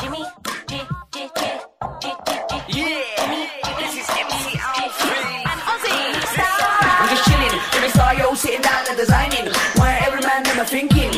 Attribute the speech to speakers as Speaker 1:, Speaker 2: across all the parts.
Speaker 1: Jimmy, Jimmy, Jimmy,
Speaker 2: Oh,
Speaker 1: Jimmy, this is MC Alfred and Ozzy. Stop.
Speaker 2: I'm just chilling. Every star yo sitting down and designing. Why every man never thinking?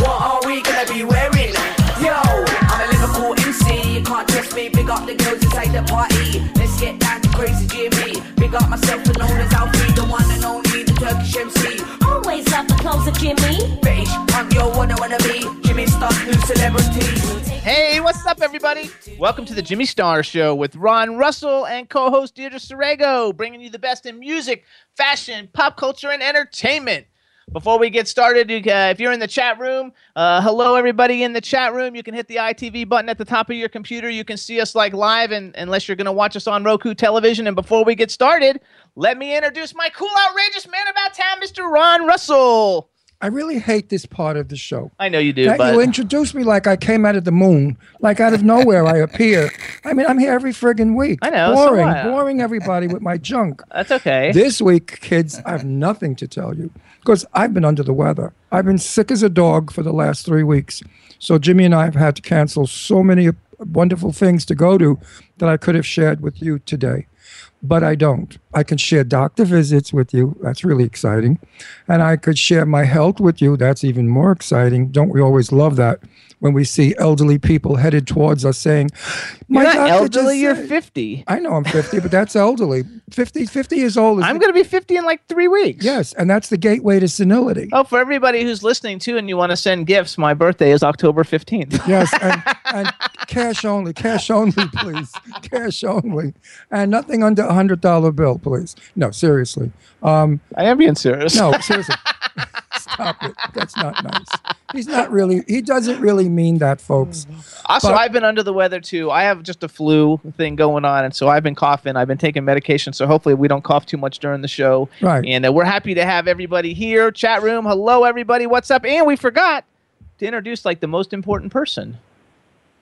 Speaker 2: What are we gonna be wearing? Yo, I'm a Liverpool MC. You can't trust me. Big up the girls inside the party. Let's get down to crazy Jimmy. Big up myself and known as Alfie, the one and only, the Turkish MC.
Speaker 1: Always love the clothes of Jimmy.
Speaker 2: British punk, yo, what I wanna be. Jimmy Star, new celebrity.
Speaker 3: Hey, what's up, everybody? Welcome to the Jimmy Star Show with Ron Russell and co host Deirdre Sorego, bringing you the best in music, fashion, pop culture, and entertainment. Before we get started, you, uh, if you're in the chat room, uh, hello, everybody in the chat room. You can hit the ITV button at the top of your computer. You can see us like live, and unless you're going to watch us on Roku television. And before we get started, let me introduce my cool, outrageous man about town, Mr. Ron Russell.
Speaker 4: I really hate this part of the show.
Speaker 3: I know you do,
Speaker 4: That
Speaker 3: but
Speaker 4: you introduced me like I came out of the moon, like out of nowhere I appear. I mean, I'm here every friggin' week.
Speaker 3: I know, so
Speaker 4: Boring,
Speaker 3: what?
Speaker 4: boring everybody with my junk.
Speaker 3: that's okay.
Speaker 4: This week, kids, I have nothing to tell you because I've been under the weather. I've been sick as a dog for the last three weeks. So Jimmy and I have had to cancel so many wonderful things to go to that I could have shared with you today. But I don't. I can share doctor visits with you. That's really exciting. And I could share my health with you. That's even more exciting. Don't we always love that when we see elderly people headed towards us saying, My
Speaker 3: you're not
Speaker 4: doctor just
Speaker 3: elderly, you're
Speaker 4: said-"
Speaker 3: 50.
Speaker 4: I know I'm 50, but that's elderly. 50, 50 years old is
Speaker 3: I'm going to be 50 in like three weeks.
Speaker 4: Yes, and that's the gateway to senility.
Speaker 3: Oh, for everybody who's listening too, and you want to send gifts, my birthday is October 15th.
Speaker 4: Yes, and, and cash only, cash only, please, cash only, and nothing under a hundred dollar bill, please. No, seriously, um,
Speaker 3: I am being serious.
Speaker 4: no, seriously. Stop it. That's not nice. He's not really. He doesn't really mean that, folks.
Speaker 3: Also,
Speaker 4: but-
Speaker 3: I've been under the weather too. I have just a flu thing going on, and so I've been coughing. I've been taking medication, so hopefully we don't cough too much during the show.
Speaker 4: Right.
Speaker 3: And uh, we're happy to have everybody here. Chat room, hello everybody, what's up? And we forgot to introduce like the most important person.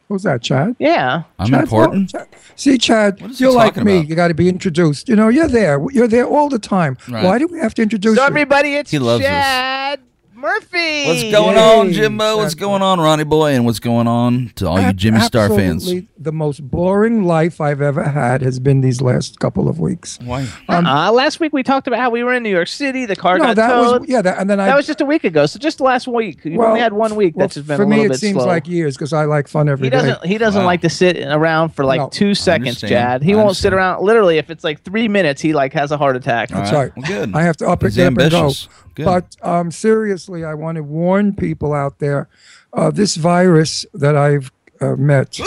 Speaker 4: Who's that, Chad?
Speaker 3: Yeah.
Speaker 5: I'm
Speaker 4: Chad's not-
Speaker 5: important.
Speaker 4: Chad- See, Chad,
Speaker 5: What is he
Speaker 4: you're like
Speaker 5: talking
Speaker 4: me.
Speaker 5: about?
Speaker 4: You got to be introduced. You know, you're there. You're there all the time.
Speaker 5: Right.
Speaker 4: Why do we have to introduce
Speaker 3: So
Speaker 4: you?
Speaker 3: everybody, it's
Speaker 5: He loves us.
Speaker 3: Chad Murphy.
Speaker 5: What's going
Speaker 4: Yay.
Speaker 5: on, Jimbo? What's
Speaker 4: Exactly.
Speaker 5: going on, Ronnie Boy? And what's going on to all you
Speaker 4: Ab-
Speaker 5: Jimmy Star fans?
Speaker 4: absolutely The most boring life I've ever had has been these last couple of weeks.
Speaker 5: Why?
Speaker 3: uh, last week we talked about how we were in New York City. The car
Speaker 4: Um, no,
Speaker 3: got
Speaker 4: that
Speaker 3: towed.
Speaker 4: was yeah, that, and then I
Speaker 3: that was just a week ago. So just last week. You
Speaker 4: well,
Speaker 3: only had one week.
Speaker 4: well,
Speaker 3: that's just been
Speaker 4: for
Speaker 3: a little
Speaker 4: me. It
Speaker 3: bit
Speaker 4: seems
Speaker 3: slow.
Speaker 4: like years because I like fun every
Speaker 3: he
Speaker 4: day.
Speaker 3: doesn't. He doesn't
Speaker 5: Wow.
Speaker 3: like to sit around for like
Speaker 4: No.
Speaker 3: two seconds,
Speaker 5: understand.
Speaker 3: Chad. He
Speaker 5: I
Speaker 3: won't sit
Speaker 5: understand.
Speaker 3: around. Literally, if it's like three minutes, he like has a heart attack.
Speaker 5: All
Speaker 4: That's
Speaker 5: right.
Speaker 4: right.
Speaker 5: Well, good.
Speaker 4: I have to up it
Speaker 5: He's
Speaker 4: up and go.
Speaker 5: ambitious. Good.
Speaker 4: But um, seriously, I want to warn people out there: uh, this virus that I've uh, met.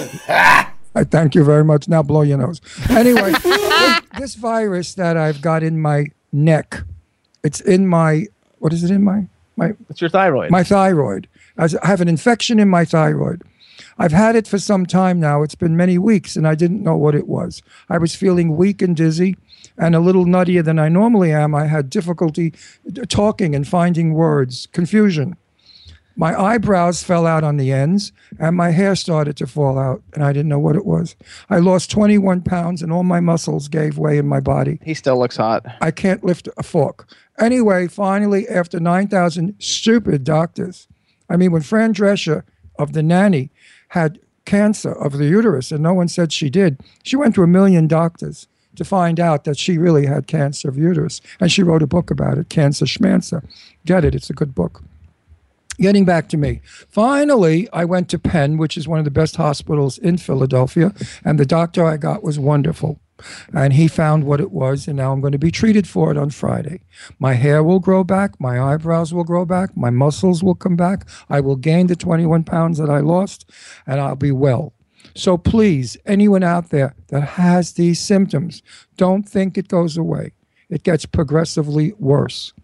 Speaker 4: I thank you very much. Now blow your nose. Anyway, this, this virus that I've got in my neck, it's in my what is it in my my
Speaker 3: It's your thyroid.
Speaker 4: my thyroid. I s- I have an infection in my thyroid. I've had it for some time now. It's been many weeks, and I didn't know what it was. I was feeling weak and dizzy and a little nuttier than I normally am. I had difficulty d- talking and finding words, confusion. My eyebrows fell out on the ends, and my hair started to fall out, and I didn't know what it was. I lost 21 pounds, and all my muscles gave way in my body.
Speaker 3: he still looks hot.
Speaker 4: I can't lift a fork. Anyway, finally, after 9,000 stupid doctors, I mean, when Fran Drescher of the nanny had cancer of the uterus and no one said she did, she went to a million doctors to find out that she really had cancer of uterus. And she wrote a book about it, Cancer Schmancer. Get it, it's a good book getting back to me. Finally, I went to Penn, which is one of the best hospitals in Philadelphia, and the doctor I got was wonderful. And he found what it was, and now I'm going to be treated for it on Friday. My hair will grow back, my eyebrows will grow back, my muscles will come back. I will gain the 21 pounds that I lost, and I'll be well. So please, anyone out there that has these symptoms, don't think it goes away. It gets progressively worse.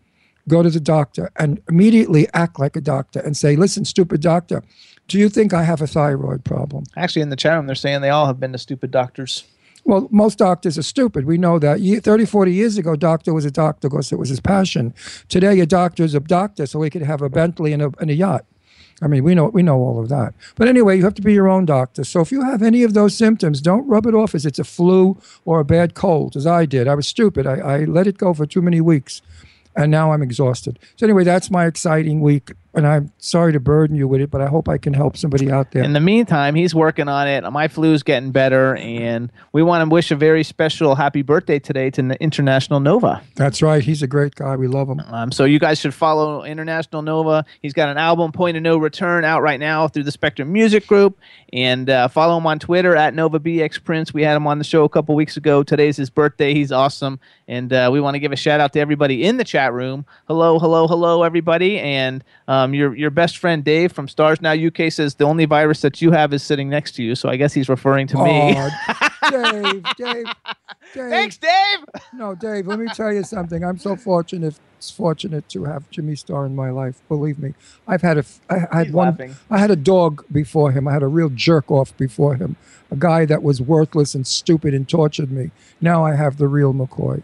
Speaker 4: go to the doctor and immediately act like a doctor and say, listen, stupid doctor, do you think I have a thyroid problem?
Speaker 3: Actually, in the chat room, they're saying they all have been to stupid doctors.
Speaker 4: Well, most doctors are stupid. We know that. Ye- 30, 40 years ago, doctor was a doctor because it was his passion. Today, a doctor is a doctor so he could have a Bentley and a, and a yacht. I mean, we know we know all of that. But anyway, you have to be your own doctor. So if you have any of those symptoms, don't rub it off as it's a flu or a bad cold, as I did. I was stupid. I, I let it go for too many weeks, and now I'm exhausted. So anyway, that's my exciting week, and I'm sorry to burden you with it, but I hope I can help somebody out there.
Speaker 3: In the meantime, he's working on it. My flu's getting better, and we want to wish a very special happy birthday today to N- International Nova.
Speaker 4: that's right. He's a great guy. We love him.
Speaker 3: Um, so you guys should follow International Nova. He's got an album, Point of No Return, out right now through the Spectrum Music Group, and uh, follow him on Twitter at NovaBXPrince. We had him on the show a couple weeks ago. Today's his birthday. He's awesome, and uh, we want to give a shout out to everybody in the chat room. Hello, hello, hello, everybody, and um, your your best friend Dave from Stars Now UK says the only virus that you have is sitting next to you. So I guess he's referring to me.
Speaker 4: Aw, Dave, Dave, Dave.
Speaker 3: Thanks, Dave.
Speaker 4: No, Dave, let me tell you something. I'm so fortunate fortunate to have Jimmy Starr in my life. Believe me. I've had a f- I I had
Speaker 3: He's
Speaker 4: one
Speaker 3: laughing.
Speaker 4: I had a dog before him. I had a real jerk off before him. A guy that was worthless and stupid and tortured me. Now I have the real McCoy.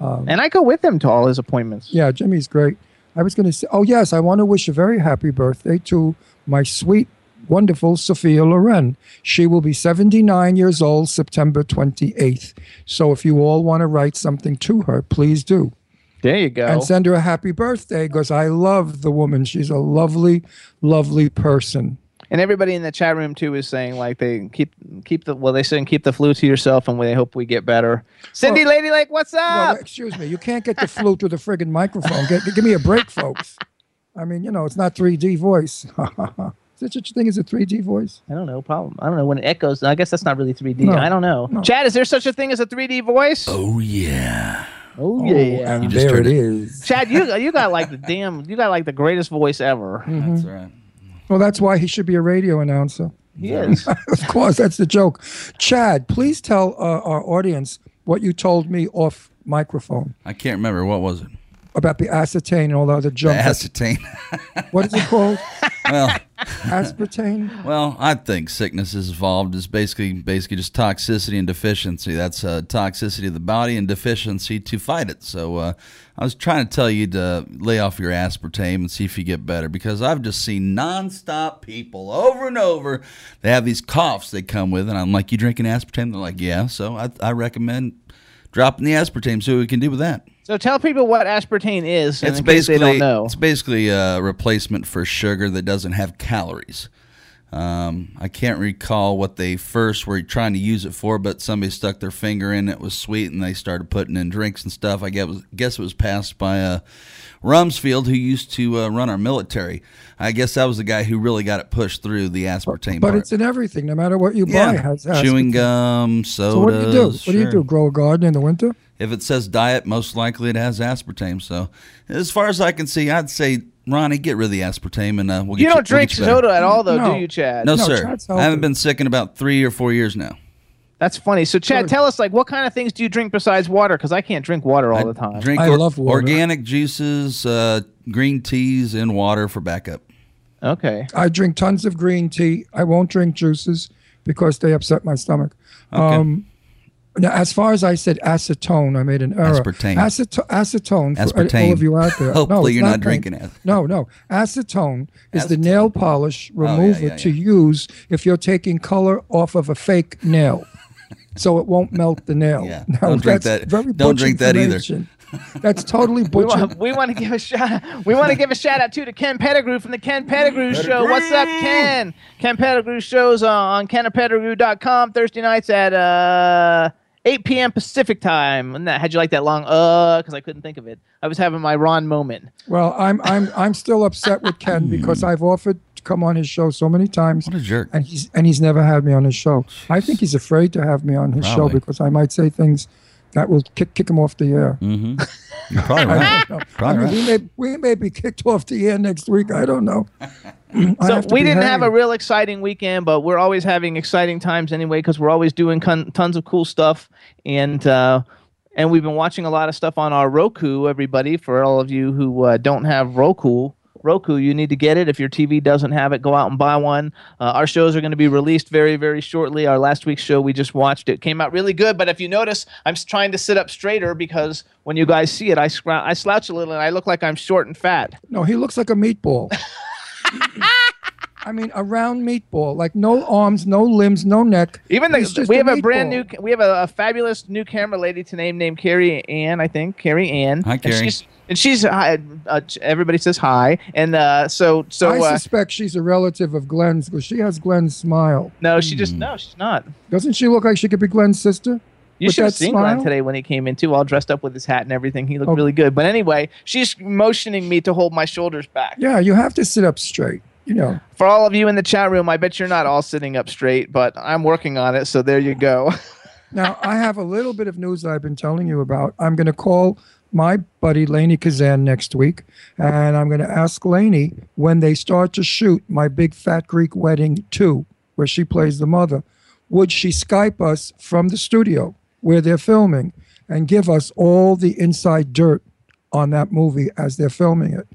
Speaker 4: Um,
Speaker 3: And I go with him to all his appointments.
Speaker 4: Yeah, Jimmy's great. I was going to say, oh, yes, I want to wish a very happy birthday to my sweet, wonderful Sophia Loren. She will be 79 years old September 28th. So if you all want to write something to her, please do.
Speaker 3: There you go.
Speaker 4: And send her a happy birthday because I love the woman. She's a lovely, lovely person.
Speaker 3: And everybody in the chat room too is saying like they keep keep the well they saying keep the flu to yourself and we hope we get better. Cindy Lady Lake, what's
Speaker 4: Well,
Speaker 3: up?
Speaker 4: excuse me, you can't get the flu through the friggin' microphone. Get, give me a break, folks. I mean, you know, it's not 3D voice. Is there such a thing as a 3D voice?
Speaker 3: I don't know. Problem. I don't know when it echoes. I guess that's not really 3D. I don't know. Chad, is there such a thing as a 3D voice? Oh,
Speaker 5: Oh yeah.
Speaker 3: yeah.
Speaker 4: and
Speaker 5: You just
Speaker 4: Oh, there it
Speaker 5: heard
Speaker 4: is.
Speaker 3: Chad, you you got like the damn you got like the greatest voice ever.
Speaker 5: That's right.
Speaker 4: Mm-hmm. Well, that's why he should be a radio announcer.
Speaker 3: He is.
Speaker 4: Of course, that's the joke. Chad, please tell uh, our audience what you told me off microphone
Speaker 5: I can't remember what was it.
Speaker 4: about the acetane and all the other junk.
Speaker 5: Ascertain.
Speaker 4: what is it called?
Speaker 5: well,
Speaker 4: Aspartame?
Speaker 5: well, I think sickness is involved. Is basically basically just toxicity and deficiency. That's uh, toxicity of the body and deficiency to fight it. So uh, I was trying to tell you to lay off your aspartame and see if you get better because I've just seen nonstop people over and over. They have these coughs they come with, and I'm like, "You drinking aspartame?" They're like, "Yeah." So I, I recommend dropping the aspartame. See what we can do with that.
Speaker 3: so tell people what aspartame is. and
Speaker 5: It's
Speaker 3: in case
Speaker 5: basically
Speaker 3: they don't know.
Speaker 5: it's basically a replacement for sugar that doesn't have calories. Um, I can't recall what they first were trying to use it for, but somebody stuck their finger in it was sweet, and they started putting in drinks and stuff. I guess guess it was passed by uh, Rumsfeld, who used to uh, run our military. I guess that was the guy who really got it pushed through the aspartame
Speaker 4: But
Speaker 5: part.
Speaker 4: it's in everything, no matter what you buy.
Speaker 5: yeah,
Speaker 4: Has aspartame.
Speaker 5: chewing gum, soda.
Speaker 4: So what do you do? What do you do? Grow a garden in the winter?
Speaker 5: If it says diet, most likely it has aspartame. So, as far as I can see, I'd say Ronnie, get rid of the aspartame, and uh, we'll get
Speaker 3: you don't
Speaker 5: we'll
Speaker 3: drink
Speaker 5: get you better.
Speaker 3: soda at all though,
Speaker 4: No.
Speaker 3: do you, Chad?
Speaker 5: No,
Speaker 4: No,
Speaker 5: sir.
Speaker 4: Chad's healthy.
Speaker 5: I haven't been sick in about three or four years now.
Speaker 3: That's funny. So Chad, tell us like what kind of things do you drink besides water? Because I can't drink water all the time.
Speaker 5: Drink
Speaker 4: I love water.
Speaker 5: organic juices, uh, green teas, and water for backup.
Speaker 3: okay.
Speaker 4: I drink tons of green tea. I won't drink juices because they upset my stomach. Um, now, as far as I said acetone, I made an error.
Speaker 5: Aspartame.
Speaker 4: Aceto- acetone for all
Speaker 5: Aspartame.
Speaker 4: of you out there. no,
Speaker 5: Hopefully
Speaker 4: it's
Speaker 5: you're not
Speaker 4: pain-
Speaker 5: drinking it.
Speaker 4: No, no. Acetone is the
Speaker 5: Acetone. Oh,
Speaker 4: nail polish remover
Speaker 5: yeah,
Speaker 4: to
Speaker 5: yeah.
Speaker 4: use if you're taking color off of a fake nail. So it won't melt the nail.
Speaker 5: Yeah,
Speaker 4: No,
Speaker 5: don't drink
Speaker 4: that's
Speaker 5: that-
Speaker 4: Very
Speaker 5: don't
Speaker 4: butch
Speaker 5: drink that either.
Speaker 4: information. That's totally
Speaker 3: We
Speaker 4: butcher.
Speaker 3: want, we want to give a shout. We want to give a shout out too to Ken Pettigrew from the Ken Pettigrew Show. What's up, Ken? Ken Pettigrew shows on kenpettigrew.com Thursday nights at uh, 8 p.m. Pacific time. And that how'd you like that long uh? Because I couldn't think of it. I was having my Ron moment.
Speaker 4: Well, I'm I'm I'm still upset with Ken because I've offered to come on his show so many times.
Speaker 5: What a jerk.
Speaker 4: And he's and he's never had me on his show. I think he's afraid to have me on his show
Speaker 5: Probably.
Speaker 4: because I might say things that will kick kick him off the air.
Speaker 5: You're Mm-hmm. probably right.
Speaker 4: I
Speaker 5: probably
Speaker 4: mean,
Speaker 5: right.
Speaker 4: we may we may be kicked off the air next week. I don't know. I
Speaker 3: So
Speaker 4: have to
Speaker 3: we
Speaker 4: be
Speaker 3: didn't have a
Speaker 4: hanged.
Speaker 3: real exciting weekend, but we're always having exciting times anyway because we're always doing con- tons of cool stuff. And uh, and we've been watching a lot of stuff on our Roku. Everybody, for all of you who uh, don't have Roku. Roku, you need to get it. If your TV doesn't have it, go out and buy one. Uh, our shows are going to be released very, very shortly. Our last week's show, we just watched it, came out really good. But if you notice, I'm s- trying to sit up straighter because when you guys see it, I, scrou- I slouch a little and I look like I'm short and fat.
Speaker 4: No, he looks like a meatball. I mean, a round meatball, like no arms, no limbs, no neck.
Speaker 3: Even
Speaker 4: He's
Speaker 3: the,
Speaker 4: just
Speaker 3: we have a brand
Speaker 4: meatball.
Speaker 3: new, we have a, a fabulous new camera lady to name named Carrie Ann, I think Carrie Ann.
Speaker 5: Hi,
Speaker 3: And
Speaker 5: Carrie.
Speaker 3: she's- And she's, hi- uh, everybody says hi, and uh, so so
Speaker 4: I
Speaker 3: uh,
Speaker 4: suspect she's a relative of Glenn's because she has Glenn's smile.
Speaker 3: no, she just no, she's not.
Speaker 4: Doesn't she look like she could be Glenn's sister?
Speaker 3: You
Speaker 4: With
Speaker 3: should have
Speaker 4: that
Speaker 3: seen Glenn
Speaker 4: smile?
Speaker 3: today when he came in too, all dressed up with his hat and everything. He looked
Speaker 4: Oh.
Speaker 3: really good. But anyway, she's motioning me to hold my shoulders back.
Speaker 4: Yeah, you have to sit up straight. You know,
Speaker 3: For all of you in the chat room, I bet you're not all sitting up straight, but I'm working on it. So there you go.
Speaker 4: Now, I have a little bit of news that I've been telling you about. I'm going to call my buddy Laney Kazan next week, and I'm going to ask Laney when they start to shoot my big fat Greek wedding 2, where she plays the mother, would she Skype us from the studio where they're filming and give us all the inside dirt on that movie as they're filming it?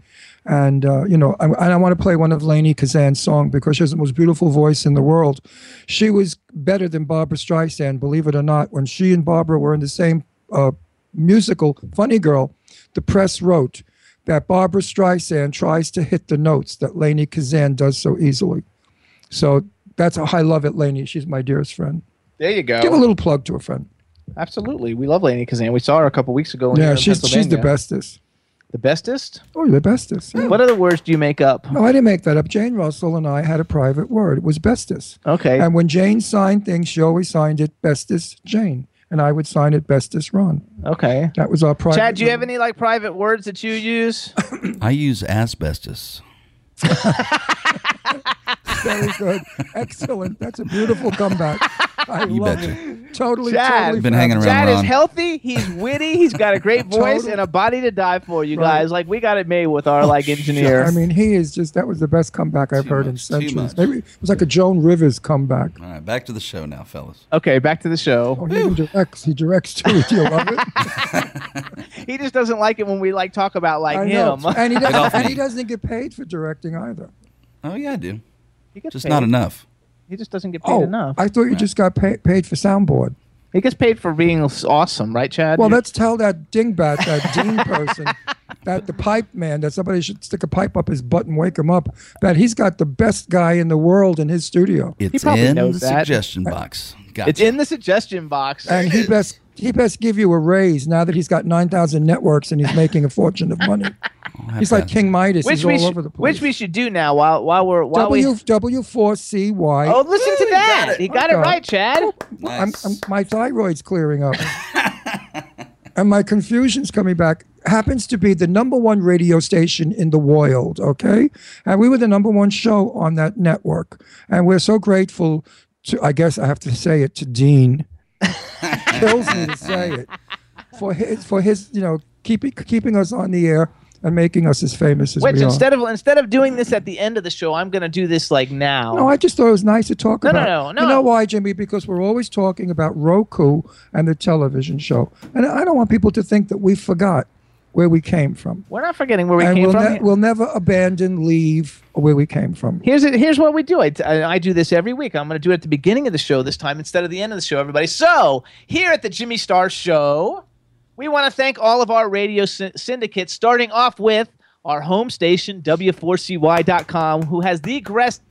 Speaker 4: And, uh, you know, I, and I want to play one of Lainey Kazan's song because she has the most beautiful voice in the world. She was better than Barbara Streisand, believe it or not. When she and Barbara were in the same uh, musical, Funny Girl, the press wrote that Barbara Streisand tries to hit the notes that Lainey Kazan does so easily. So that's how I love it, Lainey. She's my dearest friend.
Speaker 3: There you go.
Speaker 4: Give a little plug to a friend.
Speaker 3: Absolutely. We love Lainey Kazan. We saw her a couple weeks ago. when we were
Speaker 4: Yeah,
Speaker 3: in
Speaker 4: she's, she's the
Speaker 3: Pennsylvania.
Speaker 4: bestest.
Speaker 3: The bestest?
Speaker 4: Oh, the bestest. yeah.
Speaker 3: Hmm. What other words do you make up?
Speaker 4: No, Oh, I didn't make that up. Jane Russell and I had a private word. It was bestest.
Speaker 3: Okay.
Speaker 4: And when Jane signed things, she always signed it bestest Jane. And I would sign it bestest Ron.
Speaker 3: Okay.
Speaker 4: That was our private
Speaker 3: Chad, do you have
Speaker 4: word.
Speaker 3: any like private words that you use?
Speaker 5: I use asbestos.
Speaker 4: Very good. Excellent. That's a beautiful comeback. I
Speaker 5: You
Speaker 4: love
Speaker 5: betcha.
Speaker 4: it. Totally,
Speaker 3: Chad.
Speaker 4: totally.
Speaker 5: Been hanging
Speaker 4: fabulous.
Speaker 5: around
Speaker 3: Chad is
Speaker 5: Ron.
Speaker 3: healthy. He's witty. He's got a great voice
Speaker 4: Total-
Speaker 3: and a body to die for. You
Speaker 4: Right. Oh,
Speaker 3: guys, like we got it made with our like engineer.
Speaker 4: I mean, he is just, that was the best comeback I've
Speaker 5: Too
Speaker 4: heard in
Speaker 5: much, too
Speaker 4: centuries.
Speaker 5: much.
Speaker 4: Maybe it was like a Joan Rivers comeback.
Speaker 5: All right, back to the show now, fellas.
Speaker 3: okay, back to the show.
Speaker 4: Oh, he even directs. He directs too. Do you love it?
Speaker 3: He just doesn't like it when we like talk about like
Speaker 4: I know.
Speaker 3: him.
Speaker 4: And he,
Speaker 5: Get off
Speaker 4: doesn't, and
Speaker 5: me.
Speaker 4: he doesn't get paid for directing either.
Speaker 5: Oh yeah, I do.
Speaker 3: He gets
Speaker 5: Just
Speaker 3: paid.
Speaker 5: not enough.
Speaker 3: He just doesn't get paid
Speaker 4: Oh,
Speaker 3: enough.
Speaker 4: I thought you just got pay, paid for soundboard.
Speaker 3: he gets paid for being awesome, right, Chad?
Speaker 4: Well,
Speaker 3: You-
Speaker 4: let's tell that dingbat, that dean person, that the pipe man, that somebody should stick a pipe up his butt and wake him up, that he's got the best guy in the world in his studio.
Speaker 5: It's
Speaker 3: probably
Speaker 5: in the
Speaker 3: knows that.
Speaker 5: suggestion box. Gotcha.
Speaker 3: it's in the suggestion box.
Speaker 4: And he best he best give you a raise now that he's got 9,000 networks and he's making a fortune of money.
Speaker 5: I'll have
Speaker 4: He's
Speaker 5: to-
Speaker 4: like King Midas.
Speaker 3: which
Speaker 4: he's
Speaker 3: we
Speaker 4: all
Speaker 3: sh-
Speaker 4: over the place.
Speaker 3: which we should do now while while we're while we
Speaker 4: w, W4CY.
Speaker 3: Oh, listen to that. He got it
Speaker 4: Okay.
Speaker 3: right, Chad.
Speaker 4: Oh, I'm,
Speaker 5: Nice.
Speaker 4: I'm, my thyroid's clearing up. and my confusion's coming back. Happens to be the number one radio station in the world, okay? And we were the number one show on that network. And we're so grateful to, I guess I have to say it, to Dean. Kills me to say it. For his, for his you know, keeping keeping us on the air and making us as famous as
Speaker 3: Which
Speaker 4: we are.
Speaker 3: instead of instead of doing this at the end of the show, I'm gonna do this like now.
Speaker 4: No, I just thought it was nice to talk
Speaker 3: No, no,
Speaker 4: about.
Speaker 3: no,
Speaker 4: You
Speaker 3: no.
Speaker 4: know why, Jimmy? Because we're always talking about Roku and the television show, and I don't want people to think that we forgot where we came from,
Speaker 3: we're not forgetting where we
Speaker 4: and
Speaker 3: came
Speaker 4: we'll,
Speaker 3: from.
Speaker 4: ne- we'll never abandon, leave where we came from.
Speaker 3: Here's it. Here's what we do. I, I, I do this every week. I'm going to do it at the beginning of the show this time instead of the end of the show. Everybody. So here at the Jimmy Star Show, we want to thank all of our radio sy- syndicates, starting off with our home station W4CY.com, who has the grest,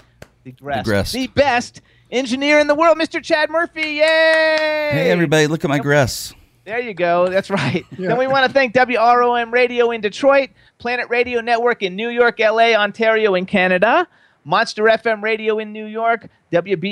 Speaker 3: the grest,
Speaker 5: grest.
Speaker 3: the best engineer in the world, Mr. Chad Murphy. Yay!
Speaker 5: hey everybody, look at my grass.
Speaker 3: There you go. That's right.
Speaker 4: Yeah.
Speaker 3: Then we want to thank WROM Radio in Detroit, Planet Radio Network in New York, LA, Ontario, and Canada, Monster FM Radio in New York,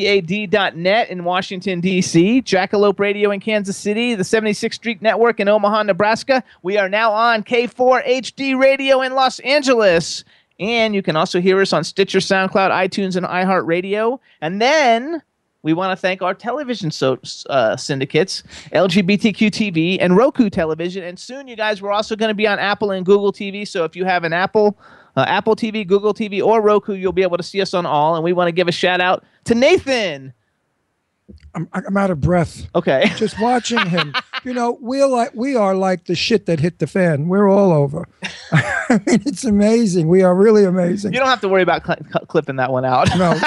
Speaker 3: WBAD.net in Washington, D.C., Jackalope Radio in Kansas City, the 76th Street Network in Omaha, Nebraska. We are now on K4HD Radio in Los Angeles. And you can also hear us on Stitcher, SoundCloud, iTunes, and iHeartRadio. And then we want to thank our television so, uh, syndicates, LGBTQ TV and Roku Television. And soon, you guys, we're also going to be on Apple and Google TV. So if you have an Apple, uh, Apple TV, Google TV, or Roku, you'll be able to see us on all. And we want to give a shout out to Nathan.
Speaker 4: I'm, I'm out of breath.
Speaker 3: Okay.
Speaker 4: Just watching him you know, we're like we are like the shit that hit the fan. We're all over. I mean, it's amazing. We are really amazing.
Speaker 3: You don't have to worry about cl- cl- clipping that one out.
Speaker 4: No.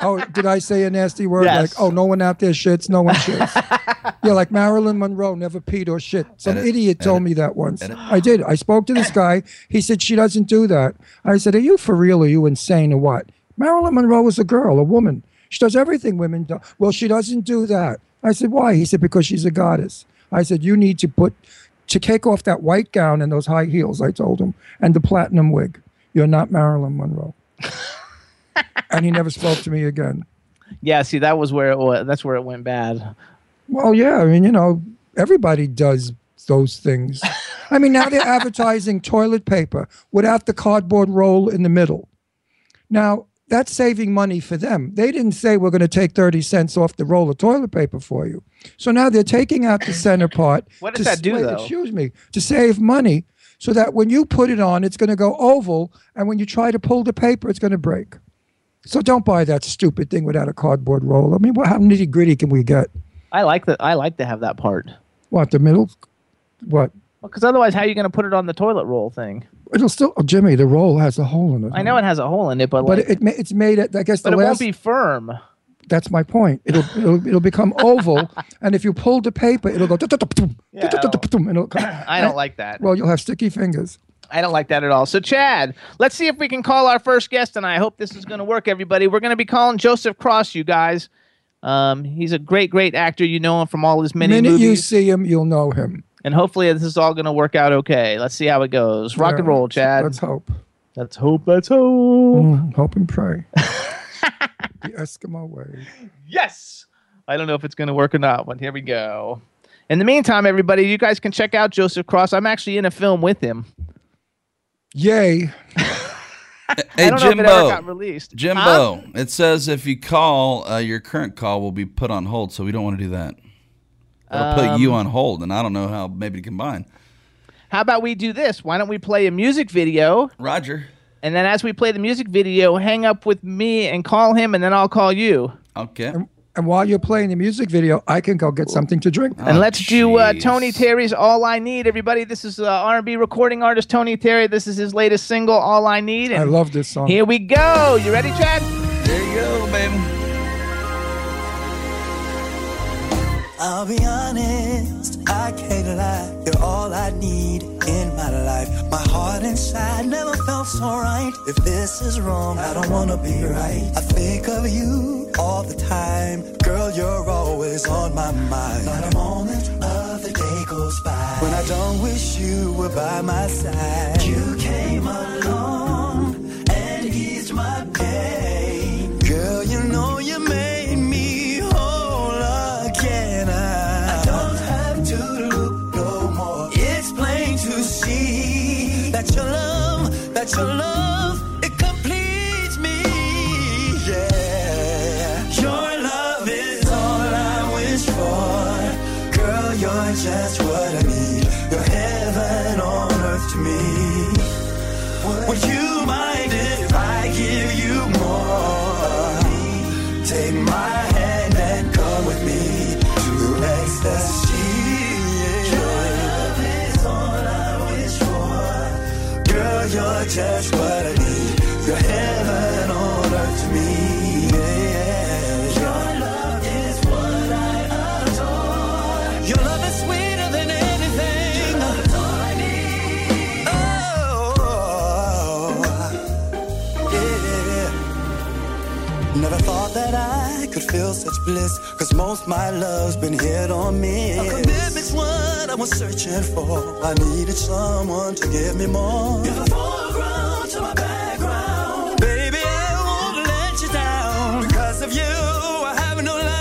Speaker 4: Oh, did I say a nasty word?
Speaker 3: Yes.
Speaker 4: Like, oh, no one out there shits, no one shits. yeah, like Marilyn Monroe never peed or shit. Some
Speaker 5: Edit,
Speaker 4: idiot told
Speaker 5: edit,
Speaker 4: me that once.
Speaker 5: edit.
Speaker 4: I did. I spoke to this guy. He said she doesn't do that. I said, are you for real? Are you insane or what? Marilyn Monroe was a girl, a woman. She does everything women do. Well, she doesn't do that. I said, why? He said, because she's a goddess. I said, you need to put to take off that white gown and those high heels. I told him, and the platinum wig. You're not Marilyn Monroe. and he never spoke to me again.
Speaker 3: yeah, see, that was where it was. That's where it went bad.
Speaker 4: Well, yeah, I mean, you know, everybody does those things. I mean, now they're advertising toilet paper without the cardboard roll in the middle. Now, that's saving money for them. They didn't say we're going to take 30 cents off the roll of toilet paper for you. So now they're taking out the center part.
Speaker 3: What
Speaker 4: to
Speaker 3: does that do,
Speaker 4: wait,
Speaker 3: though?
Speaker 4: Excuse me, to save money so that when you put it on, it's going to go oval. And when you try to pull the paper, it's going to break. So don't buy that stupid thing without a cardboard roll. I mean, what, how nitty gritty can we get?
Speaker 3: I like that. I like to have that part
Speaker 4: What the middle? What?
Speaker 3: because otherwise, how are you going to put it on the toilet roll thing?
Speaker 4: It'll still. Oh, Jimmy, the roll has a hole in it.
Speaker 3: I know it has a hole in it, but
Speaker 4: but
Speaker 3: like,
Speaker 4: it, ma- it's made. It. I guess the
Speaker 3: but it
Speaker 4: last.
Speaker 3: won't be firm.
Speaker 4: that's my point. It'll, it'll it'll become oval, and if you pull the paper, it'll go. "Tut-tut-tut-tum,
Speaker 3: Yeah, I don't-
Speaker 4: tut-tut-tut-tum," and it'll come-
Speaker 3: I don't like that.
Speaker 4: Well, you'll have sticky fingers.
Speaker 3: I don't like that at all. So, Chad, let's see if we can call our first guest, and I hope this is going to work, everybody. We're going to be calling Joseph Cross, you guys. Um, he's a great, great actor. You know him from all his many
Speaker 4: minute
Speaker 3: movies,
Speaker 4: you see him, you'll know him.
Speaker 3: and hopefully this is all going to work out okay. Let's see how it goes. Rock and
Speaker 4: Yeah,
Speaker 3: roll, Chad.
Speaker 4: Let's hope.
Speaker 3: Let's hope. Let's hope.
Speaker 4: Mm, hope and pray. the Eskimo way.
Speaker 3: Yes. I don't know if it's going to work or not, but here we go. In the meantime, everybody, you guys can check out Joseph Cross. I'm actually in a film with him.
Speaker 4: Yay!
Speaker 5: Hey,
Speaker 3: I don't know if it ever got
Speaker 5: Jimbo.
Speaker 3: released. Huh?
Speaker 5: Jimbo, it says if you call, uh, your current call will be put on hold, so we don't want to do that. It'll put
Speaker 3: Um,
Speaker 5: you on hold, and I don't know how maybe to combine.
Speaker 3: How about we do this? Why don't we play a music video?
Speaker 5: Roger,
Speaker 3: And then as we play the music video, hang up with me and call him, and then I'll call you.
Speaker 5: okay.
Speaker 4: And while you're playing the music video, I can go get something to drink.
Speaker 3: And
Speaker 5: Oh,
Speaker 3: let's do uh,
Speaker 5: jeez.
Speaker 3: Tony Terry's "All I Need." Everybody, this is uh, R&B recording artist Tony Terry. This is his latest single, "All I Need." And
Speaker 4: I love this song.
Speaker 3: Here we go. You ready, Chad?
Speaker 5: There you go, baby.
Speaker 6: I'll be honest, I can't lie. You're all I need in my life. My heart inside never felt so right. If this is wrong, I don't wanna be right. I think of you all the time. Girl, you're always on my mind. Not a moment of the day goes by when I don't wish you were by my side. You came along and eased my pain. Girl, you know you made me whole again. I, I don't have to look no more. It's plain to see that your love, that your love, it completes me. Yeah, your love is all I wish for. Girl, you're just what I need. You're heaven on earth to me. Would you mind if I give you more? Take my hand and come with me to ecstasy. Your love is all I wish for. Girl, you're just what I need. You're heaven on earth to me. Yeah. Your love is what I adore. Your love is sweeter than anything. Oh, yeah. Never thought that I could feel such bliss, cause most my love's been hit on me. A commitment's what I was searching for. I needed someone to give me more. You're the foreground to my background. Baby, I won't let you down. Because of you, I have no life.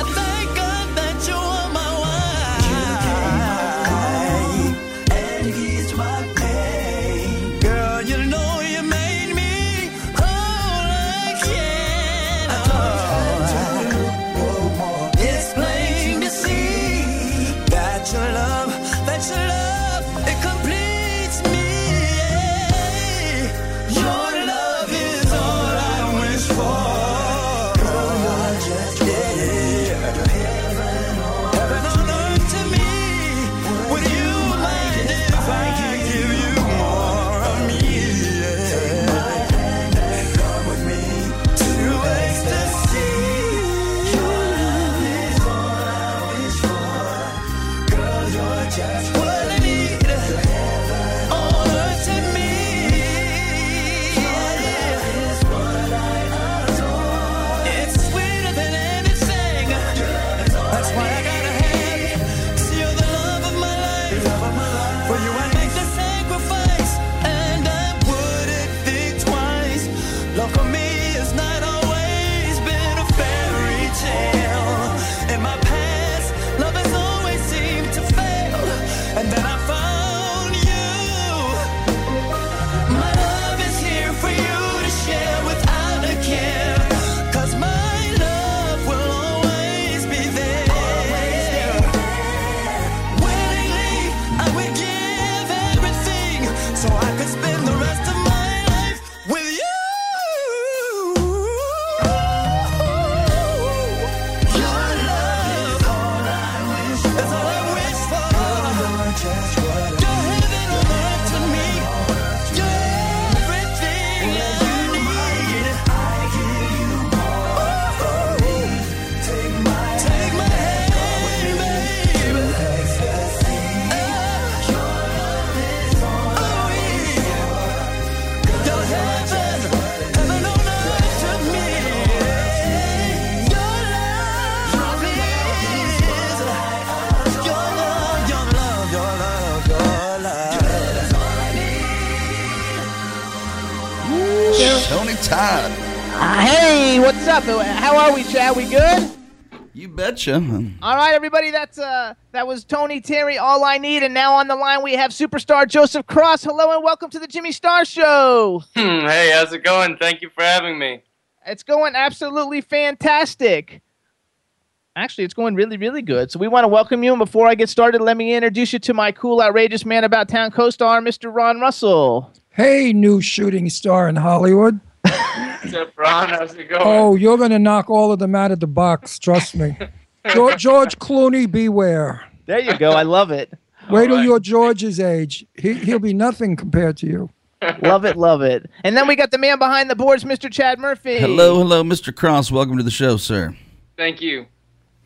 Speaker 6: I thank God that you are my wife. You came my life and eased my pain. Girl, you know you made me whole again. I don't have to look no more. It's plain to see that your love, that your love, it completes me.
Speaker 5: Todd.
Speaker 3: Uh, hey, what's up? Uh, How are we, Chad? We good?
Speaker 5: You betcha.
Speaker 3: All right, everybody. That's uh, that was Tony Terry. All I need, and now on the line we have superstar Joseph Cross. Hello and welcome to the Jimmy Star Show.
Speaker 7: Hmm, hey, how's it going? Thank you for having me.
Speaker 3: It's going absolutely fantastic. Actually, it's going really, really good. So we want to welcome you. And before I get started, let me introduce you to my cool, outrageous man about town co-star, Mr. Ron Russell.
Speaker 4: Hey, new shooting star in Hollywood.
Speaker 7: What's up, Ron? How's it going?
Speaker 4: Oh, you're going to knock all of them out of the box. Trust me. George, George Clooney, beware.
Speaker 3: There you go. I love it.
Speaker 4: Wait till
Speaker 7: right.
Speaker 4: you're George's age. He, he'll be nothing compared to you.
Speaker 3: love it, love it. And then we got the man behind the boards, Mr. Chad Murphy.
Speaker 5: Hello, hello, Mr. Cross. Welcome to the show, sir.
Speaker 7: Thank you.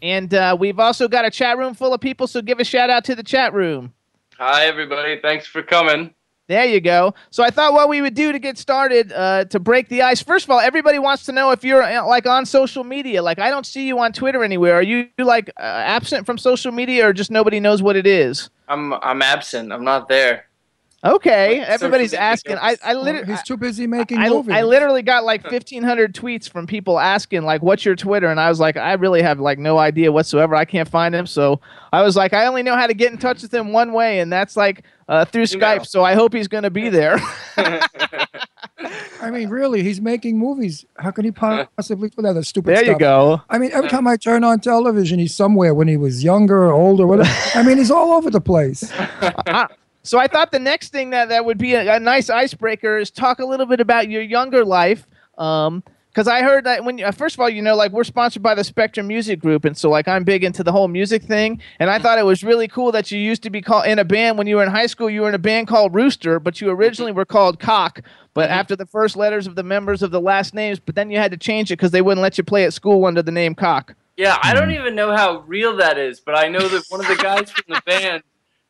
Speaker 3: And uh, we've also got a chat room full of people, so give a shout out to the chat room.
Speaker 7: Hi, everybody. Thanks for coming.
Speaker 3: There you go. So I thought what we would do to get started uh, to break the ice. First of all, everybody wants to know if you're uh, like on social media. Like I don't see you on Twitter anywhere. Are you like uh, absent from social media, or just nobody knows what it is?
Speaker 7: I'm I'm absent. I'm not there.
Speaker 3: Okay,
Speaker 7: Like, social
Speaker 3: everybody's
Speaker 7: media
Speaker 3: asking. I I,
Speaker 4: Well,
Speaker 3: literally
Speaker 4: He's too busy making
Speaker 3: I,
Speaker 4: movies.
Speaker 3: I literally got like 1500 tweets from people asking like what's your twitter and i was like i really have like no idea whatsoever i can't find him so i was like i only know how to get in touch with him one way and that's like uh, through
Speaker 7: Email.
Speaker 3: skype so i hope he's going to be there
Speaker 4: I mean, really, he's making movies. How can he possibly do that? That's stupid
Speaker 3: there you
Speaker 4: stuff.
Speaker 3: go
Speaker 4: I mean, every time I turn on television, he's somewhere when he was younger or older, whatever. I mean, he's all over the place.
Speaker 3: Uh, so i thought the next thing that that would be a, a nice icebreaker is talk a little bit about your younger life um because I heard that when you, uh, first of all, you know, like we're sponsored by the Spectrum Music Group, and so like I'm big into the whole music thing. And I thought it was really cool that you used to be called in a band when you were in high school. You were in a band called Rooster, but you originally were called Cock. But after the first letters of the members of the last names, but then you had to change it because they wouldn't let you play at school under the name Cock.
Speaker 7: Yeah, I
Speaker 3: Hmm.
Speaker 7: don't even know how real that is, but I know that one of the guys from the band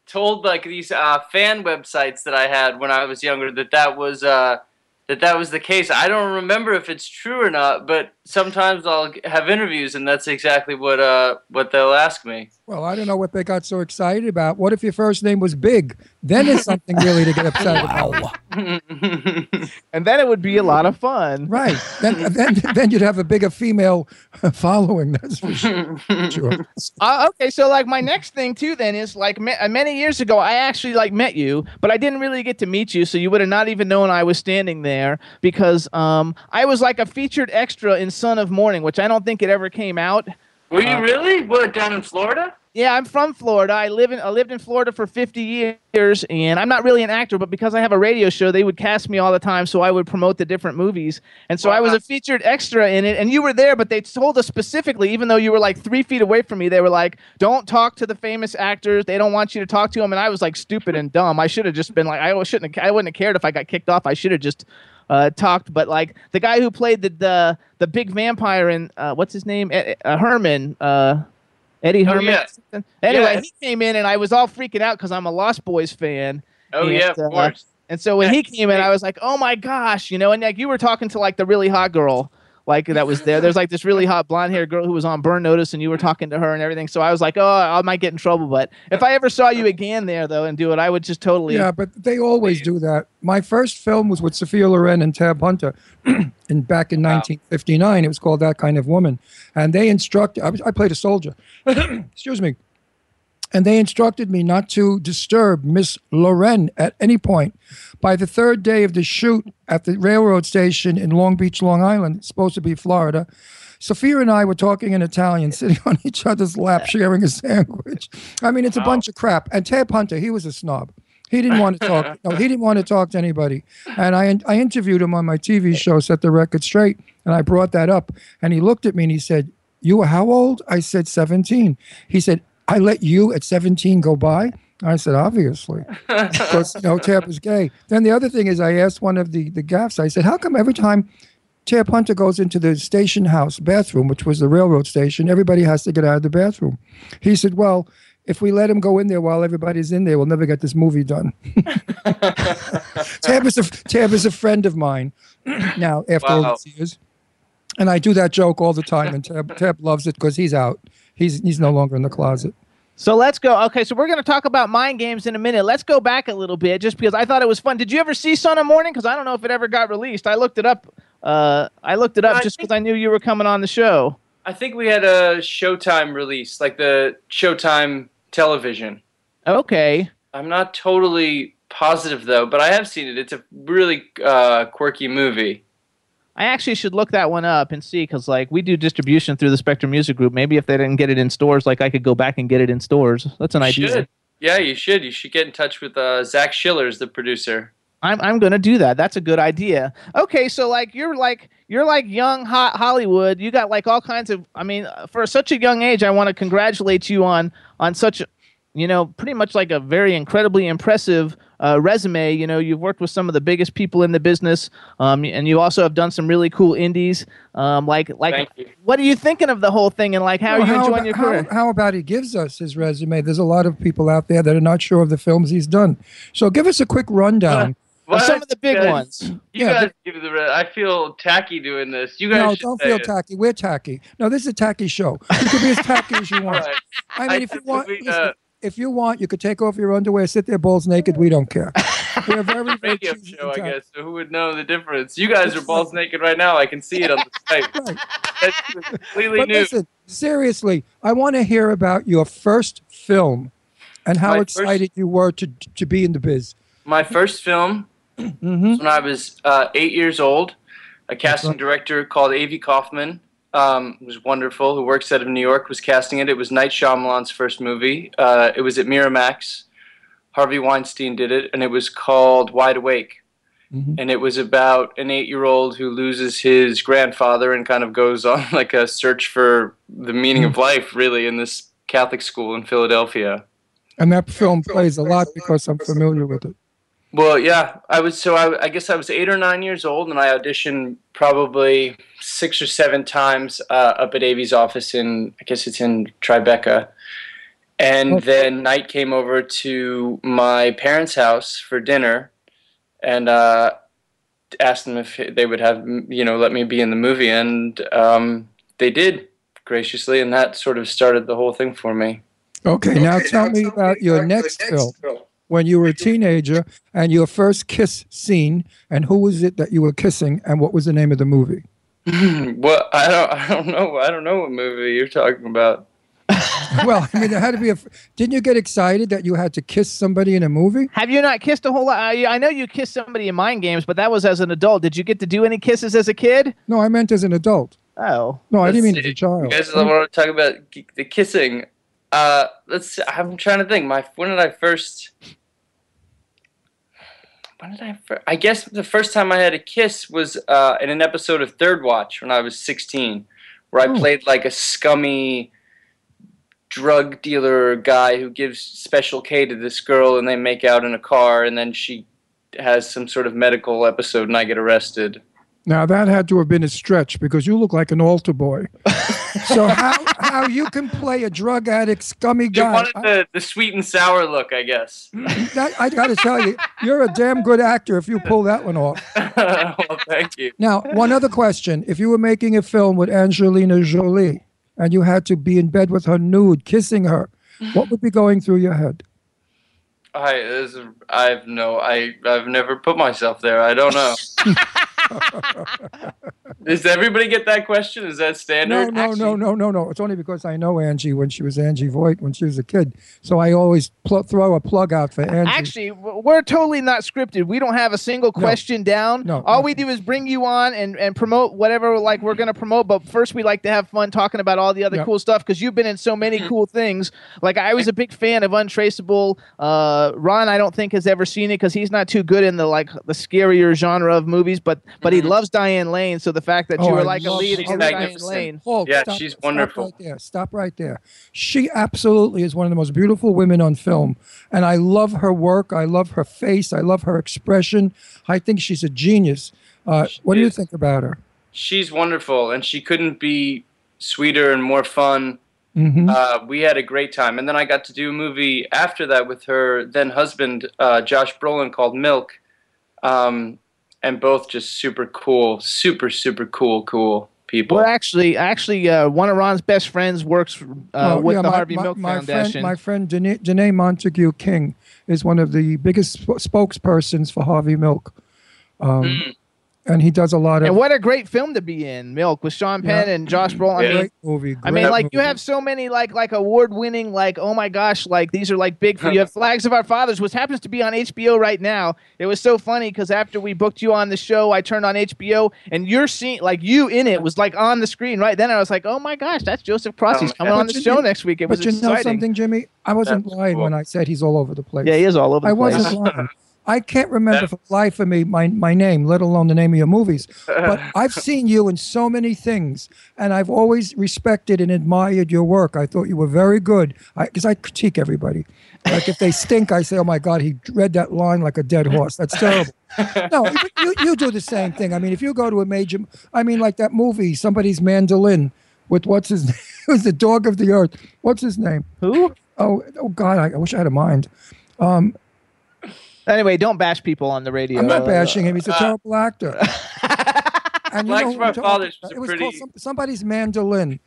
Speaker 7: told like these uh, fan websites that I had when I was younger that that was uh, that that was the case. I don't remember if it's true or not, but sometimes I'll have interviews and that's exactly what uh, what they'll ask me.
Speaker 4: Well, I don't know what they got so excited about. What if your first name was Big? Then it's something really to get upset about.
Speaker 3: And then it would be a lot of fun.
Speaker 4: Right. Then, then, then you'd have a bigger female following. That's for sure. Sure.
Speaker 3: Uh, okay, so like my next thing too then is like ma- uh, many years ago I actually like met you, but I didn't really get to meet you, so you would have not even known I was standing there because um I was like a featured extra in Son of Morning, which I don't think it ever came out. Uh,
Speaker 7: Were you really? What down in Florida?
Speaker 3: Yeah, I'm from Florida. I live in I lived in Florida for 50 years, and I'm not really an actor, but because I have a radio show, they would cast me all the time, so I would promote the different movies. And so I was a featured extra in it, and you were there, but they told us specifically, even though you were like three feet away from me, they were like, "Don't talk to the famous actors. They don't want you to talk to them." And I was like, stupid and dumb. I should have just been like, I shouldn't. Have, I wouldn't have cared if I got kicked off. I should have just uh, talked, but like the guy who played the the, the big vampire in uh, what's his name, Eh, eh, uh, Herman. Uh, Eddie
Speaker 7: Oh,
Speaker 3: Herman.
Speaker 7: yeah.
Speaker 3: something. Anyway,
Speaker 7: Yes.
Speaker 3: he came in and I was all freaking out because I'm a Lost Boys fan.
Speaker 7: Oh
Speaker 3: And,
Speaker 7: yeah, of
Speaker 3: uh,
Speaker 7: course.
Speaker 3: And so when he came in, I was like, oh my gosh, you know, and like you were talking to like the really hot girl. Like that was there. There's like this really hot blonde haired girl who was on burn notice, and you were talking to her and everything. So I was like, "Oh, I might get in trouble." But if I ever saw you again there, though, and do it, I would just totally.
Speaker 4: Yeah, but they always do that. My first film was with Sophia Loren and Tab Hunter, and back in 1959, it was called That Kind of Woman, and they instructed. I, was- I played a soldier. Excuse me. And they instructed me not to disturb Miss Loren at any point. By the third day of the shoot at the railroad station in Long Beach, Long Island, it's supposed to be Florida, Sophia and I were talking in Italian, sitting on each other's lap, sharing a sandwich. I mean, it's a bunch of crap. And Tab Hunter, he was a snob. He didn't want to talk. No, he didn't want to talk to anybody. And I, I interviewed him on my TV show, Set the Record Straight, and I brought that up. And he looked at me and he said, "You were how old?" I said, "17." He said, "I let you at 17 go by." I said, "Obviously." because you know Tap is gay. Then the other thing is, I asked one of the the gaffs. I said, "How come every time Tap Hunter goes into the station house bathroom, which was the railroad station, everybody has to get out of the bathroom?" He said, "Well." If we let him go in there while everybody's in there, we'll never get this movie done. Tab is a Tab is a friend of mine now after all
Speaker 7: Wow.
Speaker 4: these years, and I do that joke all the time. And Tab, Tab loves it because he's out. He's he's no longer in the closet.
Speaker 3: So let's go. Okay, so we're going to talk about mind games in a minute. Let's go back a little bit just because I thought it was fun. Did you ever see Son of Morning? Because I don't know if it ever got released. I looked it up Uh, I looked it up
Speaker 7: I
Speaker 3: just
Speaker 7: think-
Speaker 3: because I knew you were coming on the show.
Speaker 7: I think we had a Showtime release, like the Showtime television.
Speaker 3: Okay.
Speaker 7: I'm not totally positive though, but I have seen it. It's a really uh, quirky movie.
Speaker 3: I actually should look that one up and see because, like, we do distribution through the Spectrum Music Group. Maybe if they didn't get it in stores, like, I could go back and get it in stores. That's an
Speaker 7: You
Speaker 3: idea.
Speaker 7: should. Yeah, you should. You should get in touch with uh, Zach Schiller's the producer.
Speaker 3: I'm I'm gonna do that. That's a good idea. Okay, so like you're like you're like young hot Hollywood. You got like all kinds of. I mean, uh, for such a young age, I want to congratulate you on on such, you know, pretty much like a very incredibly impressive uh, resume. You know, you've worked with some of the biggest people in the business, um, and you also have done some really cool indies. Um, like like,
Speaker 7: Thank you.
Speaker 3: what are you thinking of the whole thing? And like, how
Speaker 4: Well,
Speaker 3: are you enjoying
Speaker 4: about,
Speaker 3: your
Speaker 4: how-
Speaker 3: career?
Speaker 4: how about he gives us his resume? There's a lot of people out there that are not sure of the films he's done. So give us a quick rundown.
Speaker 7: What?
Speaker 3: some of the big
Speaker 7: You guys-
Speaker 3: ones.
Speaker 7: You
Speaker 4: Yeah,
Speaker 7: guys give the. Re- I feel tacky doing this. You guys
Speaker 4: no,
Speaker 7: should
Speaker 4: don't
Speaker 7: say
Speaker 4: feel
Speaker 7: it.
Speaker 4: tacky. We're tacky. No, this is a tacky show. You can be as tacky as you
Speaker 7: All
Speaker 4: want.
Speaker 7: right.
Speaker 4: I
Speaker 7: I
Speaker 4: mean, if you
Speaker 7: think
Speaker 4: want,
Speaker 7: we, uh,
Speaker 4: listen, if you want, you could take off your underwear, sit there balls naked. We don't care. We're very, very
Speaker 7: radio
Speaker 4: choosy
Speaker 7: show, I
Speaker 4: and tacky.
Speaker 7: guess. So who would know the difference? You guys are balls naked right now. I can see it on the Skype.
Speaker 4: Right.
Speaker 7: That's completely
Speaker 4: But
Speaker 7: new.
Speaker 4: listen, seriously, I want to hear about your first film and how
Speaker 7: My first-
Speaker 4: excited you were to to be in the biz.
Speaker 7: My first film
Speaker 4: Mm-hmm.
Speaker 7: was when I was uh, eight years old. A casting
Speaker 4: right.
Speaker 7: director called A.V. Kaufman um, was wonderful, who works out of New York, was casting it. It was Night Shyamalan's first movie. Uh, it was at Miramax. Harvey Weinstein did it, and it was called Wide Awake.
Speaker 4: Mhm.
Speaker 7: And it was about an eight year old who loses his grandfather and kind of goes on like a search for the meaning of life, really, in this Catholic school in Philadelphia.
Speaker 4: And that film plays a lot because I'm familiar with it.
Speaker 7: Well, yeah, I was. So I, I guess I was eight or nine years old, and I auditioned probably six or seven times uh, up at Avi's office in, I guess it's in Tribeca. And then night came over to my parents' house for dinner, and uh, asked them if they would have, you know, let me be in the movie, and um, they did graciously, and that sort of started the whole thing for me.
Speaker 4: Okay, now tell me about your next film when you were a teenager and your first kiss scene, and who was it that you were kissing, and what was the name of the movie?
Speaker 7: Well, I don't, I don't know, I don't know what movie you're talking about.
Speaker 4: well, I mean, there had to be a. f- Didn't you get excited that you had to kiss somebody in a movie?
Speaker 3: Have you not kissed a whole lot? I, I know you kissed somebody in Mind Games, but that was as an adult. Did you get to do any kisses as a kid?
Speaker 4: No, I meant as an adult.
Speaker 3: Oh.
Speaker 4: No, I didn't
Speaker 7: Let's
Speaker 4: mean as
Speaker 7: see.
Speaker 4: a child.
Speaker 7: You guys want to talk about ki- the kissing? Uh, let's. see. I'm trying to think. My when did I first? When did I? First, I guess the first time I had a kiss was uh, in an episode of Third Watch when I was 16, where I played like a scummy drug dealer guy who gives special K to this girl, and they make out in a car, and then she has some sort of medical episode, and I get arrested.
Speaker 4: Now that had to have been a stretch because you look like an altar boy. so how how you can play a drug addict scummy
Speaker 7: You
Speaker 4: guy?
Speaker 7: wanted
Speaker 4: I,
Speaker 7: the, the sweet and sour look, I guess.
Speaker 4: Hmm. that, I got to tell you, you're a damn good actor if you pull that one off.
Speaker 7: well, thank you.
Speaker 4: Now, one other question: If you were making a film with Angelina Jolie and you had to be in bed with her nude, kissing her, what would be going through your head?
Speaker 7: I, this is, I've no, I, I've never put myself there. I don't know. Does everybody get that question? Is that
Speaker 4: No,
Speaker 7: standard?
Speaker 4: no, no, no, no, no. It's only because I know Angie when she was Angie Voigt when she was a kid, so I always pl- throw a plug out for Angie.
Speaker 3: Actually, w- we're totally not scripted. We don't have a single question down.
Speaker 4: No,
Speaker 3: All
Speaker 4: no.
Speaker 3: we do is bring you on and, and promote whatever like we're gonna promote. But first, we like to have fun talking about all the other
Speaker 4: Yeah.
Speaker 3: cool stuff because you've been in so many cool things. Like I was a big fan of Untraceable. Uh, Ron, I don't think has ever seen it because he's not too good in the like the scarier genre of movies. But but he loves Diane Lane, so the fact that
Speaker 4: Oh,
Speaker 3: you were
Speaker 4: I
Speaker 3: like a
Speaker 4: love-
Speaker 3: lead
Speaker 7: She's
Speaker 3: in Diane
Speaker 7: magnificent.
Speaker 3: Lane.
Speaker 4: Hold,
Speaker 7: Yeah, she's wonderful.
Speaker 4: Stop right there. Stop right there. She absolutely is one of the most beautiful women on film, and I love her work. I love her face. I love her expression. I think she's a genius. Uh, what do you
Speaker 7: is.
Speaker 4: think about her?
Speaker 7: She's wonderful, and she couldn't be sweeter and more fun.
Speaker 4: hmm
Speaker 7: Uh, we had a great time, and then I got to do a movie after that with her then husband uh, Josh Brolin called Milk, um, and both just super cool, super super cool, cool people.
Speaker 3: Well, actually, actually, uh, one of Ron's best friends works uh,
Speaker 4: Oh,
Speaker 3: with the Harvey Milk
Speaker 4: Friend,
Speaker 3: Foundation.
Speaker 4: my friend Danae, Danae Montague King is one of the biggest sp- spokespersons for Harvey Milk. Um, and he does a lot of
Speaker 3: Mm. And what a great film to be in, Milk, with Sean Penn and Josh Brolin. I
Speaker 7: Yeah.
Speaker 3: mean,
Speaker 4: great movie.
Speaker 3: I
Speaker 4: great
Speaker 3: mean, like you
Speaker 4: movie.
Speaker 3: have so many like like award winning like oh my gosh like these are like big you have Flags of Our Fathers which happens to be on HBO right now. It was so funny because after we booked you on the show, I turned on HBO and your scene like you in it was like on the screen right then. I was like oh my gosh, that's Joseph Cross.
Speaker 7: Oh,
Speaker 3: He's
Speaker 7: man.
Speaker 3: coming on
Speaker 4: But
Speaker 3: the
Speaker 4: you
Speaker 3: show
Speaker 4: know-
Speaker 3: next week. It was
Speaker 4: But you know
Speaker 3: exciting.
Speaker 4: something, Jimmy? I wasn't
Speaker 7: That's
Speaker 4: lying
Speaker 7: cool.
Speaker 4: when I said he's all over the place.
Speaker 3: Yeah, he is all over the
Speaker 4: I
Speaker 3: place.
Speaker 4: wasn't lying. I can't remember for the life of me my, my name, let alone the name of your movies. But I've seen you in so many things, and I've always respected and admired your work. I thought you were very good because I, critique everybody. Like if they stink, I say, "Oh my God, he read that line like a dead horse. That's terrible." no, but you, you do the same thing. I mean, if you go to a major, I mean, like that movie, somebody's mandolin with what's his name? It was the dog of the earth. What's his name?
Speaker 3: Who?
Speaker 4: Oh, oh God, I, I wish I had a mind. Um,
Speaker 3: Anyway, don't bash people on the radio.
Speaker 4: I'm not
Speaker 3: Uh,
Speaker 4: bashing him. He's a terrible actor. and
Speaker 7: Flags
Speaker 4: who
Speaker 7: of Our
Speaker 4: I'm talking
Speaker 7: Fathers
Speaker 4: about.
Speaker 7: was a
Speaker 4: it was called
Speaker 7: pretty-
Speaker 4: some, somebody's mandolin.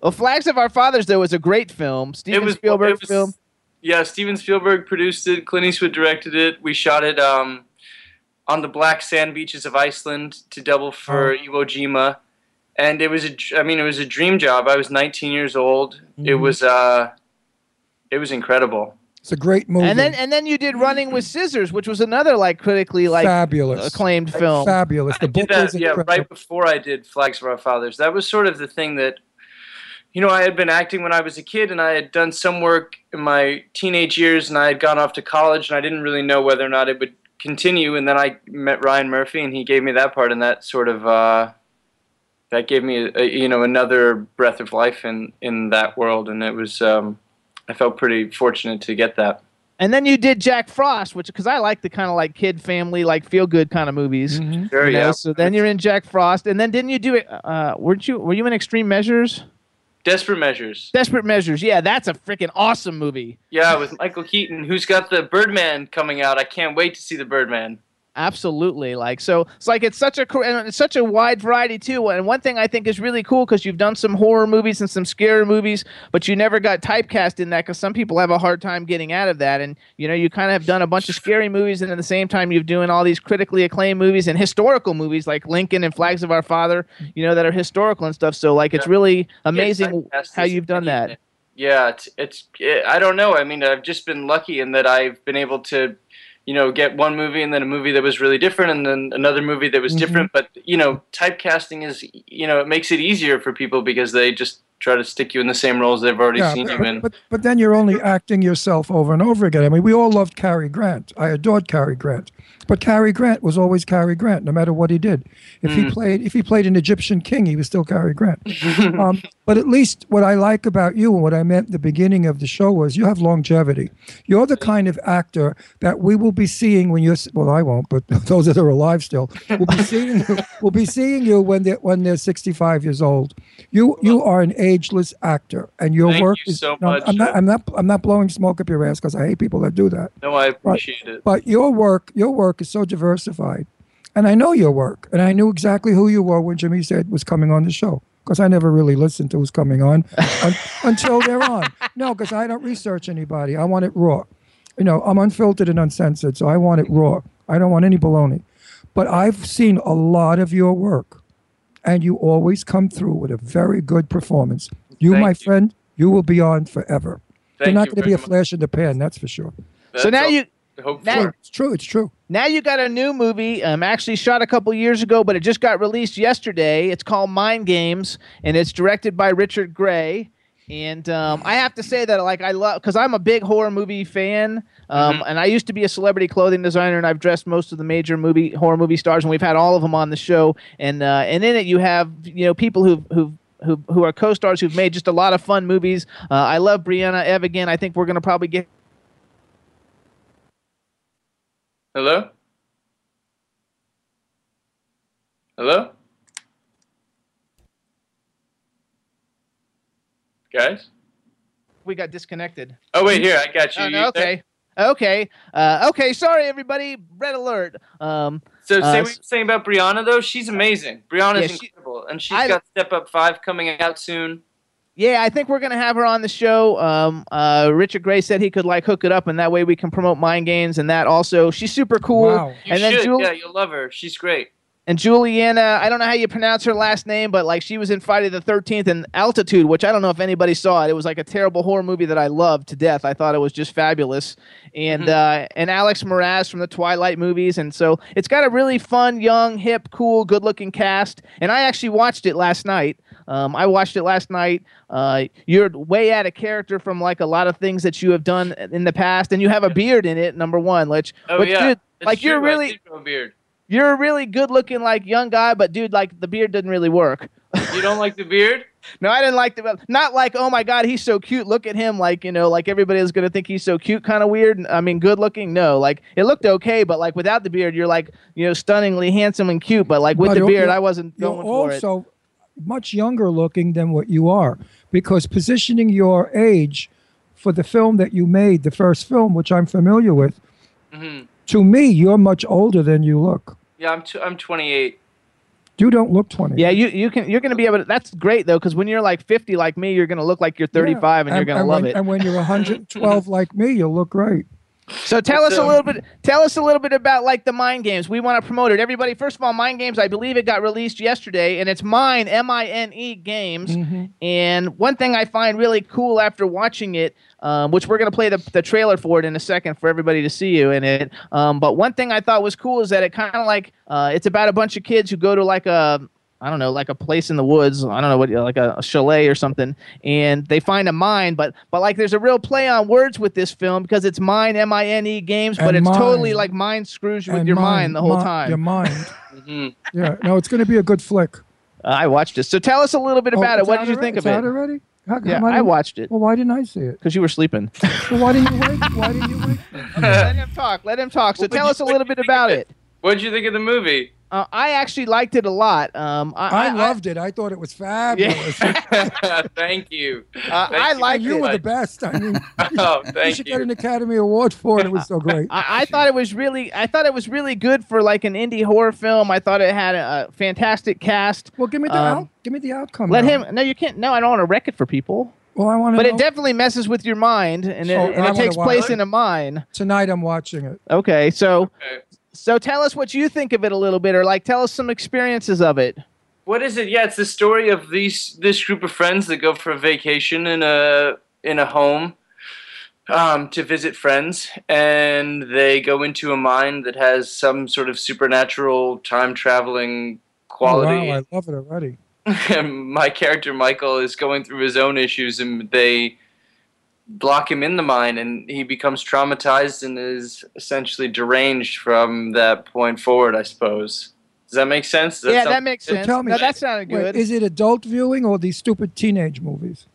Speaker 3: Well, Flags of Our Fathers though was a great film. Steven
Speaker 7: was-
Speaker 3: Spielberg
Speaker 7: it was-
Speaker 3: film.
Speaker 7: Yeah, Steven Spielberg produced it. Clint Eastwood directed it. We shot it um, on the black sand beaches of Iceland to double for Iwo Jima, and it was a. dr- I mean, it was a dream job. I was 19 years old. It was. Uh, it was incredible.
Speaker 4: It's a great movie.
Speaker 3: And then and then you did Running with Scissors, which was another like critically like
Speaker 4: fabulous,
Speaker 3: acclaimed film.
Speaker 4: fabulous. The
Speaker 7: I did
Speaker 4: book
Speaker 7: that,
Speaker 4: was
Speaker 7: yeah,
Speaker 4: incredible.
Speaker 7: right before I did Flags of Our Fathers. That was sort of the thing that, you know, I had been acting when I was a kid, and I had done some work in my teenage years, and I had gone off to college, and I didn't really know whether or not it would continue. And then I met Ryan Murphy, and he gave me that part, and that sort of uh, that gave me, a, you know, another breath of life in in that world, and it was. Um, I felt pretty fortunate to get that.
Speaker 3: And then you did Jack Frost, which because I like the kind of like kid family, like feel good kind of movies.
Speaker 4: Mm-hmm.
Speaker 7: Sure,
Speaker 3: you know?
Speaker 7: yeah.
Speaker 3: So then you're in Jack Frost, and then didn't you do it? Uh, weren't you? Were you in Extreme Measures?
Speaker 7: Desperate Measures.
Speaker 3: Desperate Measures. Yeah, that's a freaking awesome movie.
Speaker 7: Yeah, with Michael Keaton, who's got the Birdman coming out. I can't wait to see the Birdman.
Speaker 3: Absolutely. Like so, it's like it's such a cor- and it's such a wide variety too. And one thing I think is really cool because you've done some horror movies and some scary movies, but you never got typecast in that because some people have a hard time getting out of that. And you know, you kind of have done a bunch of scary movies, and at the same time, you've doing all these critically acclaimed movies and historical movies like Lincoln and Flags of Our Father. You know, that are historical and stuff. So like, it's
Speaker 7: Yeah.
Speaker 3: really
Speaker 7: Yeah,
Speaker 3: amazing
Speaker 7: typecast
Speaker 3: how
Speaker 7: is
Speaker 3: you've done that.
Speaker 7: anything. Yeah, it's, it's it, I don't know. I mean, I've just been lucky in that I've been able to, you know, get one movie and then a movie that was really different and then another movie that was
Speaker 4: Mm-hmm.
Speaker 7: different. But you know, typecasting is you know it makes it easier for people because they just try to stick you in the same roles they've already
Speaker 4: Yeah,
Speaker 7: seen
Speaker 4: but,
Speaker 7: you in.
Speaker 4: but, but, but then you're only acting yourself over and over again. I mean, we all loved Cary Grant. I adored Cary Grant, but Cary Grant was always Cary Grant, no matter what he did. If he played, if he played an Egyptian king, he was still Cary Grant. um, but at least what I like about you and what I meant at the beginning of the show was you have longevity. You're the kind of actor that we will be seeing when you're s- well, I won't, but those that are alive still will be seeing you, will be seeing you when they are when they're 65 years old. You you are an ageless actor, and your
Speaker 7: Thank
Speaker 4: work
Speaker 7: you
Speaker 4: is
Speaker 7: so
Speaker 4: no, I'm-
Speaker 7: much.
Speaker 4: I'm not I'm not I'm not blowing smoke up your ass because I hate people that do that.
Speaker 7: no, I appreciate it.
Speaker 4: But your work, your work is so diversified, and I know your work, and I knew exactly who you were when Jimmy said was coming on the show. Because I never really listened to who's coming on un- until they're on. No, because I don't research anybody. I want it raw. You know, I'm unfiltered and uncensored, so I want it raw. I don't want any baloney. But I've seen a lot of your work, and you always come through with a very good performance. You,
Speaker 7: Thank
Speaker 4: my
Speaker 7: you.
Speaker 4: friend, you will be on forever.
Speaker 7: Thank
Speaker 4: You're not
Speaker 7: you
Speaker 4: going to be
Speaker 7: very
Speaker 4: a
Speaker 7: much.
Speaker 4: flash in the pan, that's for sure.
Speaker 3: so
Speaker 7: That's
Speaker 3: now
Speaker 7: all
Speaker 3: you
Speaker 7: I hope
Speaker 3: now-
Speaker 7: for.
Speaker 4: It's true. It's true.
Speaker 3: Now you got a new movie. Um, actually shot a couple years ago, but it just got released yesterday. It's called Mind Games, and it's directed by Richard Gray. And um, I have to say that, like, I love because I'm a big horror movie fan,
Speaker 7: Mm-hmm.
Speaker 3: um, and I used to be a celebrity clothing designer, and I've dressed most of the major movie horror movie stars, and we've had all of them on the show. And uh, and in it, you have you know people who've who've who, who are co-stars who've made just a lot of fun movies. Uh, I love Brianna Evigan. I think we're going to probably get
Speaker 7: Hello? Hello? Guys?
Speaker 3: we got disconnected.
Speaker 7: Oh, wait, here, I got you.
Speaker 3: Oh, no,
Speaker 7: You-
Speaker 3: okay. Okay. Uh, okay. Sorry, everybody. Red alert. Um,
Speaker 7: So,
Speaker 3: Uh,
Speaker 7: say what
Speaker 3: s-
Speaker 7: you're saying about Brianna, though. She's amazing. Brianna's
Speaker 3: Yeah, she-
Speaker 7: incredible. And she's
Speaker 3: I-
Speaker 7: got Step Up 5 coming out soon.
Speaker 3: yeah, I think we're gonna have her on the show. Um, uh, Richard Gray said he could like hook it up, and that way we can promote mind games and that. Also, she's super cool.
Speaker 4: Wow.
Speaker 7: You
Speaker 3: and then
Speaker 7: should.
Speaker 3: Julie,
Speaker 7: Yeah, you'll love her. She's great.
Speaker 3: and Juliana, I don't know how you pronounce her last name, but like she was in Friday the 13th and Altitude, which I don't know if anybody saw it. It was like a terrible horror movie that I loved to death. I thought it was just fabulous.
Speaker 7: Mm-hmm.
Speaker 3: And uh, and Alex Moraz from the Twilight movies, and so it's got a really fun, young, hip, cool, good-looking cast. And I actually watched it last night. Um, I watched it last night. Uh, you're way out of character from like a lot of things that you have done in the past, and you have a beard in it. Number one, which,
Speaker 7: Oh
Speaker 3: which,
Speaker 7: yeah,
Speaker 3: dude,
Speaker 7: It's
Speaker 3: like you're
Speaker 7: true, I
Speaker 3: really
Speaker 7: did grow a beard.
Speaker 3: you're a really good looking like young guy, but dude, like the beard doesn't really work.
Speaker 7: You don't like the beard?
Speaker 3: No, I didn't like the not like oh my god he's so cute. Look at him like you know like everybody is gonna think he's so cute kind of weird. I mean good looking. No, like it looked okay, but like without the beard you're like you know stunningly handsome and cute. But like with
Speaker 4: But
Speaker 3: the
Speaker 4: you're-
Speaker 3: beard
Speaker 4: you're-
Speaker 3: I wasn't
Speaker 4: You're
Speaker 3: going for it.
Speaker 4: also much younger looking than what you are because positioning your age for the film that you made, the first film, which I'm familiar with, to me, you're much older than you look.
Speaker 7: Mm-hmm. Yeah, I'm t- I'm 28.
Speaker 4: You don't look 20.
Speaker 3: Yeah, you you can you're gonna be able to. That's great though because when you're like 50 like me you're gonna look like you're 35 and, you're gonna love
Speaker 4: when,
Speaker 3: it.
Speaker 4: And when you're 112 like me, you'll look great.
Speaker 3: So tell us a
Speaker 7: So-
Speaker 3: little bit. Tell us a little bit about like the mind games. We want to promote it. Everybody, first of all, mind games. I believe it got released yesterday, and it's mine, M I N E games. And one thing I find really cool after watching it, um, which we're gonna play the, the trailer for it in a second for everybody to see you in it. Um, but one thing I thought was cool is that it kind of like uh, it's about a bunch of kids who go to like a I don't know, like a place in the woods. I don't know what, like a, a chalet or something. And they find a mine, but but like there's a real play on words with this film because it's mine, M I N E games, but
Speaker 4: And
Speaker 3: it's
Speaker 4: mine.
Speaker 3: totally like mind screws you with
Speaker 4: And
Speaker 3: your mind, the whole
Speaker 4: mi-
Speaker 3: time.
Speaker 4: Your
Speaker 3: Mm-hmm.
Speaker 4: mind. Yeah, no, it's going to be a good flick.
Speaker 3: Uh, I watched it. So tell us a little bit
Speaker 4: Oh,
Speaker 3: about it.
Speaker 4: it's
Speaker 3: What
Speaker 4: out
Speaker 3: did you
Speaker 4: alre-
Speaker 3: think
Speaker 4: it's
Speaker 3: of
Speaker 4: out
Speaker 3: it?
Speaker 4: already? How come
Speaker 3: Yeah,
Speaker 4: I
Speaker 3: I
Speaker 4: didn't-
Speaker 3: watched it
Speaker 4: Well, why didn't I see it?
Speaker 3: because you were sleeping.
Speaker 4: Well, why didn't you wait? Why didn't you wait?
Speaker 3: Let him talk. Let him talk. So
Speaker 7: What did
Speaker 3: tell
Speaker 7: you-
Speaker 3: us a
Speaker 7: what
Speaker 3: little
Speaker 7: did you
Speaker 3: bit
Speaker 7: think
Speaker 3: about
Speaker 7: of
Speaker 3: it.
Speaker 7: it? What did you think of the movie?
Speaker 3: Uh, I actually liked it a lot. Um, I,
Speaker 4: I loved it. I thought it was fabulous.
Speaker 7: Thank you.
Speaker 3: Uh,
Speaker 7: Thank
Speaker 3: I
Speaker 7: you.
Speaker 3: like
Speaker 4: And you were the
Speaker 7: much.
Speaker 4: best. I mean,
Speaker 7: Oh,
Speaker 4: you
Speaker 7: thank
Speaker 4: should
Speaker 7: you.
Speaker 4: get an Academy Award for it. It was so great.
Speaker 3: I, I thought it was really I thought it was really good for like an indie horror film. I thought it had a, a fantastic cast.
Speaker 4: Well, give me the
Speaker 3: Um,
Speaker 4: out, give me the outcome.
Speaker 3: Let
Speaker 4: now.
Speaker 3: him no you can't no, I don't want to wreck it for people.
Speaker 4: Well, I want to.
Speaker 3: But
Speaker 4: know.
Speaker 3: it definitely messes with your mind and it,
Speaker 4: So, I
Speaker 3: and it
Speaker 4: wanna
Speaker 3: takes
Speaker 4: watch
Speaker 3: place
Speaker 4: it.
Speaker 3: in a mine.
Speaker 4: Tonight I'm watching it.
Speaker 3: Okay, so
Speaker 7: Okay.
Speaker 3: so tell us what you think of it a little bit or like tell us some experiences of it.
Speaker 7: what is it? Yeah, it's the story of these this group of friends that go for a vacation in a in a home um, to visit friends, and they go into a mine that has some sort of supernatural time traveling
Speaker 4: Oh,
Speaker 7: quality.
Speaker 4: wow, I love it already.
Speaker 7: And my character Michael is going through his own issues, and they block him in the mine, and he becomes traumatized and is essentially deranged from that point forward. I suppose. Does that make sense? Does
Speaker 3: yeah,
Speaker 7: sound-
Speaker 3: that makes sense.
Speaker 4: tell me-
Speaker 3: no, that sounded
Speaker 4: Wait,
Speaker 3: good.
Speaker 4: is it adult viewing or these stupid teenage movies?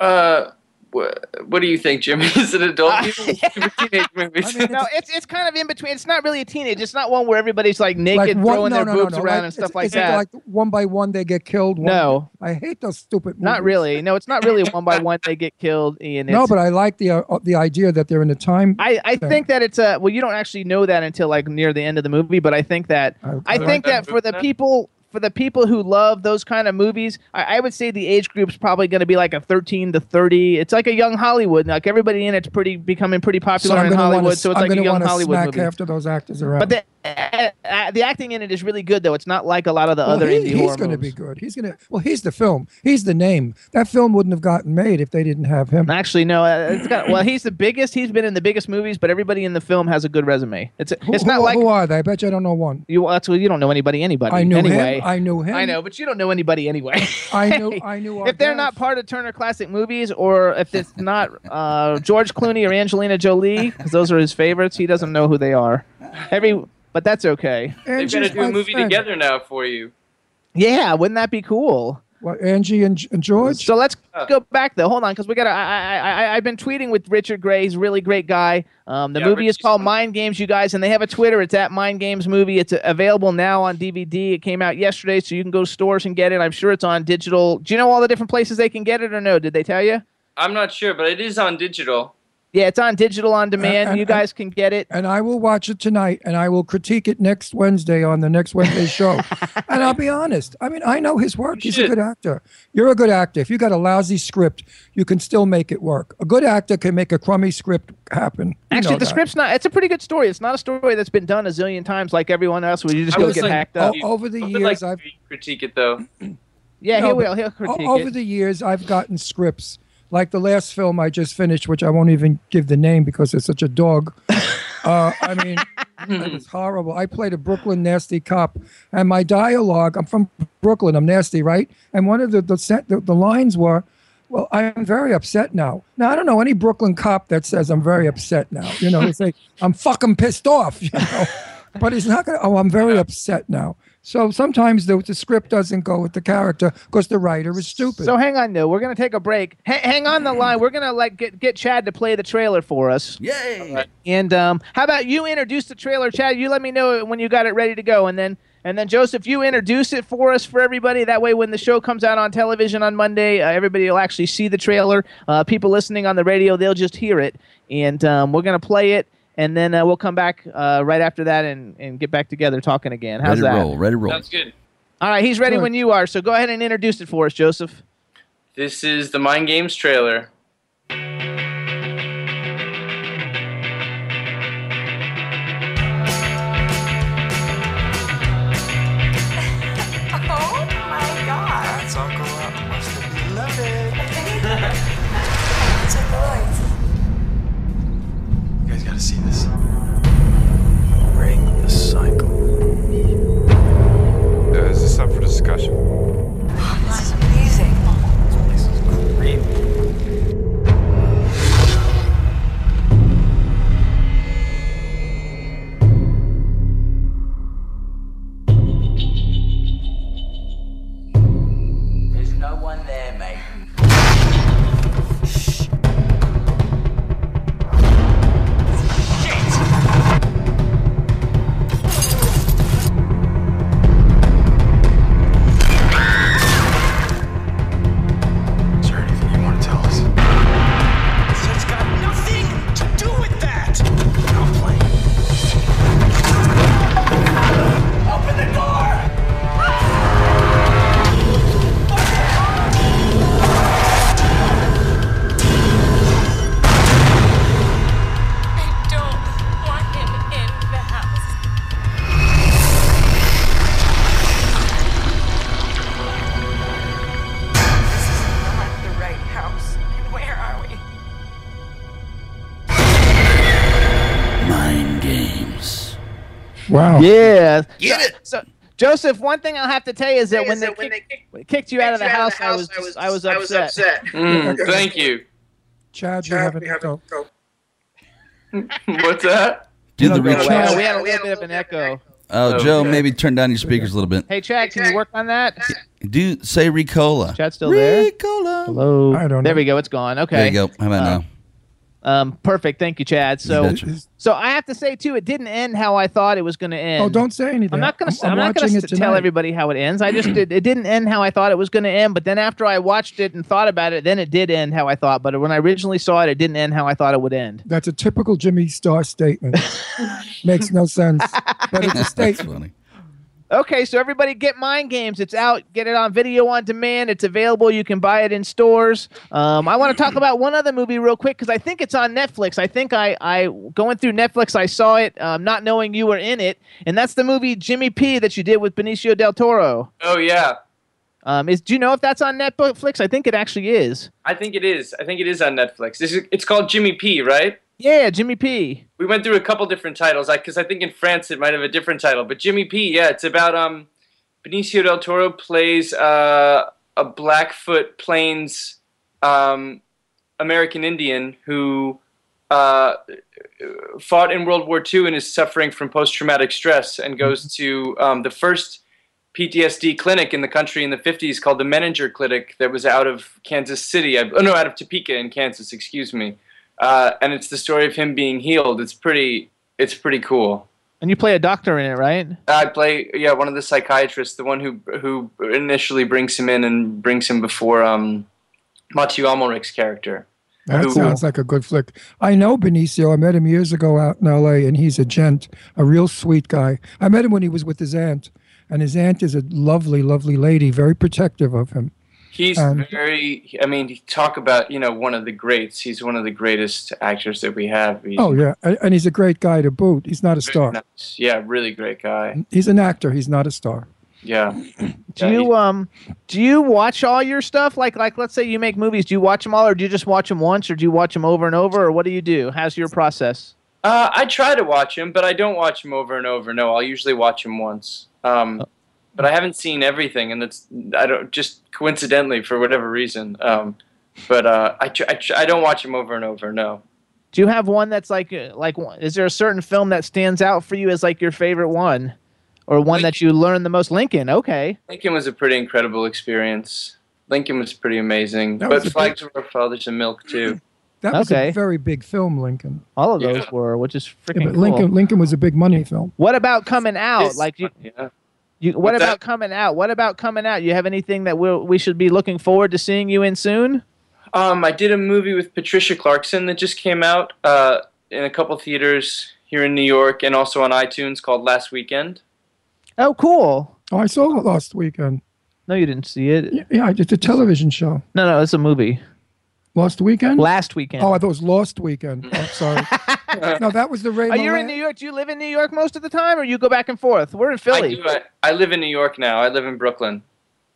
Speaker 7: Uh, wh- what do you think, Jimmy? Is it adult movies or teenage movies?
Speaker 4: I mean,
Speaker 3: no, it's it's kind of in between. It's not really a teenage. It's not one where everybody's like naked,
Speaker 4: one-
Speaker 3: throwing
Speaker 4: no,
Speaker 3: their
Speaker 4: no,
Speaker 3: boobs
Speaker 4: no, no.
Speaker 3: around
Speaker 4: like,
Speaker 3: and
Speaker 4: it's-
Speaker 3: stuff like
Speaker 4: is
Speaker 3: that.
Speaker 4: It like one by one they get killed. One
Speaker 3: No.
Speaker 4: I hate those stupid. Movies.
Speaker 3: not really. No, it's not really one by one they get killed. Ian.
Speaker 4: No,
Speaker 3: It's-
Speaker 4: but I like the uh, the idea that they're in a time.
Speaker 3: I, I think that it's a well you don't actually know that until like near the end of the movie but i think that
Speaker 4: Okay.
Speaker 3: i think that for the people for the people who love those kind of movies i, I would say the age group's probably going to be like a 13 to 30 it's like a young hollywood like everybody in it's pretty becoming pretty
Speaker 4: so
Speaker 3: popular
Speaker 4: I'm
Speaker 3: in
Speaker 4: gonna wanna
Speaker 3: hollywood
Speaker 4: s-
Speaker 3: so it's
Speaker 4: I'm
Speaker 3: like
Speaker 4: gonna
Speaker 3: a young
Speaker 4: wanna
Speaker 3: hollywood
Speaker 4: smack
Speaker 3: movie
Speaker 4: after those actors around.
Speaker 3: but the, uh, uh, the acting in it is really good though it's not like a lot of the other
Speaker 4: he-
Speaker 3: indie
Speaker 4: he's
Speaker 3: horror
Speaker 4: going to be
Speaker 3: movies.
Speaker 4: good. He's going to. Well, he's the film. He's the name. That film wouldn't have gotten made if they didn't have him.
Speaker 3: Actually, no. uh, It's got, well, he's the biggest. He's been in the biggest movies, but everybody in the film has a good resume. It's
Speaker 4: Who-
Speaker 3: it's
Speaker 4: who,
Speaker 3: not like
Speaker 4: who are they? I bet you I don't know one.
Speaker 3: You well, that's well, you don't know anybody anybody.
Speaker 4: I knew
Speaker 3: anyway.
Speaker 4: him. I knew him.
Speaker 8: Um,
Speaker 3: I know, but you don't know anybody anyway.
Speaker 4: I knew. I knew. our
Speaker 3: if they're not
Speaker 4: guest.
Speaker 3: part of Turner Classic Movies, or if it's not uh, George Clooney or Angelina Jolie, because those are his favorites, he doesn't know who they are. Every, but that's okay.
Speaker 7: They've got to
Speaker 4: Angie's
Speaker 7: do a
Speaker 4: my
Speaker 7: movie
Speaker 4: friend.
Speaker 7: together now for you.
Speaker 3: Yeah, wouldn't that be cool?
Speaker 4: What, Angie and, and George.
Speaker 3: So let's
Speaker 7: Uh.
Speaker 3: go back though. Hold on, because we got. to I, I, I, I've been tweeting with Richard Gray. He's a really great guy. Um, the
Speaker 7: Yeah,
Speaker 3: movie is
Speaker 7: Richie's
Speaker 3: called
Speaker 7: fun.
Speaker 3: Mind Games, you guys, and they have a Twitter. It's at Mind Games Movie. It's uh, available now on DVD. It came out yesterday, so you can go to stores and get it. I'm sure it's on digital. Do you know all the different places they can get it or no? Did they tell you?
Speaker 7: I'm not sure, but it is on digital.
Speaker 3: Yeah, it's on digital on demand.
Speaker 4: and-
Speaker 3: you guys can get it.
Speaker 4: and I will watch it tonight and I will critique it next Wednesday on the next Wednesday show. and I'll be honest. I mean, I know his work. He's a
Speaker 7: should.
Speaker 4: good actor. You're a good actor. If you got a lousy script, you can still make it work. A good actor can make a crummy script happen. Uh, You
Speaker 3: Actually,
Speaker 4: know
Speaker 3: the
Speaker 4: that.
Speaker 3: script's not. It's a pretty good story. It's not a story that's been done a zillion times like everyone else, where you just
Speaker 7: I
Speaker 3: go
Speaker 7: was
Speaker 3: get
Speaker 7: like-
Speaker 3: hacked up.
Speaker 4: Oh, over the
Speaker 7: I would like
Speaker 4: years, I've-
Speaker 7: to critique it though.
Speaker 3: yeah,
Speaker 4: No,
Speaker 3: he
Speaker 4: but
Speaker 3: will. He'll
Speaker 4: o-
Speaker 3: critique
Speaker 4: over
Speaker 3: it.
Speaker 4: the years, I've gotten scripts like the last film I just finished, which I won't even give the name because it's such a dog. uh, I mean, it was horrible. I played a Brooklyn nasty cop, and my dialogue. I'm from Brooklyn. I'm nasty, right? And one of the the, set, the, the lines were. Well, I'm very upset now. Now I don't know any Brooklyn cop that says I'm very upset now. You know, it's like I'm fucking pissed off. You know, but he's not gonna. Oh, I'm very upset now. So sometimes the, the script doesn't go with the character because the writer is stupid.
Speaker 3: So hang on, though. We're gonna take a break. Ha- hang on the line. We're gonna like get get Chad to play the trailer for us.
Speaker 5: Yay!
Speaker 3: And um, how about you introduce the trailer, Chad? You let me know when you got it ready to go, and then and then Joseph, you introduce it for us for everybody. That way, when the show comes out on television on Monday, uh, everybody will actually see the trailer. Uh, people listening on the radio, they'll just hear it, and um, we're gonna play it, and then uh, we'll come back uh, right after that and and get back together talking again.
Speaker 5: Ready
Speaker 3: How's
Speaker 5: to
Speaker 3: that?
Speaker 5: roll. Ready to roll.
Speaker 7: Sounds good.
Speaker 3: All right, he's ready
Speaker 4: Good.
Speaker 3: when you are. So go ahead and introduce it for us, Joseph.
Speaker 7: This is the Mind Games trailer.
Speaker 1: Oh my god.
Speaker 6: That's Uncle Rob. Must have
Speaker 9: Uh,
Speaker 6: loved it.
Speaker 1: Check the lights.
Speaker 6: You guys gotta see this. Break the cycle.
Speaker 9: Uh, is this up for discussion?
Speaker 1: This is amazing.
Speaker 6: This is creepy.
Speaker 2: There's no one there, mate.
Speaker 6: Is there anything you wanna tell us?
Speaker 10: It's got nothing to do with that. Now play. Open the door.
Speaker 1: I don't want him in the house. This is not the right house. And where are we?
Speaker 5: Mind games.
Speaker 4: wow.
Speaker 3: Yeah. Get so, it. So, Joseph, one thing I'll have to tell you is that when they, kick- kicked you out of the house, I was just- I was upset.
Speaker 7: Mm, thank you.
Speaker 4: Chad, you haven't. go.
Speaker 7: What's that?
Speaker 5: Did the
Speaker 4: don't go
Speaker 5: reach
Speaker 4: away.
Speaker 3: Yeah,
Speaker 5: out?
Speaker 3: we had a little bit of an echo.
Speaker 5: Oh,
Speaker 7: Oh,
Speaker 5: Joe,
Speaker 7: yeah.
Speaker 5: maybe turn down your speakers a little bit.
Speaker 3: Hey, Chad, can you work on that?
Speaker 5: Do say Ricola.
Speaker 3: Chad's still there?
Speaker 5: Ricola.
Speaker 3: Hello.
Speaker 4: I don't know.
Speaker 3: There we go. It's gone. Okay.
Speaker 5: There you go. How about
Speaker 3: Uh,
Speaker 5: now?
Speaker 3: Um, perfect. Thank you, Chad. So,
Speaker 5: betcha.
Speaker 3: so I have to say too, it didn't end how I thought it was going to end.
Speaker 4: Oh, don't say anything.
Speaker 3: I'm not gonna. I'm, not gonna
Speaker 4: watching
Speaker 3: s-
Speaker 4: it
Speaker 3: tell
Speaker 4: tonight. Mm.
Speaker 3: everybody how it ends. I just did. It didn't end how I thought it was going to end. But then after I watched it and thought about it, then it did end how I thought. But when I originally saw it, it didn't end how I thought it would end.
Speaker 4: That's a typical Jimmy Star statement. Makes no sense, but it's a
Speaker 5: That's
Speaker 4: statement.
Speaker 5: funny.
Speaker 3: Okay, so everybody get Mind Games. It's out. Get it on video on demand. It's available. You can buy it in stores. Um, I want to talk about one other movie real quick because I think it's on Netflix. I think I, I going through Netflix, I saw it, um, not knowing you were in it, and that's the movie Jimmy P that you did with Benicio del Toro.
Speaker 7: Oh yeah,
Speaker 3: Um, is do you know if that's on Netflix? I think it actually is.
Speaker 7: I think it is. I think it is on Netflix. This is, it's called Jimmy P, right?
Speaker 3: Yeah, Jimmy P.
Speaker 7: We went through a couple different titles, because I think in France it might have a different title. But Jimmy P, yeah, it's about um, Benicio del Toro plays uh, a Blackfoot Plains um, American Indian who uh, fought in World War II and is suffering from post-traumatic stress, and goes to um, the first PTSD clinic in the country in the 50s called the Menninger Clinic that was out of Kansas City. I, oh, no, out of Topeka in Kansas, excuse me. Uh, and it's the story of him being healed. It's pretty, it's pretty cool.
Speaker 3: And you play a doctor in it, right?
Speaker 7: I play, yeah, one of the psychiatrists, the one who who initially brings him in and brings him before um, Mathieu Amalric's character.
Speaker 4: That
Speaker 7: Who-
Speaker 4: sounds like a good flick. I know Benicio. I met him years ago out in LA, and he's a gent, a real sweet guy. I met him when he was with his aunt, and his aunt is a lovely, lovely lady, very protective of him.
Speaker 7: He's
Speaker 4: Um,
Speaker 7: very. I mean, talk about you know one of the greats. He's one of the greatest actors that we have. He's
Speaker 4: Oh, yeah. a- And he's a great guy to boot. He's not a
Speaker 7: very
Speaker 4: star.
Speaker 7: nice. Yeah, really great guy.
Speaker 4: He's an actor. He's not a star.
Speaker 7: Yeah.
Speaker 3: Do
Speaker 7: Yeah,
Speaker 3: you
Speaker 7: he-
Speaker 3: um do you watch all your stuff? Like like let's say you make movies, do you watch them all, or do you just watch them once, or do you watch them over and over, or what do you do? How's your process?
Speaker 7: Uh, I try to watch him, but I don't watch him over and over. No, I'll usually watch him once.
Speaker 3: Oh.
Speaker 7: Um, but I haven't seen everything, and that's I don't just coincidentally for whatever reason. Um, but uh, I, tr- I tr- I don't watch him over and over. No.
Speaker 3: Do you have one that's like uh, like one- is there a certain film that stands out for you as like your favorite one, or one that you learn the most? Lincoln, okay.
Speaker 7: Lincoln was a pretty incredible experience. Lincoln was pretty amazing.
Speaker 4: That was
Speaker 7: but
Speaker 4: a
Speaker 7: Flags of Our Fathers and Milk too.
Speaker 4: That was
Speaker 3: Okay.
Speaker 4: a very big film, Lincoln.
Speaker 3: All of
Speaker 7: Yeah.
Speaker 3: those were, which is
Speaker 4: Yeah,
Speaker 3: freaking
Speaker 4: but Lincoln,
Speaker 3: cool.
Speaker 4: Lincoln was a big money film.
Speaker 3: What about coming out?
Speaker 7: This-
Speaker 3: Like you,
Speaker 7: yeah.
Speaker 3: you what
Speaker 7: What's that?
Speaker 3: about coming out? What about coming out? You have anything that we we should be looking forward to seeing you in soon?
Speaker 7: Um, I did a movie with Patricia Clarkson that just came out uh, in a couple theaters here in New York and also on iTunes called Last Weekend.
Speaker 3: Oh, cool.
Speaker 4: Oh, I saw it last weekend.
Speaker 3: No, you didn't see it.
Speaker 4: Yeah, Yeah, it's a television show.
Speaker 3: No, no, it's a movie.
Speaker 4: Last weekend?
Speaker 3: Last weekend.
Speaker 4: oh, I thought it was Lost Weekend. I'm sorry. no, that was the Ray
Speaker 3: Are you
Speaker 4: Milland-
Speaker 3: in New York? Do you live in New York most of the time, or you go back and forth? We're in
Speaker 7: I,
Speaker 3: Philly.
Speaker 7: do, I, I live in New York now. I live in Brooklyn.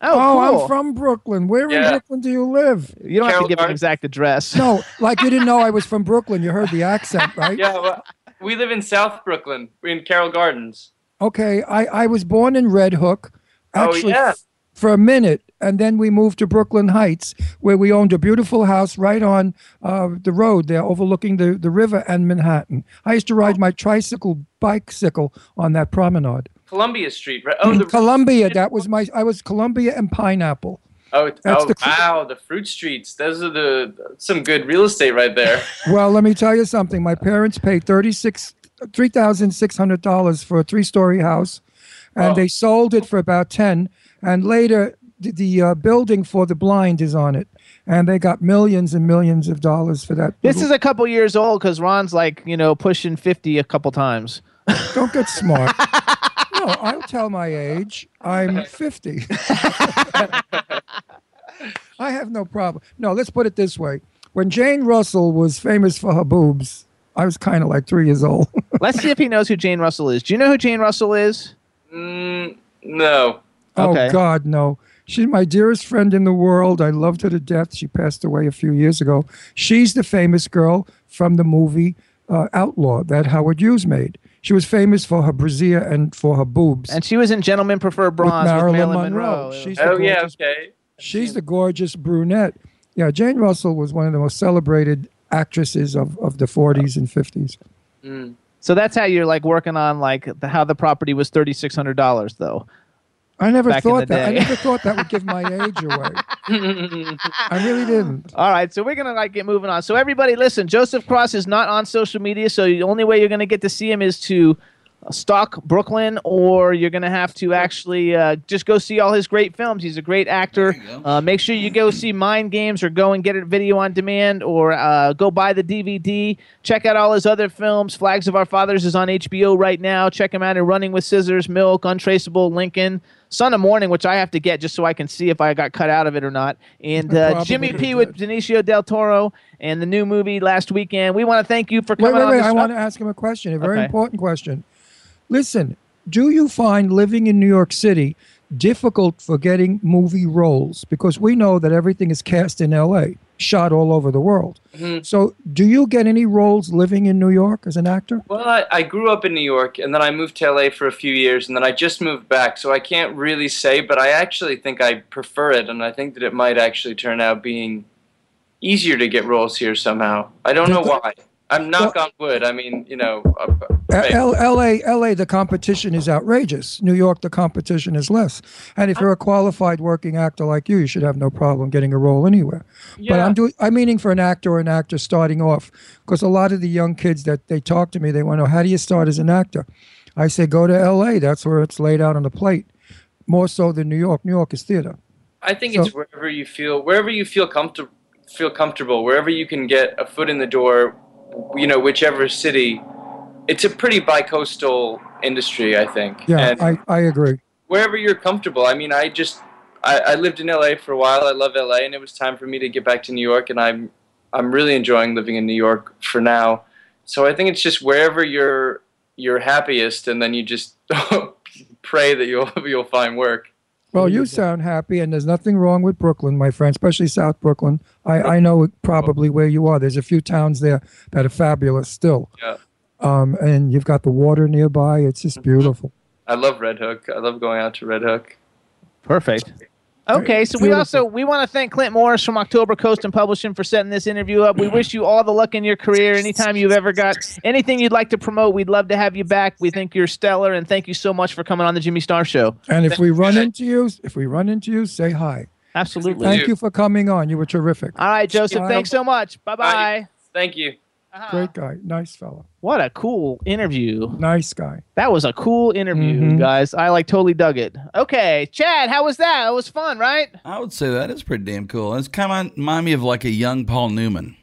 Speaker 3: Oh,
Speaker 4: Oh,
Speaker 3: cool.
Speaker 4: I'm from Brooklyn. Where in
Speaker 7: Yeah.
Speaker 4: Brooklyn do you live?
Speaker 3: you don't have to
Speaker 7: Carroll
Speaker 3: give an
Speaker 7: Gardens.
Speaker 3: exact address.
Speaker 4: No, like you didn't know I was from Brooklyn. You heard the accent, right?
Speaker 7: Yeah, well, we live in South Brooklyn. We're in Carroll Gardens.
Speaker 4: Okay, I, I was born in Red Hook,
Speaker 7: Oh,
Speaker 4: actually,
Speaker 7: yeah.
Speaker 4: f- for a minute, and then we moved to Brooklyn Heights, where we owned a beautiful house right on uh, the road there, overlooking the, the river and Manhattan. I used to ride my tricycle, bicycle on that promenade.
Speaker 7: Columbia Street, right? Oh, the,
Speaker 4: Columbia, that was my, I was Columbia and Pineapple.
Speaker 7: oh,
Speaker 4: that's
Speaker 7: oh
Speaker 4: the Col-
Speaker 7: wow, the fruit streets. Those are the some good real estate right there.
Speaker 4: Well, let me tell you something. My parents paid thirty six three thousand six hundred dollars for a three story house, and
Speaker 3: Oh.
Speaker 7: Wow.
Speaker 4: they sold it for about ten. And later, the, the uh, building for the blind is on it, and they got millions and millions of dollars for that.
Speaker 3: This is
Speaker 4: little-
Speaker 3: a couple years old because Ron's like you know pushing fifty a couple times.
Speaker 4: don't get smart. no, I'll tell my age. I'm fifty. I have no problem. No, let's put it this way. When Jane Russell was famous for her boobs, I was kind of like three years old.
Speaker 3: Let's see if he knows who Jane Russell is. Do you know who Jane Russell is?
Speaker 7: Mm, no.
Speaker 3: Okay.
Speaker 4: Oh God, no. She's my dearest friend in the world. I loved her to death. She passed away a few years ago. She's the famous girl from the movie uh, Outlaw that Howard Hughes made. She was famous for her brassiere and for her boobs.
Speaker 3: And she was in Gentlemen Prefer Bronze with Marilyn, Monroe.
Speaker 4: She's
Speaker 7: Oh
Speaker 4: the
Speaker 7: yeah,
Speaker 4: gorgeous-
Speaker 7: okay.
Speaker 4: She's the gorgeous brunette. Yeah, Jane Russell was one of the most celebrated actresses of, of the 40s and 50s.
Speaker 7: Mm.
Speaker 3: so that's how you're like working on like the, how the property was thirty six hundred dollars though.
Speaker 4: I never
Speaker 3: Back in
Speaker 4: thought
Speaker 3: the
Speaker 4: that. I
Speaker 3: day.
Speaker 4: never thought that would give my age away. I really didn't.
Speaker 3: All right, so we're gonna like get moving on. So everybody, listen, Joseph Cross is not on social media, so the only way you're gonna get to see him is to stalk Brooklyn, or you're gonna have to actually uh, just go see all his great films. He's a great actor.
Speaker 5: There you go.
Speaker 3: Uh, make sure you go see Mind Games, or go and get it video on demand, or uh, go buy the DVD. Check out all his other films. Flags of Our Fathers is on HBO right now. Check him out in Running with Scissors, Milk, Untraceable, Lincoln. Son of Morning, which I have to get just so I can see if I got cut out of it or not, and uh,
Speaker 4: Probably
Speaker 3: Jimmy
Speaker 4: did.
Speaker 3: P with Benicio del Toro and the new movie last weekend. We want to thank you for
Speaker 4: Wait,
Speaker 3: coming
Speaker 4: wait,
Speaker 3: on
Speaker 4: wait.
Speaker 3: the
Speaker 4: I
Speaker 3: show.
Speaker 4: want to ask him a question, a very
Speaker 3: Okay.
Speaker 4: important question. Listen, do you find living in New York City difficult for getting movie roles? Because we know that everything is cast in LA, shot all over the world.
Speaker 3: Mm-hmm.
Speaker 4: So, do you get any roles living in New York as an actor?
Speaker 7: Well, I, I grew up in New York, and then I moved to LA for a few years, and then I just moved back, so I can't really say. But I actually think I prefer it, and I think that it might actually turn out being easier to get roles here somehow. I don't know why. I'm knock on wood. I mean, you know, uh, hey,
Speaker 4: L- LA, LA, the competition is outrageous. New York, the competition is less. And if you're a qualified working actor like you, you should have no problem getting a role anywhere. But
Speaker 7: Yeah.
Speaker 4: I'm doing, I'm meaning for an actor or an actor starting off, because a lot of the young kids that they talk to me, they want to know how do you start as an actor. I say go to LA. That's where it's laid out on the plate, more so than New York. New York is theater.
Speaker 7: I think
Speaker 4: so-
Speaker 7: it's wherever you feel wherever you feel comfortable feel comfortable wherever you can get a foot in the door. You know, whichever city, it's a pretty bi-coastal industry, I think.
Speaker 4: Yeah,
Speaker 7: And-
Speaker 4: I, I agree.
Speaker 7: wherever you're comfortable. I mean, I just I, I lived in LA for a while. I love LA, and it was time for me to get back to New York, and I'm I'm really enjoying living in New York for now. So I think it's just wherever you're you're happiest, and then you just pray that you'll you'll find work.
Speaker 4: Well, you sound happy, and there's nothing wrong with Brooklyn, my friend, especially South Brooklyn. I, I know probably where you are. There's a few towns there that are fabulous still.
Speaker 7: Yeah.
Speaker 4: Um, and you've got the water nearby. It's just beautiful.
Speaker 7: I love Red Hook. I love going out to Red Hook.
Speaker 3: Perfect. Okay, so we
Speaker 4: Beautiful.
Speaker 3: also we want to thank Clint Morris from October Coast and Publishing for setting this interview up. We wish you all the luck in your career. Anytime you've ever got anything you'd like to promote, we'd love to have you back. We think you're stellar, and thank you so much for coming on the Jimmy Star Show.
Speaker 4: And if we run into you, if we run into you, say hi.
Speaker 3: Absolutely.
Speaker 4: Thank
Speaker 7: do.
Speaker 4: you for coming on. You were terrific.
Speaker 3: All right, Joseph.
Speaker 4: Bye.
Speaker 3: Thanks so much. Bye bye.
Speaker 7: Thank you.
Speaker 4: Great guy. Nice fella.
Speaker 3: What a cool interview.
Speaker 4: Nice guy.
Speaker 3: That was a cool interview,
Speaker 4: Mhm.
Speaker 3: guys. I like totally dug it. Okay, Chad, how was that? It was fun, right?
Speaker 5: I would say that is pretty damn cool. It's kind of remind me of like a young Paul Newman.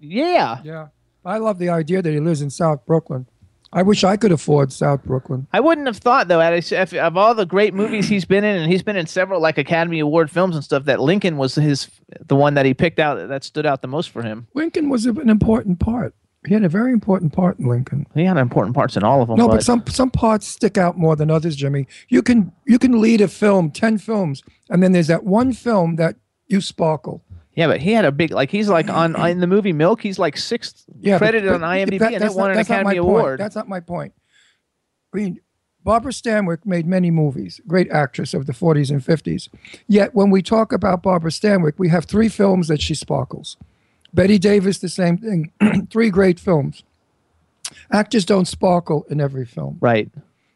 Speaker 3: Yeah.
Speaker 4: Yeah. I love the idea that he lives in South Brooklyn. I wish I could afford South Brooklyn.
Speaker 3: I wouldn't have thought though, out of, if, of all the great movies he's been in, and he's been in several like Academy Award films and stuff, that Lincoln was his the one that he picked out that stood out the most for him.
Speaker 4: Lincoln was an important part. He had a very important part in Lincoln.
Speaker 3: He had important parts in all of them.
Speaker 4: No, but some some parts stick out more than others, Jimmy. You can you can lead a film, ten films, and then there's that one film that you sparkle.
Speaker 3: yeah, but he had a big like he's like on in the movie Milk, he's like sixth
Speaker 4: Yeah, but-
Speaker 3: credited
Speaker 4: but-
Speaker 3: on IMDb,
Speaker 4: that-
Speaker 3: and
Speaker 4: that's
Speaker 3: it won
Speaker 4: not-
Speaker 3: an
Speaker 4: that's not
Speaker 3: Academy
Speaker 4: my point.
Speaker 3: Award.
Speaker 4: That's not my point. I mean, Barbara Stanwyck made many movies, great actress of the 40s and 50s. Yet when we talk about Barbara Stanwyck, we have three films that she sparkles. Betty Davis, the same thing. three great films. Actors don't sparkle in every film.
Speaker 3: right.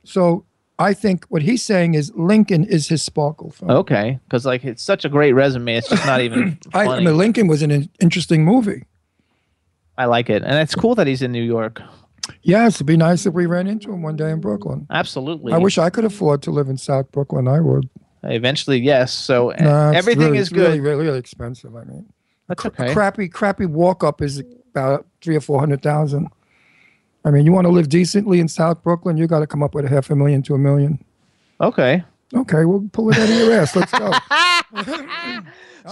Speaker 4: So I think what he's saying is Lincoln is his sparkle film.
Speaker 3: Okay, because like it's such a great resume, it's just not even
Speaker 4: I, I
Speaker 3: funny.
Speaker 4: mean, Lincoln was an in- interesting movie.
Speaker 3: I like it, and it's cool that he's in New York.
Speaker 4: Yes, it'd be nice if we ran into him one day in Brooklyn.
Speaker 3: Absolutely.
Speaker 4: I wish I could afford to live in South Brooklyn. I would.
Speaker 3: eventually, yes. So eh,
Speaker 4: Nah, it's
Speaker 3: everything
Speaker 4: really-
Speaker 3: is
Speaker 4: it's Really,
Speaker 3: good.
Speaker 4: really, really expensive. I mean,
Speaker 3: That's okay.
Speaker 4: crappy, crappy walk up is about three or four hundred thousand. I mean, you want to live decently in South Brooklyn, you got to come up with a half a million to a million.
Speaker 3: Okay.
Speaker 4: Okay, we'll pull it out of your ass. Let's go.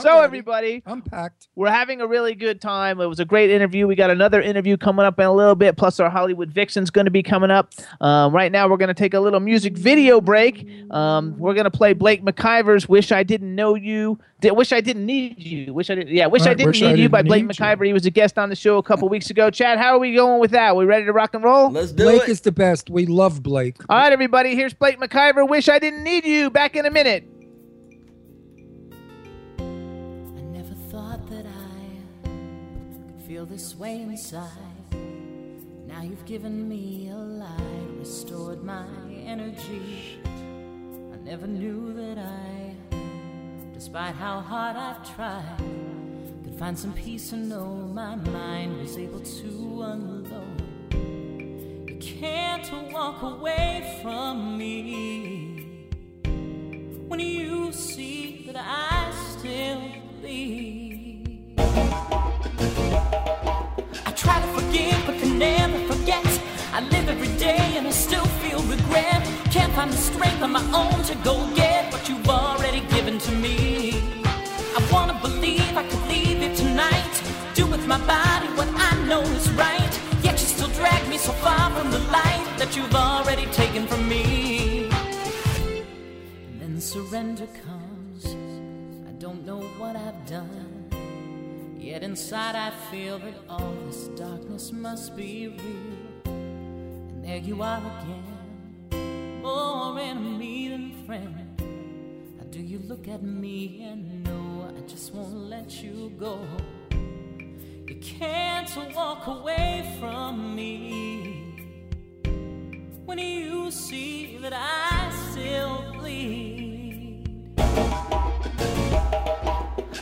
Speaker 3: So
Speaker 4: ready.
Speaker 3: everybody,
Speaker 4: I'm packed.
Speaker 3: we're having a really good time. It was a great interview. We got another interview coming up in a little bit. Plus, our Hollywood Vixen's going to be coming up. Um, right now, we're going to take a little music video break. Um, we're going to play Blake McIver's "Wish I Didn't Know You." Di- wish I didn't need you. Wish I didn't. Yeah, wish I
Speaker 4: Right,
Speaker 3: didn't
Speaker 4: Wish
Speaker 3: need
Speaker 4: I
Speaker 3: you
Speaker 4: Didn't
Speaker 3: by Blake
Speaker 4: Need You.
Speaker 3: McIver. He was a guest on the show a couple weeks ago. Chad, how are we going with that? We ready to rock and roll?
Speaker 5: Let's do
Speaker 4: Blake
Speaker 5: it.
Speaker 4: is the best. We love Blake.
Speaker 3: All right, everybody. Here's Blake McIver. "Wish I Didn't Need You." Back in a minute.
Speaker 9: I never thought that I could feel this way inside. Now you've given me a light, restored my energy. I never knew that I, despite how hard I've tried, could find some peace and know my mind was able to unload. You can't walk away from me when you see that I still believe. I try to forgive, but can never forget. I live every day and I still feel regret. Can't find the strength on my own to go get what you've already given to me. I wanna believe I could leave it tonight. Do with my body what I know is right. Yet you still drag me so far from the light that you've already taken from me. Then surrender comes. I don't know what I've done. Yet inside I feel that all this darkness must be real. And there you are again, more enemy than friend. How do you look at me and know I just won't let you go? You can't walk away from me when you see that I still bleed.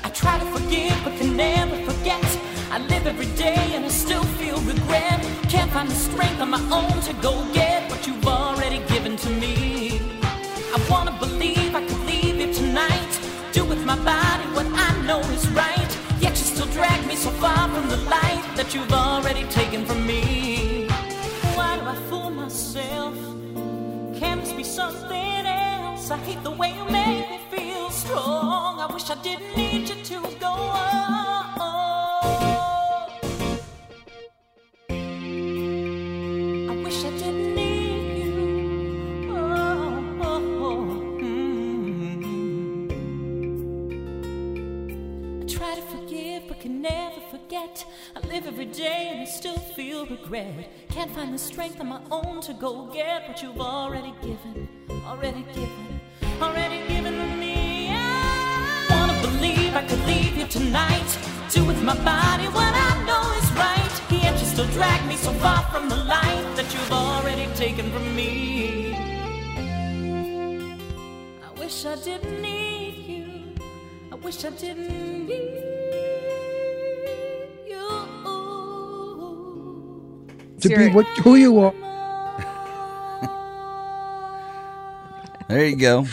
Speaker 9: I try to forgive, but can never forget. I live every day and I still feel regret. Can't find the strength on my own to go get what you've already given to me. I wanna believe I could leave it tonight. Do with my body what I know is right. Yet you still drag that you've already taken from me. Why do I fool myself? Can this be something else? I hate the way you make me feel strong. I wish I didn't need you to go on. I wish I didn't need you. Oh, oh, oh. Mm. I try to forgive, but can never forget. I live every day and I still feel regret. Can't find the strength of my own to go get what you've already given, already given, already given to me. I wanna believe I could leave you tonight. Do with my body what I know is right. Yet you still drag me so far from the light that you've already taken from me. I wish I didn't need you. I wish I didn't need you.
Speaker 4: To be
Speaker 8: Siri.
Speaker 4: what who you are.
Speaker 5: There you go.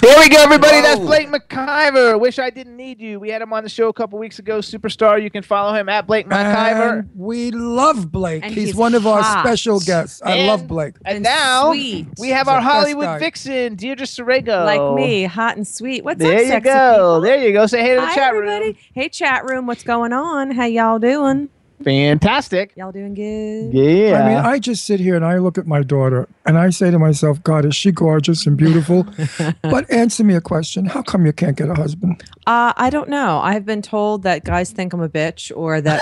Speaker 3: There we go, everybody. That's
Speaker 5: Whoa.
Speaker 3: Blake McIver. Wish I didn't need you. We had him on the show a couple weeks ago. Superstar. You can follow him at Blake McIver.
Speaker 4: And we love Blake.
Speaker 8: And
Speaker 4: He's,
Speaker 8: he's
Speaker 4: one of our
Speaker 8: hot.
Speaker 4: special guests. I
Speaker 3: And-
Speaker 4: love Blake.
Speaker 3: And,
Speaker 8: And
Speaker 3: now
Speaker 8: sweet.
Speaker 3: we have
Speaker 4: He's
Speaker 3: our
Speaker 4: the best
Speaker 3: Hollywood
Speaker 4: guy.
Speaker 3: vixen, Deirdre Sorego.
Speaker 8: Like me, hot and sweet. What's
Speaker 3: There
Speaker 8: up,
Speaker 3: you
Speaker 8: sexy
Speaker 3: go.
Speaker 8: people?
Speaker 3: There you go. Say hey to the
Speaker 8: Hi,
Speaker 3: chat
Speaker 8: everybody.
Speaker 3: room.
Speaker 8: Hey, chat room. What's going on? How y'all doing?
Speaker 3: Fantastic.
Speaker 8: Y'all doing good?
Speaker 3: Yeah.
Speaker 4: I mean, I just sit here and I look at my daughter and I say to myself, God, is she gorgeous and beautiful? but answer me a question. How come you can't get a husband?
Speaker 8: Uh, I don't know. I've been told that guys think I'm a bitch or that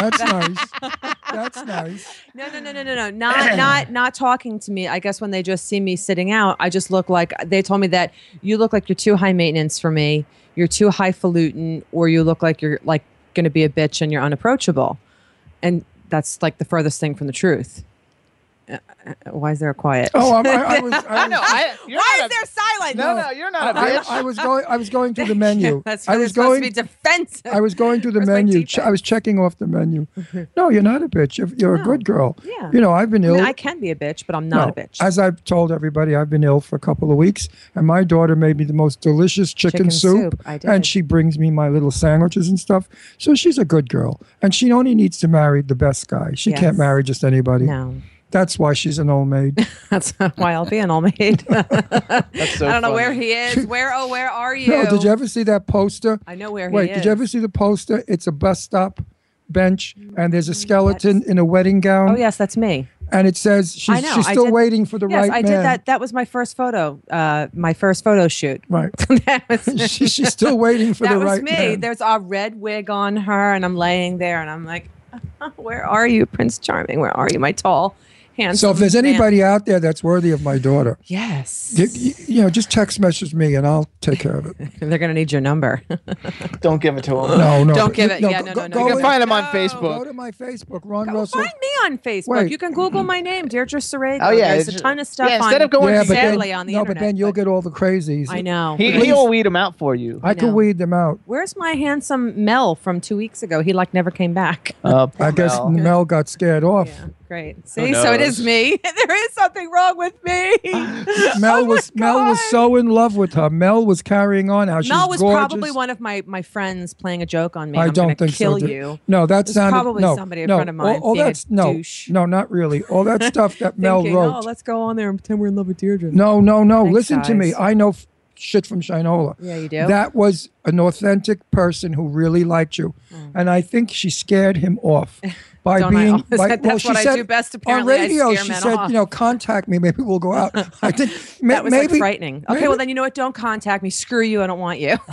Speaker 4: That's nice. That's nice.
Speaker 8: no, no, no, no, no, no. Not, not, not talking to me. I guess when they just see me sitting out, I just look like they told me that you look like you're too high maintenance for me. You're too highfalutin, or you look like you're like going to be a bitch and you're unapproachable. And that's like the furthest thing from the truth. Uh, uh, Why is there a quiet?
Speaker 4: Oh, I'm, I, I was. I
Speaker 3: I
Speaker 4: was
Speaker 3: know. I, you're
Speaker 8: Why
Speaker 3: not
Speaker 8: is there silence?
Speaker 3: a, no, no, you're not a
Speaker 4: I,
Speaker 3: bitch.
Speaker 4: I was going. I was going through the menu.
Speaker 8: That's
Speaker 4: I
Speaker 8: I
Speaker 4: was
Speaker 8: supposed
Speaker 4: going.
Speaker 8: to be defensive.
Speaker 4: I was going through the
Speaker 8: Where's my
Speaker 4: menu.
Speaker 8: defense?
Speaker 4: Ch- I was checking off the menu. No, you're not a bitch. You're, you're a
Speaker 8: No.
Speaker 4: good girl.
Speaker 8: Yeah.
Speaker 4: You know, I've been
Speaker 8: I,
Speaker 4: ill.
Speaker 8: mean, I can be a bitch, but I'm not
Speaker 4: No,
Speaker 8: a bitch.
Speaker 4: As I've told everybody, I've been ill for a couple of weeks, and my daughter made me the most delicious chicken,
Speaker 8: Chicken
Speaker 4: soup.
Speaker 8: soup, I
Speaker 4: And
Speaker 8: did.
Speaker 4: she brings me my little sandwiches and stuff. So she's a good girl, and she only needs to marry the best guy. She can't
Speaker 8: Yes.
Speaker 4: marry just anybody.
Speaker 8: no,
Speaker 4: That's why she's an old maid.
Speaker 8: that's why I'll be an all made.
Speaker 3: That's so
Speaker 8: I don't know
Speaker 3: funny.
Speaker 8: where he is. Where oh where are you?
Speaker 4: no, did you ever see that poster?
Speaker 8: I know where
Speaker 4: Wait,
Speaker 8: he is.
Speaker 4: did you ever see the poster? It's a bus stop bench, and there's a skeleton in a wedding gown,
Speaker 8: Mm, Oh yes, that's me.
Speaker 4: and it says
Speaker 8: I
Speaker 4: she's,
Speaker 8: know.
Speaker 4: she's
Speaker 8: I
Speaker 4: still
Speaker 8: did-
Speaker 4: waiting for the
Speaker 8: yes,
Speaker 4: right
Speaker 8: I
Speaker 4: man.
Speaker 8: did that. That was my first photo. Uh, my first photo shoot.
Speaker 4: Right.
Speaker 8: that was
Speaker 4: She- she's still waiting for
Speaker 8: that
Speaker 4: the
Speaker 8: was
Speaker 4: right
Speaker 8: me.
Speaker 4: man.
Speaker 8: There's a red wig on her, and I'm laying there, and I'm like, "Where are you, Prince Charming? Where are you, my tall, handsome?"
Speaker 4: So if there's
Speaker 8: man?"
Speaker 4: anybody out there that's worthy of my daughter,
Speaker 8: yes, Oh,
Speaker 4: you, you- you know, just text message me and I'll take care of it.
Speaker 8: they're gonna need your number.
Speaker 3: Don't give it to him.
Speaker 4: No, no,
Speaker 8: Don't
Speaker 4: but
Speaker 8: give
Speaker 4: you-
Speaker 8: it. yeah,
Speaker 4: go,
Speaker 8: no, no,
Speaker 4: go
Speaker 8: no.
Speaker 3: You can
Speaker 4: in-
Speaker 3: find him on
Speaker 8: No.
Speaker 3: Facebook.
Speaker 4: Go to my Facebook, Ron
Speaker 8: Go
Speaker 4: Russell.
Speaker 8: find me on Facebook.
Speaker 4: Wait.
Speaker 8: You can Google my name, Deirdre Serrego.
Speaker 3: Oh, yeah,
Speaker 8: there's a
Speaker 3: it's-
Speaker 8: ton of stuff
Speaker 3: yeah,
Speaker 8: on.
Speaker 3: instead of going
Speaker 4: yeah, but then,
Speaker 8: sadly on the
Speaker 4: no,
Speaker 8: internet.
Speaker 4: but then you'll
Speaker 8: but-
Speaker 4: get all the crazies.
Speaker 8: I know.
Speaker 3: He,
Speaker 4: Please.
Speaker 3: he'll weed him out for you.
Speaker 4: I can
Speaker 8: know.
Speaker 4: weed them out.
Speaker 8: Where's my handsome Mel from two weeks ago? He like never came back.
Speaker 3: Uh,
Speaker 4: I guess
Speaker 3: Mel.
Speaker 4: Mel got scared off.
Speaker 8: Yeah, great. See, so it is
Speaker 3: knows?
Speaker 8: me. there is something wrong with me.
Speaker 4: Mel
Speaker 8: Oh my
Speaker 4: was Mel was
Speaker 8: God.
Speaker 4: so in love with her. Mel was carrying on how she's
Speaker 8: Mel was
Speaker 4: gorgeous.
Speaker 8: probably one of my my friends playing a joke on me.
Speaker 4: I
Speaker 8: I'm
Speaker 4: don't
Speaker 8: gonna
Speaker 4: think
Speaker 8: kill
Speaker 4: so.
Speaker 8: you.
Speaker 4: No, that
Speaker 8: It was
Speaker 4: sounded
Speaker 8: probably
Speaker 4: no,
Speaker 8: somebody, a
Speaker 4: no,
Speaker 8: friend of
Speaker 4: all-
Speaker 8: mine,
Speaker 4: All,
Speaker 8: being a
Speaker 4: that's no,
Speaker 8: douche.
Speaker 4: no, not really. All that stuff that Mel
Speaker 8: Thinking,
Speaker 4: wrote.
Speaker 8: oh, let's go on there and pretend we're in love with Deirdre.
Speaker 4: No, no, no.
Speaker 8: Thanks,
Speaker 4: Listen to me.
Speaker 8: guys.
Speaker 4: I know f- shit from Shinola.
Speaker 8: Yeah, you do?
Speaker 4: That was an authentic person who really liked you, and I think she scared him off by
Speaker 8: Mm. Don't I
Speaker 4: being.
Speaker 8: always?
Speaker 4: by,
Speaker 8: That's
Speaker 4: well, she
Speaker 8: what I
Speaker 4: said,
Speaker 8: do best, apparently.
Speaker 4: On
Speaker 8: I
Speaker 4: radio,
Speaker 8: scare
Speaker 4: she
Speaker 8: men
Speaker 4: said,
Speaker 8: off.
Speaker 4: "You know, contact me. Maybe we'll go out." I think ma-
Speaker 8: That was
Speaker 4: maybe
Speaker 8: like frightening. Okay,
Speaker 4: maybe-
Speaker 8: well then you know what? Don't contact me. Screw you. I don't want you.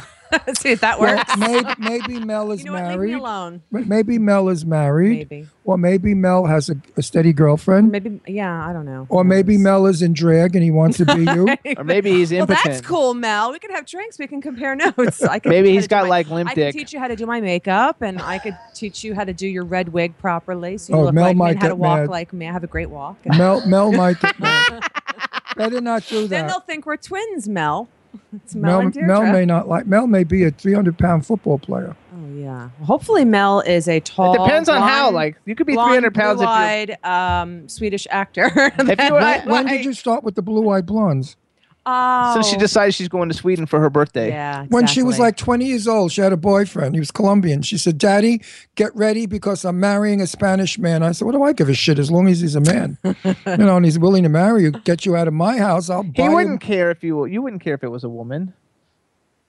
Speaker 8: See if that
Speaker 4: well,
Speaker 8: works.
Speaker 4: maybe, maybe Mel is
Speaker 8: you know what? Leave
Speaker 4: married.
Speaker 8: me alone.
Speaker 4: But maybe Mel is married.
Speaker 8: Maybe.
Speaker 4: Or maybe Mel has a, a steady girlfriend.
Speaker 8: Maybe. Yeah, I don't know.
Speaker 4: or
Speaker 8: Who
Speaker 4: maybe
Speaker 8: knows?
Speaker 4: Mel is in drag and he wants to be you.
Speaker 3: Or maybe he's
Speaker 8: Well,
Speaker 3: impotent.
Speaker 8: that's cool, Mel. We can have drinks. We can compare notes. I can
Speaker 3: Maybe
Speaker 8: teach you
Speaker 3: he's
Speaker 8: how to
Speaker 3: got,
Speaker 8: do my-
Speaker 3: like, limp
Speaker 8: I can
Speaker 3: dick.
Speaker 8: teach you how to do my makeup, and I could teach you how to do your red wig properly, so you
Speaker 4: Oh,
Speaker 8: look
Speaker 4: Mel
Speaker 8: like me,
Speaker 4: might
Speaker 8: and how to
Speaker 4: get
Speaker 8: walk
Speaker 4: mad.
Speaker 8: like me. I have a great walk. And
Speaker 4: Mel, Mel might get mad. Better not do that.
Speaker 8: then they'll think we're twins, Mel. It's Mel,
Speaker 4: Mel,
Speaker 8: and Deirdre.
Speaker 4: Mel may not like Mel may be a 300 pound football player.
Speaker 8: oh yeah. Hopefully, Mel is a tall.
Speaker 3: It depends on how.
Speaker 8: blonde-
Speaker 3: Like, you could be
Speaker 8: blonde,
Speaker 3: 300 pounds if you're.
Speaker 8: blue-eyed, um, Swedish actor.
Speaker 3: If you were-
Speaker 4: When, when did you start with the blue eyed blondes?
Speaker 8: Oh.
Speaker 3: Since she decided she's going to Sweden for her birthday.
Speaker 8: Yeah.
Speaker 4: When she was like 20 years old, she had a boyfriend. He was Colombian. She said, Daddy, get ready because I'm marrying a Spanish man. I said, What do I give a shit as long as he's a man? you know, and he's willing to marry you, get you out of my house. I'll buy
Speaker 3: He
Speaker 4: him-
Speaker 3: wouldn't care if you you wouldn't care if it was a woman.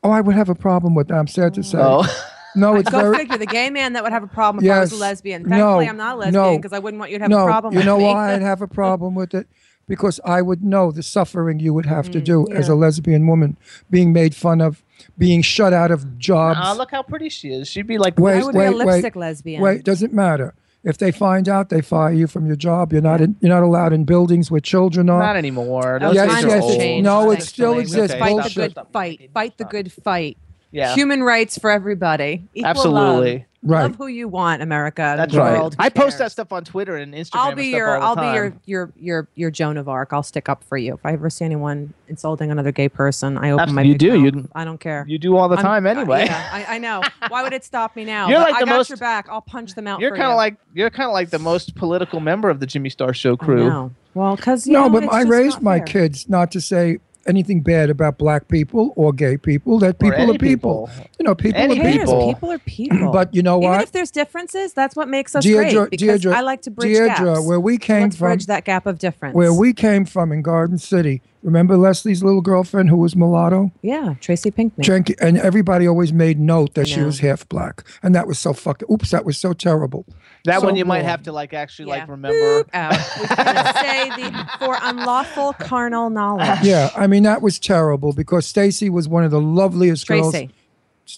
Speaker 4: Oh, I would have a problem with that. I'm sad to say.
Speaker 3: Oh.
Speaker 4: No, it's
Speaker 8: Go
Speaker 4: very.
Speaker 8: figure. The gay man that would have a problem if I was a
Speaker 4: Yes.
Speaker 8: lesbian.
Speaker 4: No,
Speaker 8: Thankfully, I'm not a lesbian
Speaker 4: no,
Speaker 8: because I wouldn't want you to have
Speaker 4: no,
Speaker 8: a problem
Speaker 4: you
Speaker 8: with
Speaker 4: know
Speaker 8: me.
Speaker 4: why I'd have a problem with it? Because I would know the suffering you would have to
Speaker 8: Mm,
Speaker 4: do as a lesbian woman, being made fun of, being shut out of jobs.
Speaker 3: Aw, look how pretty she is. She'd be like,
Speaker 4: Um, wait,
Speaker 8: would be
Speaker 4: wait,
Speaker 8: a
Speaker 4: wait,
Speaker 8: lipstick lesbian.
Speaker 4: Wait, doesn't matter. If they find out, they fire you from your job. You're not in, you're not allowed in buildings where children are.
Speaker 3: not anymore.
Speaker 8: Those
Speaker 3: Those
Speaker 4: uh, Yes,
Speaker 3: days
Speaker 8: times
Speaker 3: are
Speaker 4: yes,
Speaker 8: have
Speaker 3: old.
Speaker 8: changed,
Speaker 4: No, it
Speaker 8: thankfully.
Speaker 4: still
Speaker 8: We
Speaker 4: exists.
Speaker 8: Fight the
Speaker 4: Bullshit.
Speaker 8: good fight. Fight the good fight.
Speaker 3: Yeah.
Speaker 8: Human rights for everybody. Equal
Speaker 3: Absolutely.
Speaker 8: Love.
Speaker 4: Right.
Speaker 8: Love who you want, America.
Speaker 3: That's
Speaker 8: the
Speaker 3: right.
Speaker 8: World. Who
Speaker 3: I post that
Speaker 8: cares?
Speaker 3: stuff on Twitter and Instagram.
Speaker 8: I'll
Speaker 3: and
Speaker 8: be
Speaker 3: stuff
Speaker 8: your
Speaker 3: all
Speaker 8: I'll
Speaker 3: the
Speaker 8: be your
Speaker 3: time.
Speaker 8: your your your Joan of Arc. I'll stick up for you. If I ever see anyone insulting another gay person, I open
Speaker 3: Absol-
Speaker 8: my.
Speaker 3: you
Speaker 8: big
Speaker 3: do.
Speaker 8: mouth.
Speaker 3: You-
Speaker 8: I don't care.
Speaker 3: You do all the
Speaker 8: I'm-
Speaker 3: time
Speaker 8: uh,
Speaker 3: anyway.
Speaker 8: yeah, I, I know. Why would it stop me now?
Speaker 3: You're
Speaker 8: But
Speaker 3: like
Speaker 8: I
Speaker 3: the
Speaker 8: got
Speaker 3: most-
Speaker 8: your back. I'll punch them out.
Speaker 3: You're
Speaker 8: for
Speaker 3: kind of
Speaker 8: you.
Speaker 3: like you're kind of like the most political member of the Jimmy Star Show
Speaker 8: I
Speaker 3: crew.
Speaker 8: know. Well, because
Speaker 4: No, but I raised my kids not to say anything bad about black people or gay people. That
Speaker 3: Or
Speaker 4: people
Speaker 3: any
Speaker 4: are people.
Speaker 3: people.
Speaker 4: You know, people
Speaker 3: Any
Speaker 4: are
Speaker 8: People.
Speaker 4: people.
Speaker 8: people are people.
Speaker 4: But you know
Speaker 8: even
Speaker 4: what?
Speaker 8: if there's differences, that's what makes us
Speaker 4: Deirdre-
Speaker 8: great. Because
Speaker 4: Deirdre-
Speaker 8: I like to bridge
Speaker 4: Deirdre,
Speaker 8: gaps.
Speaker 4: where we came
Speaker 8: Let's
Speaker 4: from-
Speaker 8: bridge that gap of difference.
Speaker 4: Where we came from in Garden City. Remember Leslie's little girlfriend who was mulatto?
Speaker 8: yeah, Tracy Pinkman.
Speaker 4: Jenki- and everybody always made note that she
Speaker 8: Yeah.
Speaker 4: was half black. And that was so fucking, oops, that was so terrible.
Speaker 3: That
Speaker 4: So
Speaker 3: one you might
Speaker 4: wrong.
Speaker 3: have to like actually like
Speaker 8: Yeah.
Speaker 3: remember.
Speaker 8: Boop out. We can't say the for unlawful carnal knowledge.
Speaker 4: Yeah, I mean, that was terrible because Stacy was one of the loveliest girls.
Speaker 8: Tracy,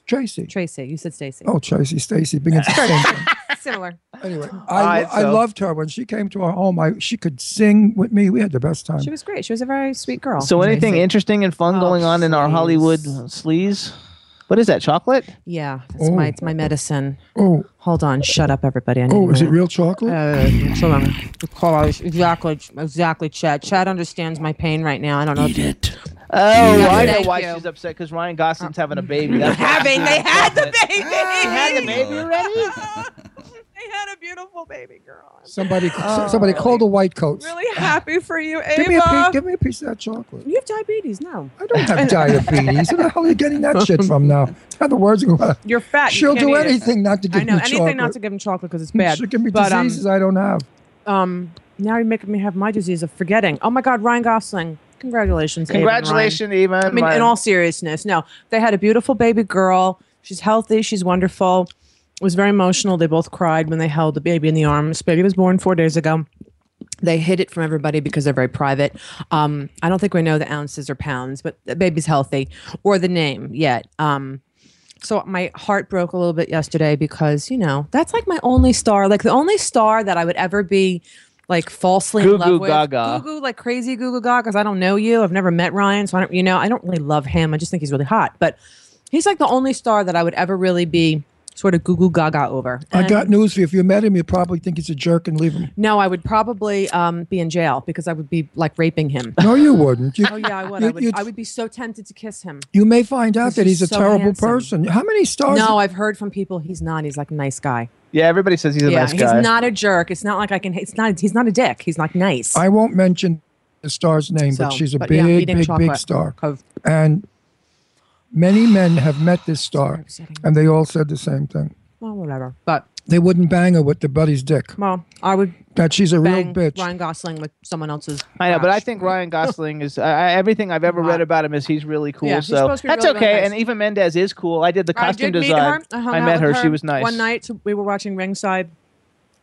Speaker 4: Tracy.
Speaker 8: Tracy, you said Stacy.
Speaker 4: Oh, Tracy, Stacy begins to sing.
Speaker 8: Similar.
Speaker 4: Anyway, I,
Speaker 3: All right,
Speaker 4: I
Speaker 3: so-
Speaker 4: loved her when she came to our home. I she could sing with me. We had the best time.
Speaker 8: She was great. She was a very sweet girl.
Speaker 3: So anything interesting and fun
Speaker 8: Oh,
Speaker 3: going on in our
Speaker 8: sleaze.
Speaker 3: Hollywood sleaze? What is that? Chocolate?
Speaker 8: Yeah, that's
Speaker 4: Oh.
Speaker 8: my it's my medicine.
Speaker 4: oh,
Speaker 8: Hold on, shut up, everybody. I need
Speaker 4: oh,
Speaker 8: a
Speaker 4: is it
Speaker 8: minute.
Speaker 4: real chocolate?
Speaker 8: Uh, so I'm exactly, exactly, Chad. Chad understands my pain right now. I don't know.
Speaker 5: Eat it.
Speaker 3: Oh,
Speaker 8: Yeah,
Speaker 3: I know
Speaker 8: thank
Speaker 3: why
Speaker 8: you. Uh,
Speaker 3: she's upset because Ryan Gosling's having a baby. That's why
Speaker 8: having.
Speaker 3: she's
Speaker 8: They had the
Speaker 3: upset.
Speaker 8: baby.
Speaker 3: They had the baby already.
Speaker 8: they had a beautiful baby girl. I'm
Speaker 4: Somebody, somebody called the white coats.
Speaker 8: Oh, really happy for you, Ava.
Speaker 4: Give me a piece. Give me a piece of that chocolate.
Speaker 8: you have diabetes now.
Speaker 4: I don't have diabetes. Where the hell are you getting that shit from now? In other words,
Speaker 8: You're fat. you
Speaker 4: she'll
Speaker 8: can't
Speaker 4: do
Speaker 8: eat it.
Speaker 4: anything not to give
Speaker 8: I know
Speaker 4: me
Speaker 8: anything
Speaker 4: chocolate.
Speaker 8: not to give him chocolate because it's bad.
Speaker 4: She'll give me
Speaker 8: but um,
Speaker 4: diseases I don't have.
Speaker 8: um, now you're making me have my disease of forgetting. Oh my God, Ryan Gosling! Congratulations, Ava and Ryan.
Speaker 3: Congratulations, Eva.
Speaker 8: I mean, in all seriousness, no. They had a beautiful baby girl. She's healthy. She's wonderful. It was very emotional. They both cried when they held the baby in the arms. Baby was born four days ago. They hid it from everybody because they're very private. Um, I don't think we know the ounces or pounds, but the baby's healthy or the name yet. Um, so my heart broke a little bit yesterday because you know that's like my only star, like the only star that I would ever be like falsely
Speaker 3: Goo
Speaker 8: in love
Speaker 3: goo
Speaker 8: with.
Speaker 3: gaga.
Speaker 8: Goo goo like crazy goo goo gaga because I don't know you. I've never met Ryan, so I don't. You know, I don't really love him. I just think he's really hot, but he's like the only star that I would ever really be sort of goo goo gaga over.
Speaker 4: I
Speaker 8: And
Speaker 4: got news for you. If you met him, you'd probably think he's a jerk and leave him.
Speaker 8: no, I would probably um, be in jail because I would be like raping him.
Speaker 4: No, you wouldn't. You,
Speaker 8: Oh yeah, I would.
Speaker 4: You,
Speaker 8: I would.
Speaker 4: you'd-
Speaker 8: I would be so tempted to kiss him.
Speaker 4: you may find out
Speaker 8: Because
Speaker 4: that
Speaker 8: he's
Speaker 4: he's a
Speaker 8: so
Speaker 4: terrible
Speaker 8: handsome.
Speaker 4: person. How many stars?
Speaker 8: No, I've heard from people he's not. He's like a nice guy.
Speaker 3: yeah, everybody says he's a
Speaker 8: yeah,
Speaker 3: nice
Speaker 8: he's
Speaker 3: guy.
Speaker 8: not a jerk. It's not like I can. It's not. He's not a dick. He's like nice.
Speaker 4: I won't mention the star's name, but
Speaker 8: So,
Speaker 4: she's a
Speaker 8: but yeah,
Speaker 4: big,
Speaker 8: eating
Speaker 4: big, big
Speaker 8: chocolate.
Speaker 4: star.
Speaker 8: Of-
Speaker 4: And many men have met this star,
Speaker 8: upsetting.
Speaker 4: and they all said the same thing.
Speaker 8: well, whatever. But
Speaker 4: They wouldn't bang her with the buddy's dick.
Speaker 8: well, Oh, I would
Speaker 4: That she's a
Speaker 8: bang
Speaker 4: real bitch.
Speaker 8: Ryan Gosling with someone else's.
Speaker 3: I know, but I
Speaker 8: crotch.
Speaker 3: think Ryan Gosling is I, I- everything I've ever read about him is he's really cool.
Speaker 8: Yeah, he's
Speaker 3: so
Speaker 8: supposed to be
Speaker 3: that's
Speaker 8: really, really
Speaker 3: okay.
Speaker 8: nice.
Speaker 3: And Eva Mendez is cool. I did the
Speaker 8: I
Speaker 3: costume
Speaker 8: did meet
Speaker 3: design.
Speaker 8: her. I, hung
Speaker 3: I
Speaker 8: out
Speaker 3: met
Speaker 8: with
Speaker 3: her. She was nice.
Speaker 8: One night so we were watching Ringside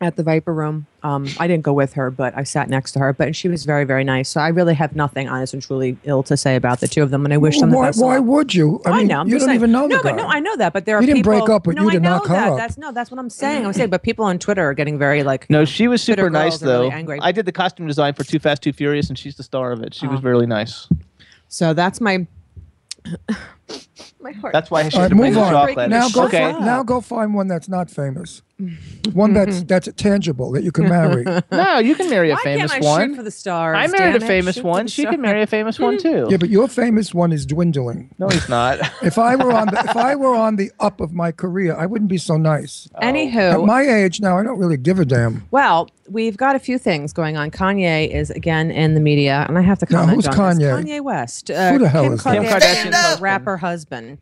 Speaker 8: at the Viper Room. Um, I didn't go with her, but I sat next to her. But she was very, very nice. So I really have nothing, honest and truly, ill to say about the two of them, and I wish them the
Speaker 4: why,
Speaker 8: best. of
Speaker 4: why
Speaker 8: luck.
Speaker 4: would you? I
Speaker 8: I
Speaker 4: mean,
Speaker 8: know. I'm
Speaker 4: you
Speaker 8: just
Speaker 4: don't
Speaker 8: saying.
Speaker 4: even know
Speaker 8: No,
Speaker 4: the
Speaker 8: but
Speaker 4: guy.
Speaker 8: no, I know that. But there are
Speaker 4: You didn't
Speaker 8: people.
Speaker 4: break up with
Speaker 8: no,
Speaker 4: you
Speaker 8: I
Speaker 4: to
Speaker 8: know
Speaker 4: knock her
Speaker 8: that.
Speaker 4: up.
Speaker 8: That's no. That's what I'm saying. I'm saying, but people on Twitter are getting very like.
Speaker 3: No, she was
Speaker 8: bitter
Speaker 3: super nice
Speaker 8: girls are really
Speaker 3: though.
Speaker 8: angry.
Speaker 3: I did the costume design for Too Fast Too
Speaker 8: Oh.
Speaker 3: Furious, and she's the star of it. She was really nice.
Speaker 8: So that's my. My heart.
Speaker 3: That's why she's
Speaker 4: All right,
Speaker 3: a
Speaker 4: uh, move
Speaker 3: big
Speaker 4: on.
Speaker 3: chocolate.
Speaker 4: Now go,
Speaker 3: okay.
Speaker 4: find, now go find one that's not famous. One that's that's tangible that you can marry.
Speaker 3: No, you can marry a famous
Speaker 8: can't I
Speaker 3: one.
Speaker 8: shoot for the stars?
Speaker 3: I married
Speaker 8: damn
Speaker 3: a
Speaker 8: it?
Speaker 3: famous
Speaker 8: Shoot for
Speaker 3: one.
Speaker 8: the
Speaker 3: She
Speaker 8: stars.
Speaker 3: can marry a famous one too.
Speaker 4: Yeah, but your famous one is dwindling.
Speaker 3: no, he's not.
Speaker 4: If I were on the, if I were on the up of my career, I wouldn't be so nice. At
Speaker 8: Oh. Anywho,
Speaker 4: my age now, I don't really give a damn.
Speaker 8: well, we've got a few things going on. Kanye is again in the media, and I have to
Speaker 4: Now,
Speaker 8: comment
Speaker 4: who's
Speaker 8: on this.
Speaker 4: Kanye?
Speaker 8: Kanye West. Uh,
Speaker 4: Who the hell
Speaker 8: Kim
Speaker 4: is that?
Speaker 8: Kardashian's
Speaker 3: Kim Kardashian's husband.
Speaker 8: rapper husband.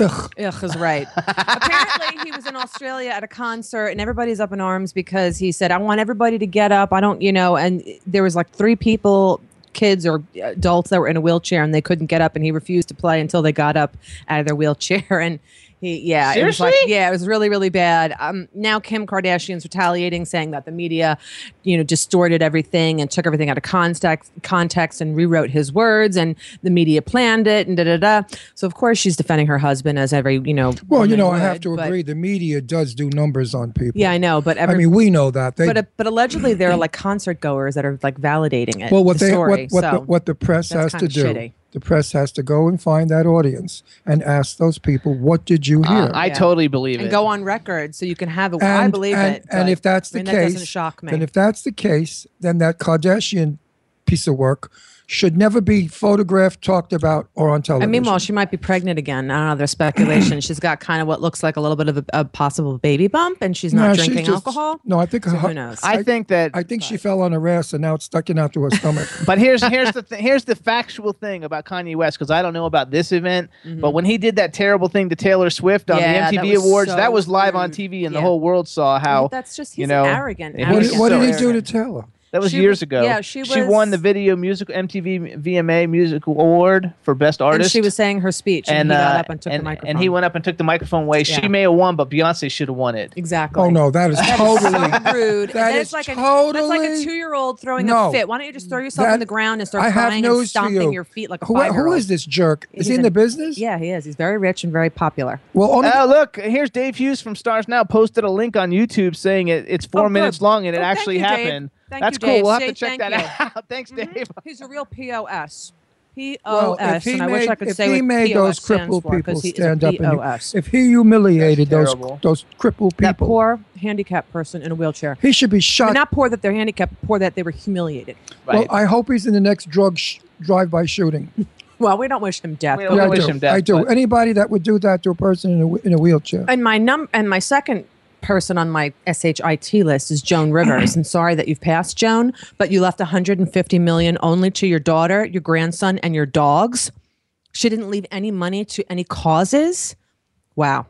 Speaker 4: Ugh.
Speaker 8: Ugh, is right. Apparently, he was in Australia at a concert, and everybody's up in arms because he said, "I want everybody to get up." I don't, you know. And there was like three people, kids or adults, that were in a wheelchair, and they couldn't get up, and he refused to play until they got up out of their wheelchair. And he, yeah, it was like,
Speaker 3: Seriously?
Speaker 8: yeah, it was really, really bad. Um, now Kim Kardashian's retaliating, saying that the media, you know, distorted everything and took everything out of context, context, and rewrote his words, and the media planned it, and da da da. So of course she's defending her husband as every, you know.
Speaker 4: Well, you
Speaker 8: woman
Speaker 4: know, I
Speaker 8: would,
Speaker 4: have to
Speaker 8: but-
Speaker 4: agree. The media does do numbers on people.
Speaker 8: Yeah, I know, but every,
Speaker 4: I mean, we know that. They,
Speaker 8: but uh, but allegedly there are like concert goers that are like validating it.
Speaker 4: well, what
Speaker 8: the
Speaker 4: they
Speaker 8: story,
Speaker 4: what what, the,
Speaker 8: so.
Speaker 4: what the press has
Speaker 8: that's
Speaker 4: to
Speaker 8: kinda
Speaker 4: do,
Speaker 8: shitty.
Speaker 4: the press has to go and find that audience and ask those people, "What did you hear?"
Speaker 3: Uh, I totally believe
Speaker 8: and
Speaker 3: it.
Speaker 8: go on record so you can have it.
Speaker 4: and,
Speaker 8: I believe
Speaker 4: and,
Speaker 8: it.
Speaker 4: And
Speaker 8: but,
Speaker 4: if that's the
Speaker 8: I mean,
Speaker 4: case,
Speaker 8: that doesn't shock me.
Speaker 4: Then if that's the case, then that Kardashian piece of work should never be photographed, talked about, or on
Speaker 8: and
Speaker 4: television.
Speaker 8: meanwhile, she might be pregnant again. I don't know. There's speculation. she's got kind of what looks like a little bit of a, a possible baby bump, and she's not
Speaker 4: No, she's
Speaker 8: drinking
Speaker 4: just-
Speaker 8: alcohol.
Speaker 4: No, I think
Speaker 8: So
Speaker 4: her,
Speaker 8: who knows?
Speaker 3: I think that.
Speaker 4: I think she fell on her ass and now it's sticking out to her stomach.
Speaker 3: but here's here's the th- here's the factual thing about Kanye West because I don't know about this event, but when he did that terrible thing to Taylor Swift on
Speaker 8: Mm-hmm. Yeah,
Speaker 3: the
Speaker 8: that
Speaker 3: MTV
Speaker 8: was
Speaker 3: Awards,
Speaker 8: so
Speaker 3: that was live on
Speaker 8: rude.
Speaker 3: TV and the
Speaker 8: Yeah.
Speaker 3: whole world saw how
Speaker 8: that's just he's
Speaker 3: you know,
Speaker 8: an arrogant.
Speaker 3: it
Speaker 4: what
Speaker 3: was
Speaker 4: did,
Speaker 8: arrogant
Speaker 4: what
Speaker 3: so
Speaker 4: did he
Speaker 8: arrogant.
Speaker 4: do to Taylor?
Speaker 3: that was
Speaker 8: she
Speaker 3: years
Speaker 8: was-
Speaker 3: ago.
Speaker 8: yeah, she
Speaker 3: won the
Speaker 8: was-
Speaker 3: video music MTV VMA Music Award for Best Artist.
Speaker 8: And she was saying her speech, and, he got
Speaker 3: uh,
Speaker 8: up and took
Speaker 3: and,
Speaker 8: the microphone.
Speaker 3: and he went up and took the microphone away. She
Speaker 8: Yeah.
Speaker 3: may have won, but Beyonce should have won it.
Speaker 8: exactly.
Speaker 4: Oh no, that is totally
Speaker 8: so rude.
Speaker 4: That
Speaker 8: and
Speaker 4: is
Speaker 8: it's like a, that's like
Speaker 4: totally-
Speaker 8: a two-year-old throwing
Speaker 4: No.
Speaker 8: a fit. Why don't you just throw yourself
Speaker 4: That-
Speaker 8: on the ground and start
Speaker 4: I have
Speaker 8: crying and
Speaker 4: news for
Speaker 8: stomping
Speaker 4: you.
Speaker 8: your feet like a
Speaker 4: Who,
Speaker 8: five-year-old?
Speaker 4: who is this jerk? Is he
Speaker 8: He's
Speaker 4: in the
Speaker 8: an-
Speaker 4: business?
Speaker 8: Yeah, he is. He's very rich and very popular.
Speaker 4: Well, only
Speaker 3: Oh, look, here's Dave Hughes from Stars Now posted a link on YouTube saying it, it's four
Speaker 8: Oh, good.
Speaker 3: minutes long and it
Speaker 8: Oh, thank
Speaker 3: actually
Speaker 8: you, Dave.
Speaker 3: happened.
Speaker 8: Thank
Speaker 3: That's
Speaker 8: you,
Speaker 3: cool.
Speaker 8: Dave.
Speaker 3: We'll have
Speaker 8: Say
Speaker 3: to check
Speaker 8: thank Mm-hmm.
Speaker 3: that out. Thanks, Dave.
Speaker 8: He's a real POS. POS.
Speaker 4: well, if he
Speaker 8: and I
Speaker 4: made,
Speaker 8: wish I could
Speaker 4: if
Speaker 8: say
Speaker 4: he
Speaker 8: what
Speaker 4: made
Speaker 8: POS
Speaker 4: those
Speaker 8: stands
Speaker 4: crippled
Speaker 8: for, 'cause
Speaker 4: people
Speaker 8: he is a
Speaker 4: stand up, and
Speaker 8: POS.
Speaker 4: he, if he humiliated
Speaker 3: That's
Speaker 4: those
Speaker 3: terrible.
Speaker 4: those crippled
Speaker 8: that
Speaker 4: people,
Speaker 8: poor handicapped person in a wheelchair.
Speaker 4: he should be
Speaker 8: I mean,
Speaker 4: shot
Speaker 8: not poor that they're handicapped, poor that they were humiliated.
Speaker 4: Well, I hope he's in the next drug sh- drive-by shooting.
Speaker 8: Well, we don't wish him death.
Speaker 3: We
Speaker 8: but
Speaker 3: don't
Speaker 4: I
Speaker 3: wish
Speaker 4: do.
Speaker 3: him death,
Speaker 4: I do.
Speaker 3: but-
Speaker 4: Anybody that would do that to a person in a, whe- in a wheelchair.
Speaker 8: and my num and my second person on my SHIT list is Joan Rivers. and sorry that you've passed Joan, but you left 150 million only to your daughter, your grandson, and your dogs. She didn't leave any money to any causes. Wow.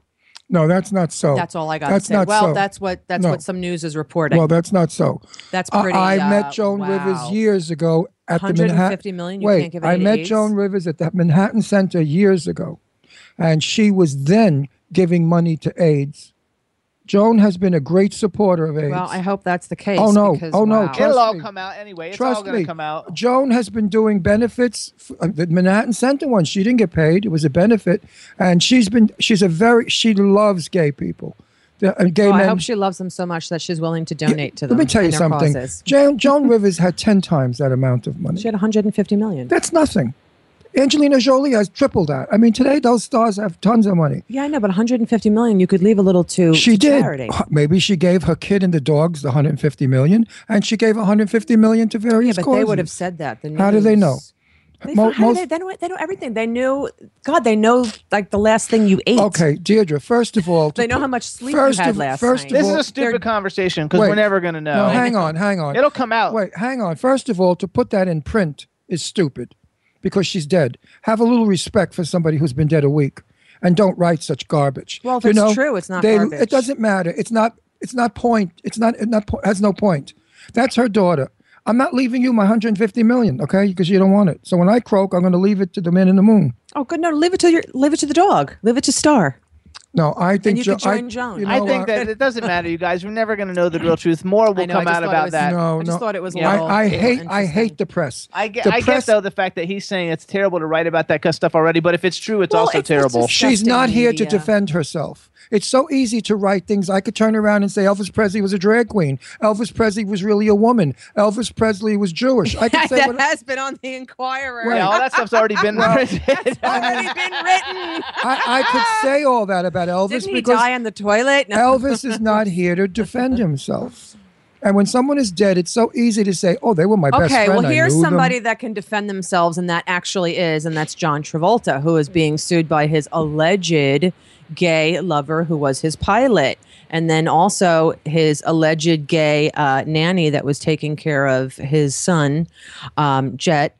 Speaker 4: No, that's not so.
Speaker 8: That's all I got
Speaker 4: Oh, That's
Speaker 8: to say.
Speaker 4: not
Speaker 8: well,
Speaker 4: so.
Speaker 8: that's what that's
Speaker 4: No.
Speaker 8: what some news is reporting.
Speaker 4: well, that's not so.
Speaker 8: that's
Speaker 4: I-
Speaker 8: pretty
Speaker 4: I,
Speaker 8: uh,
Speaker 4: met Joan
Speaker 8: wow.
Speaker 4: Rivers years ago at the
Speaker 8: 150
Speaker 4: Manhattan.
Speaker 8: million, you
Speaker 4: Wait,
Speaker 8: can't give
Speaker 4: I
Speaker 8: any
Speaker 4: met
Speaker 8: AIDS?
Speaker 4: Joan Rivers at the Manhattan Center years ago, and she was then giving money to AIDS. Joan has been a great supporter of AIDS.
Speaker 8: Well, I hope that's the case.
Speaker 4: Oh, no.
Speaker 8: because,
Speaker 4: Oh, no.
Speaker 8: wow.
Speaker 4: Trust
Speaker 3: It'll all
Speaker 4: me.
Speaker 3: come out anyway. It's all
Speaker 4: Trust
Speaker 3: going
Speaker 4: me,
Speaker 3: to come out.
Speaker 4: Joan has been doing benefits. f- uh, The Manhattan Center one, she didn't get paid. It was a benefit, and she's been she's a very she loves gay people, the, uh, gay
Speaker 8: Oh,
Speaker 4: men.
Speaker 8: I hope she loves them so much that she's willing to donate to them.
Speaker 4: Let me tell you
Speaker 8: and their
Speaker 4: something.
Speaker 8: causes.
Speaker 4: Joan, Joan Rivers had ten times that amount of money.
Speaker 8: She had 150 million.
Speaker 4: That's nothing. Angelina Jolie has triple that. I mean, today those stars have tons of money.
Speaker 8: Yeah, I know, but 150 million you could leave a little to
Speaker 4: She
Speaker 8: to
Speaker 4: did. Oh,
Speaker 8: charity.
Speaker 4: Maybe she gave her kid and the dogs the 150 million, and she gave 150 million to
Speaker 8: Yeah,
Speaker 4: various
Speaker 8: but
Speaker 4: causes.
Speaker 8: they would have said that. The
Speaker 4: How do they know?
Speaker 8: news- They,
Speaker 4: Mo-
Speaker 8: found- how do
Speaker 4: most-
Speaker 8: they, they, know, they know everything. They knew, God, they know like the last thing you ate.
Speaker 4: Okay, Deirdre. First of all, to
Speaker 8: They know
Speaker 4: put-
Speaker 8: how much sleep
Speaker 4: first
Speaker 8: you had
Speaker 4: of-
Speaker 8: last
Speaker 4: first
Speaker 8: night.
Speaker 4: of
Speaker 3: This
Speaker 4: Well,
Speaker 3: is
Speaker 4: they're-
Speaker 3: a stupid conversation because we're
Speaker 4: Wait.
Speaker 3: never going to
Speaker 4: No,
Speaker 3: know.
Speaker 4: hang on, hang on.
Speaker 3: It'll come out.
Speaker 4: Wait, hang on. First of all, to put that in print is stupid because she's dead. Have a little respect for somebody who's been dead a week and don't write such garbage.
Speaker 8: Well, if it's true, it's not garbage.
Speaker 4: It doesn't matter. It's not it's not point. It's not it not po- has no point. That's her daughter. I'm not leaving you my 150 million, okay? Because you don't want it. So when I croak, I'm going to leave it to the man in the moon.
Speaker 8: oh, good. No, leave it to your, leave it to the dog. Leave it to Star.
Speaker 4: No, I think
Speaker 8: you
Speaker 4: Jo-
Speaker 8: could
Speaker 4: I-
Speaker 8: join Joan.
Speaker 4: you
Speaker 3: I
Speaker 4: know
Speaker 3: think
Speaker 4: what?
Speaker 3: that it doesn't matter, you guys. We're never going to know the real truth. More will
Speaker 8: I know, I
Speaker 3: come
Speaker 8: just
Speaker 3: out
Speaker 8: thought it
Speaker 3: about
Speaker 8: was-
Speaker 3: that.
Speaker 4: No,
Speaker 8: I just
Speaker 4: no.
Speaker 8: thought it was a little-
Speaker 4: I, I
Speaker 8: little
Speaker 4: hate. I
Speaker 8: interesting.
Speaker 4: hate the press.
Speaker 3: I get,
Speaker 4: the
Speaker 3: I get
Speaker 4: press,
Speaker 3: though the fact that he's saying it's terrible to write about that kind of stuff already, but if it's true, it's
Speaker 8: Well,
Speaker 3: also
Speaker 8: it's- it's
Speaker 3: terrible.
Speaker 8: just-
Speaker 4: She's
Speaker 8: disgusting
Speaker 4: not here to
Speaker 8: media.
Speaker 4: defend herself. It's so easy to write things. I could turn around and say Elvis Presley was a drag queen. Elvis Presley was really a woman. Elvis Presley was Jewish. I could say
Speaker 8: that
Speaker 4: what,
Speaker 8: has been on the Inquirer.
Speaker 4: Right. Yeah, all that stuff's already been Well, written.
Speaker 8: That's already been written.
Speaker 4: I, I could say all that about Elvis
Speaker 8: Didn't he
Speaker 4: because
Speaker 8: die on the toilet? No.
Speaker 4: Elvis is not here to defend himself. And when someone is dead, it's so easy to say, "Oh, they were my best
Speaker 8: okay,
Speaker 4: friend."
Speaker 8: well,
Speaker 4: I
Speaker 8: here's
Speaker 4: knew them."
Speaker 8: somebody that can defend themselves, and that actually is, and that's John Travolta, who is being sued by his alleged gay lover, who was his pilot, and then also his alleged gay uh, nanny that was taking care of his son, um, Jet.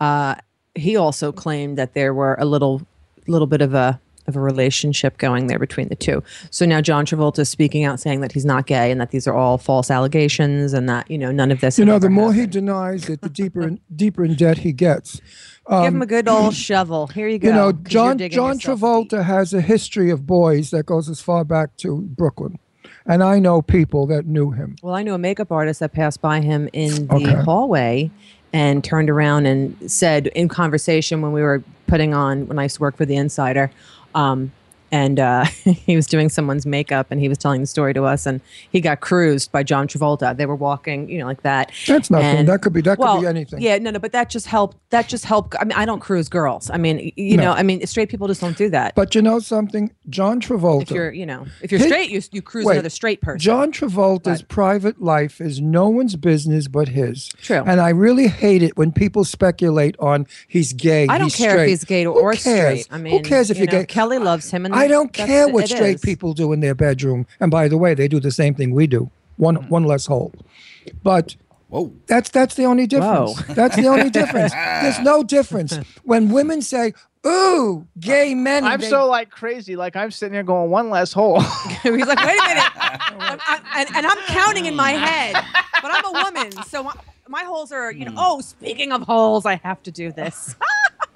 Speaker 8: Uh, he also claimed that there were a little, little bit of a of a relationship going there between the two. So now John Travolta is speaking out saying that he's not gay and that these are all false allegations and that, you know, none of this
Speaker 4: You
Speaker 8: had
Speaker 4: know,
Speaker 8: ever
Speaker 4: the more he denies it, the deeper and deeper in debt he gets.
Speaker 8: Give
Speaker 4: Um,
Speaker 8: him a good old shovel. Here you go.
Speaker 4: you know,
Speaker 8: 'cause you're
Speaker 4: John
Speaker 8: digging
Speaker 4: John
Speaker 8: yourself.
Speaker 4: Travolta has a history of boys that goes as far back to Brooklyn, and I know people that knew him.
Speaker 8: Well, I knew a makeup artist that passed by him in the
Speaker 4: Okay.
Speaker 8: hallway and turned around and said in conversation when we were putting on when I used to work for the Insider, um, and uh, he was doing someone's makeup and he was telling the story to us and he got cruised by John Travolta. They were walking, you know, like that.
Speaker 4: That's nothing.
Speaker 8: And-
Speaker 4: that could be that
Speaker 8: well,
Speaker 4: could be anything.
Speaker 8: Yeah, no, no, but that just helped. That just helped. I mean, I don't cruise girls. I mean, y- you
Speaker 4: No.
Speaker 8: know, I mean, straight people just don't do that.
Speaker 4: But you know something, John Travolta.
Speaker 8: if you're, you know, if you're
Speaker 4: His-
Speaker 8: straight, you you cruise
Speaker 4: Wait,
Speaker 8: another straight person.
Speaker 4: John Travolta's private life is no one's business but his.
Speaker 8: True.
Speaker 4: And I really hate it when people speculate on he's gay.
Speaker 8: I don't
Speaker 4: he's
Speaker 8: care
Speaker 4: straight.
Speaker 8: if he's gay
Speaker 4: Who
Speaker 8: or
Speaker 4: cares?
Speaker 8: straight. I mean,
Speaker 4: who cares if
Speaker 8: you
Speaker 4: you're
Speaker 8: know,
Speaker 4: gay?
Speaker 8: Kelly loves him, and
Speaker 4: I don't
Speaker 8: that's-
Speaker 4: care what
Speaker 8: it
Speaker 4: straight
Speaker 8: is.
Speaker 4: people do in their bedroom. And by the way, they do the same thing we do. One
Speaker 8: Mm-hmm.
Speaker 4: one less hole. But
Speaker 5: Whoa.
Speaker 4: that's that's the only difference. That's the only difference. There's no difference. When women say, ooh, gay men. and
Speaker 3: I'm
Speaker 4: they-
Speaker 3: so like crazy. Like I'm sitting there going one less hole.
Speaker 8: He's like, wait a minute, I'm, I'm, and, and I'm counting in my head, but I'm a woman, so my, my holes are, you
Speaker 4: Hmm.
Speaker 8: know. Oh, speaking of holes, I have to do this.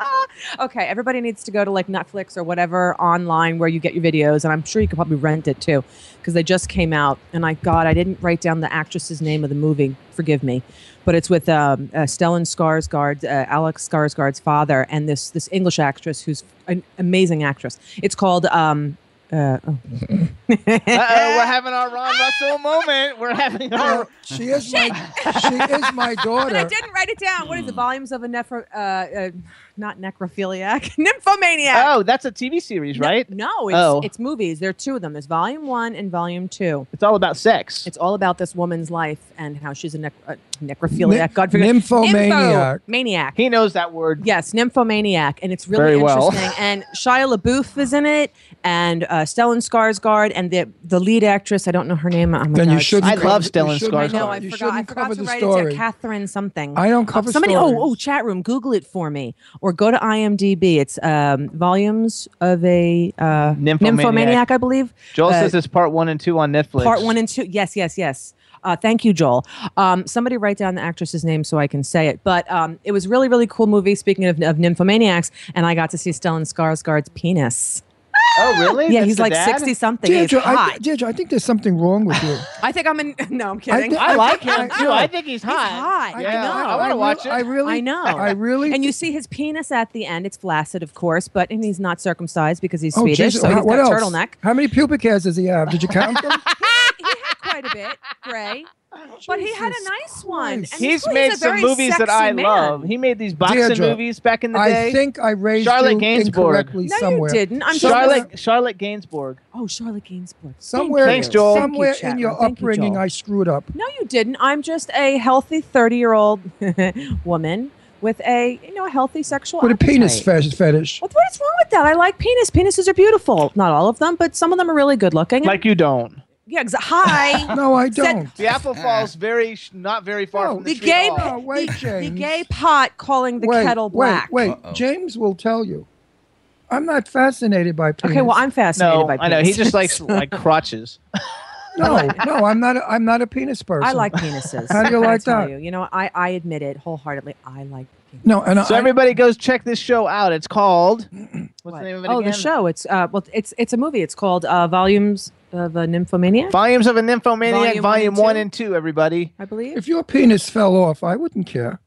Speaker 8: okay, everybody needs to go to like Netflix or whatever online where you get your videos, and I'm sure you could probably rent it too, because they just came out. And I, God, I didn't write down the actress's name of the movie. Forgive me, but it's with um, uh, Stellan Skarsgård, uh, Alex Skarsgård's father, and this this English actress who's an amazing actress. It's called. Um, uh, oh.
Speaker 3: Uh-oh, we're having our Ron
Speaker 8: Ah!
Speaker 3: Russell moment. We're having our.
Speaker 4: Oh, she is my she is my
Speaker 8: And I
Speaker 4: daughter.
Speaker 8: didn't write it down. What is the volumes of a nephro, uh, uh, not necrophiliac, nymphomaniac?
Speaker 3: Oh, that's a TV series, right?
Speaker 8: No, it's,
Speaker 3: Oh.
Speaker 8: it's movies. There are two of them. There's volume one and volume two.
Speaker 3: It's all about sex.
Speaker 8: It's all about this woman's life and how she's a, nec- a necrophiliac. God forgive
Speaker 4: nymphomaniac.
Speaker 8: Maniac.
Speaker 3: He knows that word.
Speaker 8: Yes, nymphomaniac, and it's really
Speaker 3: Very well.
Speaker 8: interesting. And Shia LaBeouf is in it, and uh, Stellan Skarsgård, and the the lead actress. I don't know her name. Oh my
Speaker 4: Then
Speaker 8: God,
Speaker 4: you shouldn't.
Speaker 3: I
Speaker 4: cover-
Speaker 3: love
Speaker 4: you
Speaker 3: Stellan
Speaker 4: shouldn't-
Speaker 8: I
Speaker 3: Skarsgård.
Speaker 8: know. I
Speaker 4: Oh, you
Speaker 8: forgot. I
Speaker 4: shouldn't
Speaker 8: forgot
Speaker 4: cover
Speaker 8: to
Speaker 4: the
Speaker 8: write it
Speaker 4: story.
Speaker 8: down. Catherine something.
Speaker 4: I don't cover
Speaker 8: Somebody.
Speaker 4: stories.
Speaker 8: Oh, oh, chat room. Google it for me, or go to IMDb. It's um, volumes of a uh,
Speaker 3: Nymphomaniac.
Speaker 8: nymphomaniac, I believe.
Speaker 3: Joel
Speaker 8: Uh,
Speaker 3: says it's part one and two on Netflix.
Speaker 8: Part one and two. Yes, yes, yes. Uh, thank you, Joel. Um, somebody write down the actress's name so I can say it. But um, it was really, really cool movie. Speaking of, of nymphomaniacs, and I got to see Stellan Skarsgård's penis.
Speaker 3: Oh, really?
Speaker 8: Yeah,
Speaker 3: That's
Speaker 8: he's
Speaker 3: the
Speaker 8: like
Speaker 3: dad?
Speaker 8: sixty something. He's
Speaker 4: Deirdre, I,
Speaker 8: hot.
Speaker 4: thi- Deirdre, I think there's something wrong with you.
Speaker 8: I think I'm in. No, I'm
Speaker 4: I
Speaker 8: kidding.
Speaker 4: thi-
Speaker 3: I like
Speaker 4: think-
Speaker 3: him
Speaker 4: I-
Speaker 3: too. I think he's hot.
Speaker 8: hot. I
Speaker 3: Yeah,
Speaker 8: know.
Speaker 3: I want
Speaker 4: re-
Speaker 3: to watch
Speaker 4: I
Speaker 3: it.
Speaker 4: really,
Speaker 8: I know.
Speaker 4: I really.
Speaker 8: and you see his penis at the end. It's flaccid, of course, but and he's not circumcised because he's
Speaker 4: oh,
Speaker 8: Swedish,
Speaker 4: Jesus,
Speaker 8: so
Speaker 4: how-
Speaker 8: he's
Speaker 4: what
Speaker 8: got
Speaker 4: else?
Speaker 8: turtleneck.
Speaker 4: How many pubic hairs does he have? Did you count them?
Speaker 8: He had quite a bit gray, but he had a
Speaker 4: Jesus
Speaker 8: nice one. And
Speaker 4: Christ.
Speaker 8: he's,
Speaker 3: He's
Speaker 8: cool.
Speaker 3: made
Speaker 8: He's a
Speaker 3: some
Speaker 8: very
Speaker 3: movies that
Speaker 8: sexy
Speaker 3: I
Speaker 8: man.
Speaker 3: love. He made these boxing
Speaker 4: Deirdre,
Speaker 3: movies back in the day.
Speaker 4: I think I raised
Speaker 3: Charlotte
Speaker 4: you
Speaker 3: Gainsbourg.
Speaker 4: incorrectly
Speaker 8: No,
Speaker 4: somewhere.
Speaker 8: you didn't. I'm
Speaker 3: Charlotte
Speaker 8: Just,
Speaker 3: Charlotte Gainsbourg.
Speaker 8: oh, Charlotte Gainsbourg.
Speaker 4: Somewhere,
Speaker 3: Thanks, Joel.
Speaker 8: Thank you,
Speaker 4: Somewhere in
Speaker 8: Chapman.
Speaker 4: your
Speaker 8: Thank you,
Speaker 4: upbringing,
Speaker 8: Joel.
Speaker 4: I screwed up.
Speaker 8: No, you didn't. I'm just a healthy 30 year old woman with a you know a healthy sexual
Speaker 4: With a penis
Speaker 8: appetite.
Speaker 4: fe- fetish.
Speaker 8: What, what is wrong with that? I like penis. Penises are beautiful. Not all of them, but some of them are really good looking.
Speaker 3: Like you don't.
Speaker 8: yeah, exa- hi.
Speaker 4: No, I
Speaker 8: Said-
Speaker 4: don't.
Speaker 3: The apple falls very sh- not very far
Speaker 4: No,
Speaker 3: from the,
Speaker 8: the
Speaker 3: tree
Speaker 8: gay
Speaker 3: at all.
Speaker 4: Oh, wait,
Speaker 8: the, the
Speaker 4: James.
Speaker 8: gay pot calling the
Speaker 4: wait,
Speaker 8: kettle black.
Speaker 4: Wait, wait.
Speaker 5: Uh-oh.
Speaker 4: James will tell you. I'm not fascinated by penis.
Speaker 8: Okay, well I'm fascinated
Speaker 3: No,
Speaker 8: by
Speaker 3: I know. He just
Speaker 8: penises.
Speaker 3: likes like crotches.
Speaker 4: no, no, I'm not. A, I'm not a penis person.
Speaker 8: I like penises.
Speaker 4: How do you
Speaker 8: Can I
Speaker 4: like
Speaker 8: tell
Speaker 4: that?
Speaker 8: You, you know, I, I admit it wholeheartedly. I like penises.
Speaker 4: No, and
Speaker 3: So
Speaker 4: I,
Speaker 3: everybody goes check this show out. It's called What's
Speaker 8: What?
Speaker 3: the name of it
Speaker 8: oh,
Speaker 3: again?
Speaker 8: the show. It's uh, well, it's it's a movie. It's called uh, Volumes of a Nymphomaniac,
Speaker 3: Volumes of a Nymphomaniac,
Speaker 8: Volume one
Speaker 3: Volume
Speaker 8: and
Speaker 3: One
Speaker 8: two?
Speaker 3: and Two. Everybody,
Speaker 8: I believe.
Speaker 4: If your penis fell off, I wouldn't care.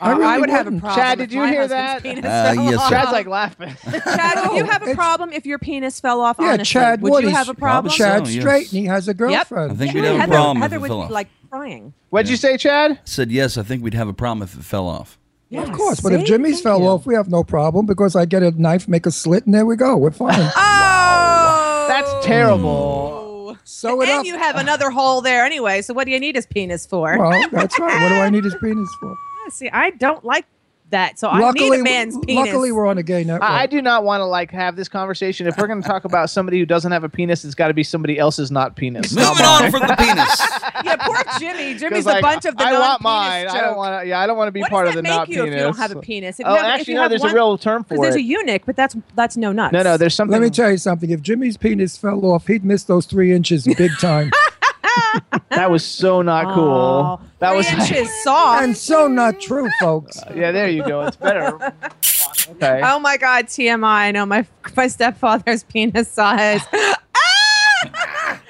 Speaker 8: I really
Speaker 3: I would have a
Speaker 8: wouldn't.
Speaker 3: problem Chad, if did you my hear husband's that? penis
Speaker 5: Ah,
Speaker 3: Uh, fell yes, off. sir. Chad's, like, laughing.
Speaker 8: Chad, would you have a problem if your penis fell off?
Speaker 4: Yeah,
Speaker 8: honestly?
Speaker 4: Chad
Speaker 8: would
Speaker 4: would.
Speaker 8: you
Speaker 4: He's
Speaker 8: have a
Speaker 4: probably
Speaker 8: problem?
Speaker 4: Chad's so, yes. straight and he has a girlfriend.
Speaker 5: I think
Speaker 8: Sure.
Speaker 5: we'd have a
Speaker 8: Heather,
Speaker 5: problem
Speaker 8: Heather
Speaker 5: if it
Speaker 8: would
Speaker 5: fell
Speaker 8: be
Speaker 5: off.
Speaker 8: like crying.
Speaker 3: What'd you say, Chad?
Speaker 5: Said yes. I think we'd have a problem if it fell off.
Speaker 4: Of course, but if Jimmy's fell off, we have no problem because I get a knife, make a slit, and there we go. We're fine.
Speaker 8: Oh!
Speaker 3: That's terrible.
Speaker 4: So
Speaker 8: and you have another hole there anyway. So what do you need his penis for? Ah,
Speaker 4: well, that's right. What do I need his penis for?
Speaker 8: See, I don't like that, so I need a man's penis.
Speaker 4: Luckily, we're on a gay network.
Speaker 3: I, I do not want to like have this conversation. If we're going to talk about somebody who doesn't have a penis, it's got to be somebody else's not penis. Moving on for the penis.
Speaker 8: yeah, poor Jimmy. Jimmy's
Speaker 3: like,
Speaker 8: a bunch of the
Speaker 3: I
Speaker 8: non-penis
Speaker 3: want mine. I don't
Speaker 8: joke.
Speaker 3: want to. Yeah, I don't want to be
Speaker 8: What
Speaker 3: part
Speaker 8: does
Speaker 3: of
Speaker 8: that
Speaker 3: the
Speaker 8: make
Speaker 3: not
Speaker 8: you
Speaker 3: penis.
Speaker 8: if you don't have a penis? If
Speaker 3: Oh,
Speaker 8: you have, if
Speaker 3: actually,
Speaker 8: you
Speaker 3: no,
Speaker 8: have
Speaker 3: there's a
Speaker 8: one-
Speaker 3: real term
Speaker 8: 'cause
Speaker 3: for
Speaker 8: There's
Speaker 3: it.
Speaker 8: a eunuch, but that's that's no nuts.
Speaker 3: No, no, there's something.
Speaker 4: Let me tell you something. If Jimmy's penis fell off, he'd miss those three inches big time.
Speaker 3: that was so not cool. That was.
Speaker 8: soft.
Speaker 4: And so not true, folks.
Speaker 3: yeah, there you go. It's better. Okay.
Speaker 8: Oh my God, TMI! I know my my stepfather's penis size. Ah!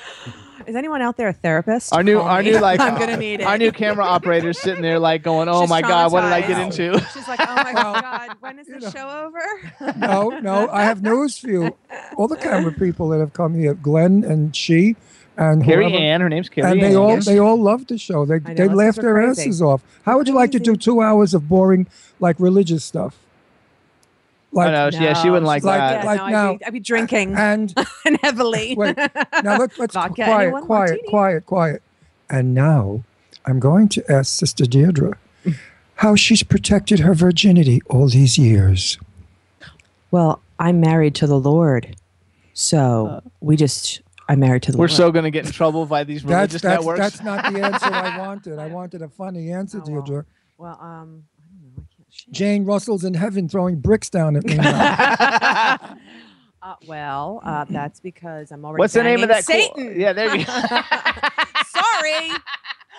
Speaker 8: Is anyone out there a therapist?
Speaker 3: Our new,
Speaker 8: Call
Speaker 3: our
Speaker 8: me.
Speaker 3: new, like,
Speaker 8: I'm gonna need it.
Speaker 3: our new camera operator's sitting there, like, going, "Oh
Speaker 8: She's
Speaker 3: my god, what did I get
Speaker 8: traumatized.
Speaker 3: into?"
Speaker 8: She's like, oh my God, when is the show over?
Speaker 4: no, no, I have news for you. All the camera people that have come here, Glenn and she, and
Speaker 3: Carrie
Speaker 4: whoever-
Speaker 3: Ann, her name's Carrie
Speaker 4: and they
Speaker 3: Ann.
Speaker 4: all they all love the show. They
Speaker 3: know,
Speaker 4: they
Speaker 3: listeners
Speaker 4: laugh
Speaker 3: are
Speaker 4: their
Speaker 3: crazy.
Speaker 4: asses off. How would you like to do two hours of boring, like religious stuff?
Speaker 3: I know, she- yeah, she wouldn't like that. Yeah,
Speaker 4: Like
Speaker 8: no, I'd
Speaker 4: now,
Speaker 8: be- I'd be drinking
Speaker 4: and
Speaker 8: and heavily.
Speaker 4: Wait, now let, let's
Speaker 8: Vodka,
Speaker 4: quiet,
Speaker 8: anyone?
Speaker 4: quiet, quiet, quiet. And now I'm going to ask Sister Deirdre how she's protected her virginity all these years.
Speaker 8: Well, I'm married to the Lord, so we just I'm married to the
Speaker 3: We're
Speaker 8: Lord.
Speaker 3: so gonna get in trouble by these
Speaker 4: That's
Speaker 3: religious
Speaker 4: that's,
Speaker 3: networks.
Speaker 4: that's not the answer I wanted. I wanted a funny answer, Deirdre.
Speaker 8: Oh, well, um,
Speaker 4: Jane Russell's in heaven throwing bricks down at me. now.
Speaker 8: uh, well, uh, that's because I'm already.
Speaker 3: What's the name of
Speaker 8: banging
Speaker 3: that? cool-
Speaker 8: Satan?
Speaker 3: yeah, there you go.
Speaker 8: Sorry,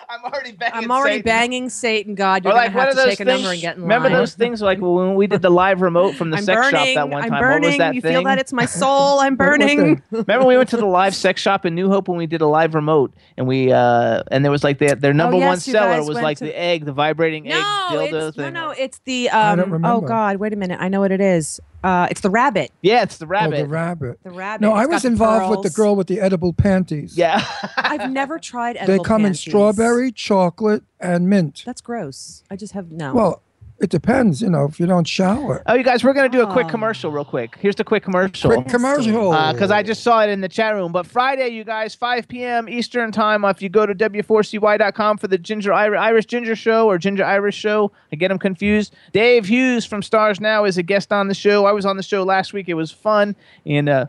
Speaker 3: I'm already banging.
Speaker 8: I'm already
Speaker 3: Satan.
Speaker 8: banging Satan. God, you're
Speaker 3: Or like
Speaker 8: gonna
Speaker 3: one
Speaker 8: have to
Speaker 3: of those
Speaker 8: take a
Speaker 3: things.
Speaker 8: number and get in line.
Speaker 3: remember those things like when we did the live remote from the
Speaker 8: I'm
Speaker 3: sex
Speaker 8: burning.
Speaker 3: shop that one time?
Speaker 8: I'm burning.
Speaker 3: What was that
Speaker 8: you
Speaker 3: thing?
Speaker 8: feel that? It's my soul. I'm burning.
Speaker 3: Remember we went to the live sex shop in New Hope when we did a live remote and we uh and there was like their their number one
Speaker 8: Oh, yes, you
Speaker 3: seller
Speaker 8: guys
Speaker 3: was
Speaker 8: went
Speaker 3: like
Speaker 8: to-
Speaker 3: the egg, the vibrating egg dildo
Speaker 8: it's, no,
Speaker 3: thing.
Speaker 8: no, it's the.
Speaker 4: I don't
Speaker 8: Um, oh
Speaker 4: remember.
Speaker 8: God, wait a minute. I know what it is. Uh, it's the rabbit.
Speaker 3: Yeah, it's the
Speaker 4: Oh,
Speaker 3: rabbit.
Speaker 4: the rabbit.
Speaker 8: The rabbit.
Speaker 4: No, I
Speaker 8: It's got
Speaker 4: was
Speaker 8: the
Speaker 4: involved with the
Speaker 8: pearls.
Speaker 4: girl with the edible panties.
Speaker 3: Yeah.
Speaker 8: I've never tried
Speaker 4: they
Speaker 8: edible.
Speaker 4: come
Speaker 8: panties.
Speaker 4: in strawberry, chocolate, and mint.
Speaker 8: That's gross. I just have no. Uh,
Speaker 4: Well, it depends, you know, if you don't shower.
Speaker 3: Oh, you guys, we're gonna do a quick commercial real quick. Here's the quick commercial.
Speaker 4: Quick commercial.
Speaker 3: Because I just saw it in the chat room. But Friday, you guys, 5 p.m. Eastern time. If you go to w4cy.com for the Ginger Ir- Irish Ginger Show or Ginger Irish Show, I get them confused. Dave Hughes from Stars Now is a guest on the show. I was on the show last week. It was fun and. uh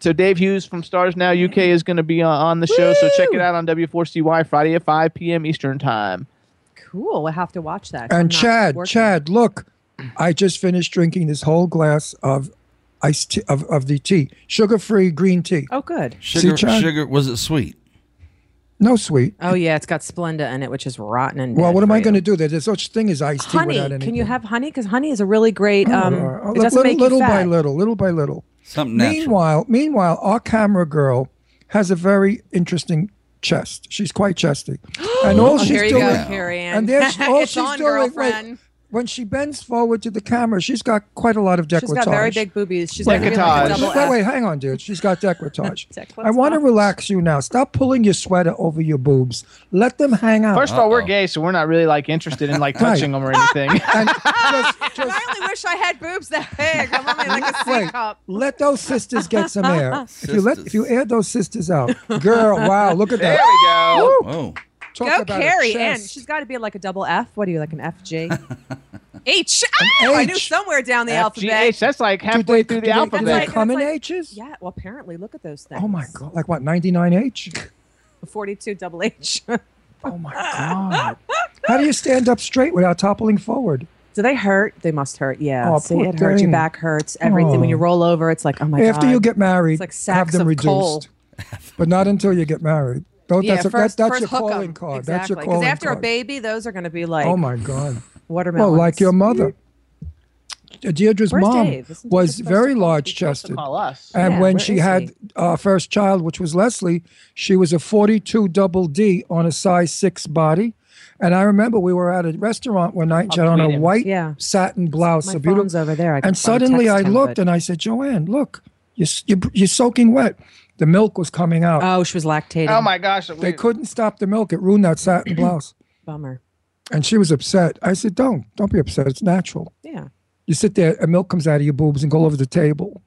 Speaker 3: so Dave Hughes from Stars Now UK is going to be on, on the show. So check it out on W4CY Friday at 5 p.m. Eastern time.
Speaker 8: cool. We'll have to watch that. I'm
Speaker 4: And
Speaker 8: not
Speaker 4: Chad,
Speaker 8: working.
Speaker 4: Chad, look, I just finished drinking this whole glass of iced tea, of, of the tea, sugar-free green tea.
Speaker 8: Oh, good.
Speaker 5: Sugar,
Speaker 4: See, Chad?
Speaker 5: sugar. Was it sweet?
Speaker 4: No sweet.
Speaker 8: Oh yeah, it's got Splenda in it, which is rotten and.
Speaker 4: Well,
Speaker 8: bad
Speaker 4: what am
Speaker 8: for
Speaker 4: I
Speaker 8: you.
Speaker 4: going to do? There's such thing as iced tea
Speaker 8: Honey,
Speaker 4: without
Speaker 8: can
Speaker 4: anything.
Speaker 8: you have honey? Because honey is a really great. Um,
Speaker 4: Uh,
Speaker 8: it
Speaker 4: li-
Speaker 8: doesn't
Speaker 4: little
Speaker 8: make
Speaker 4: little
Speaker 8: you
Speaker 4: by
Speaker 8: fat.
Speaker 4: little, little by little.
Speaker 5: Something natural.
Speaker 4: Meanwhile, meanwhile, our camera girl has a very interesting chest. She's quite chesty, and all
Speaker 8: Oh,
Speaker 4: she's
Speaker 8: here you
Speaker 4: doing,
Speaker 8: go, Carrie Ann.
Speaker 4: and there's all
Speaker 8: It's
Speaker 4: she's
Speaker 8: on,
Speaker 4: doing. wait,
Speaker 8: girlfriend.
Speaker 4: when she bends forward to the camera, she's got quite a lot of decolletage.
Speaker 8: She's got very big boobies. She's
Speaker 3: Like
Speaker 8: like,
Speaker 3: a
Speaker 8: like a
Speaker 3: Taj.
Speaker 8: double
Speaker 4: Wait,
Speaker 8: F.
Speaker 4: wait, hang on, dude. She's got decolletage. I want to relax you now. Stop pulling your sweater over your boobs. Let them hang out.
Speaker 3: First of all, we're gay, so we're not really like interested in like
Speaker 4: Right.
Speaker 3: touching them or anything.
Speaker 4: and just,
Speaker 8: And I only wish I had boobs that big. I'm only like a C
Speaker 4: Wait.
Speaker 8: cup.
Speaker 4: let those sisters get some air. If you let, if you air those sisters out, girl, wow, look at that.
Speaker 3: we go.
Speaker 5: Whoa.
Speaker 4: Talk
Speaker 8: Go
Speaker 4: about a
Speaker 8: Carrie Ann.
Speaker 4: chest.
Speaker 8: She's got to be like a double F. What are you like an FG? H.
Speaker 4: An
Speaker 8: Ah, I knew
Speaker 4: H.
Speaker 8: somewhere down the alphabet.
Speaker 3: FGH. That's like
Speaker 4: Do
Speaker 3: halfway
Speaker 4: they, do they,
Speaker 3: through the
Speaker 4: do they
Speaker 3: alphabet.
Speaker 4: come in
Speaker 8: Like-
Speaker 4: H's?
Speaker 8: Yeah. Well, apparently, look at those things.
Speaker 4: Oh my god, like what? Ninety nine H?
Speaker 8: 42 double H.
Speaker 4: Oh my god. How do you stand up straight without toppling forward?
Speaker 8: Do they hurt? They must hurt. Yeah.
Speaker 4: Oh,
Speaker 8: See,
Speaker 4: poor
Speaker 8: it hurts. Your
Speaker 4: thing.
Speaker 8: back hurts. Everything. When you
Speaker 4: Oh.
Speaker 8: roll over, it's like, oh my
Speaker 4: After
Speaker 8: god.
Speaker 4: you get married,
Speaker 8: It's like sacks
Speaker 4: have them
Speaker 8: of
Speaker 4: reduced,
Speaker 8: coal.
Speaker 4: but not until you get married. Don't,
Speaker 8: yeah,
Speaker 4: that's a,
Speaker 8: first,
Speaker 4: that, that's
Speaker 8: first
Speaker 4: your
Speaker 8: hook 'em.
Speaker 4: calling card.
Speaker 8: Exactly.
Speaker 4: That's your
Speaker 8: 'Cause
Speaker 4: calling
Speaker 8: after
Speaker 4: card.
Speaker 8: a baby, those are going to be like
Speaker 4: oh my god.
Speaker 8: watermelons.
Speaker 4: Well, like your mother. Deirdre's
Speaker 8: Where's
Speaker 4: mom
Speaker 8: Dave? Isn't Dave
Speaker 4: was
Speaker 8: supposed to
Speaker 4: very
Speaker 8: call?
Speaker 4: large chested.
Speaker 3: Call us.
Speaker 4: And
Speaker 8: Yeah,
Speaker 4: when
Speaker 8: where
Speaker 4: she
Speaker 8: is
Speaker 4: had
Speaker 8: he?
Speaker 4: our first child, which was Leslie, she was a 42 double D on a size six body. And I remember we were at a restaurant one night, Jen, on a
Speaker 8: meeting.
Speaker 4: white
Speaker 8: Yeah.
Speaker 4: satin blouse.
Speaker 8: My
Speaker 4: a beautiful,
Speaker 8: phone's over there. I can
Speaker 4: and
Speaker 8: probably
Speaker 4: suddenly I
Speaker 8: text him,
Speaker 4: looked
Speaker 8: but-
Speaker 4: and I said, Joanne, look, you're, s- you're, you're soaking wet. The milk was coming out.
Speaker 8: Oh, she was lactating.
Speaker 3: Oh my gosh,
Speaker 4: They couldn't stop the milk. It ruined that satin blouse.
Speaker 8: Bummer.
Speaker 4: And she was upset. I said, Don't, don't be upset. It's natural.
Speaker 8: Yeah.
Speaker 4: You sit there and milk comes out of your boobs and go over the table.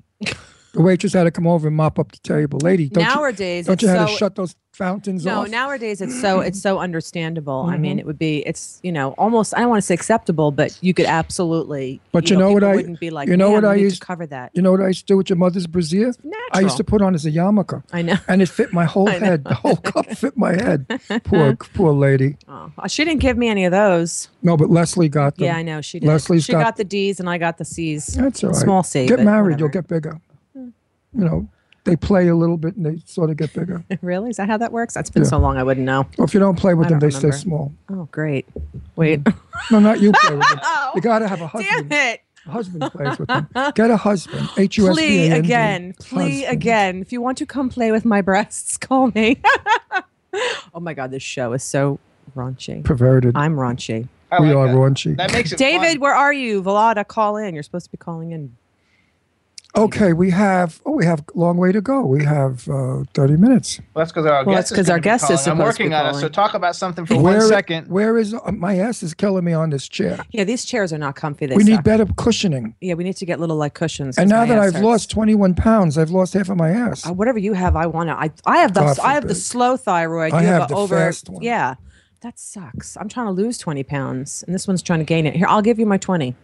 Speaker 4: the waitress had to come over and mop up the table. Lady, don't
Speaker 8: Nowadays,
Speaker 4: you, don't you
Speaker 8: it's
Speaker 4: have to
Speaker 8: so-
Speaker 4: shut those fountains
Speaker 8: No,
Speaker 4: off?
Speaker 8: nowadays it's so it's so understandable. I
Speaker 4: Mhm.
Speaker 8: mean, it would be it's you know almost I don't want to say acceptable, but you could absolutely.
Speaker 4: But you know, what
Speaker 8: people
Speaker 4: I
Speaker 8: wouldn't be like.
Speaker 4: you know what
Speaker 8: "Man, we
Speaker 4: I
Speaker 8: need to
Speaker 4: used
Speaker 8: cover that.
Speaker 4: You know what I used to do with your mother's brassiere? I used
Speaker 8: natural.
Speaker 4: to put on as a yarmulke.
Speaker 8: I know.
Speaker 4: And it fit my whole
Speaker 8: I know.
Speaker 4: head. The whole cup fit my head. Poor poor lady.
Speaker 8: Oh, she didn't give me any of those.
Speaker 4: No, but Leslie got them.
Speaker 8: Yeah, I know she did.
Speaker 4: Leslie's
Speaker 8: she
Speaker 4: got,
Speaker 8: got, the D's and I got the C's.
Speaker 4: That's all right.
Speaker 8: Small C.
Speaker 4: Get
Speaker 8: but
Speaker 4: married, you'll
Speaker 8: whatever. Hmm.
Speaker 4: get bigger. You know, they play a little bit and they sort of get bigger.
Speaker 8: really? Is that how that works? That's been so long. I wouldn't know.
Speaker 4: Or if you don't play with
Speaker 8: I
Speaker 4: them, they
Speaker 8: don't
Speaker 4: stay
Speaker 8: remember.
Speaker 4: small.
Speaker 8: Oh, great. Wait. Oh,
Speaker 4: No, not you play with them. You got to have a husband.
Speaker 8: Damn it.
Speaker 4: A husband plays with them. Get a husband. H U S B A
Speaker 8: Plea
Speaker 4: N D.
Speaker 8: again. Plea
Speaker 4: Husband.
Speaker 8: again. If you want to come play with my breasts, call me. oh my God, this show is so raunchy.
Speaker 4: Perverted.
Speaker 8: I'm raunchy.
Speaker 3: I
Speaker 4: we
Speaker 3: like
Speaker 4: are
Speaker 3: that.
Speaker 4: raunchy.
Speaker 3: That makes it
Speaker 8: David,
Speaker 3: fun.
Speaker 8: where are you? Velada, call in. You're supposed to be calling in.
Speaker 4: Okay, we have oh, we have a long way to go. We We have uh, thirty minutes.
Speaker 3: Well, that's because our
Speaker 8: Well,
Speaker 3: guest
Speaker 8: that's 'cause our
Speaker 3: gonna be
Speaker 8: guest is
Speaker 3: calling. I'm
Speaker 8: supposed to be
Speaker 3: working on it,
Speaker 8: calling.
Speaker 3: so talk about something for
Speaker 4: Where-
Speaker 3: one second.
Speaker 4: Where is uh, my ass is killing me on this chair.
Speaker 8: Yeah, these chairs are not comfy. They
Speaker 4: We need
Speaker 8: suck.
Speaker 4: better cushioning.
Speaker 8: Yeah, we need to get little like cushions. 'cause
Speaker 4: And now
Speaker 8: my
Speaker 4: that
Speaker 8: ass
Speaker 4: I've
Speaker 8: hurts.
Speaker 4: lost twenty one pounds, I've lost half of my ass.
Speaker 3: Oh,
Speaker 8: Uh, whatever you have, I want to. I I have the
Speaker 4: God
Speaker 8: I have the
Speaker 4: forbid.
Speaker 8: slow thyroid.
Speaker 4: I
Speaker 8: you
Speaker 4: have
Speaker 8: a
Speaker 4: the
Speaker 8: over.
Speaker 4: fast one.
Speaker 8: Yeah, that sucks. I'm trying to lose 20 pounds, and this one's trying to gain it. Here, I'll give you my 20.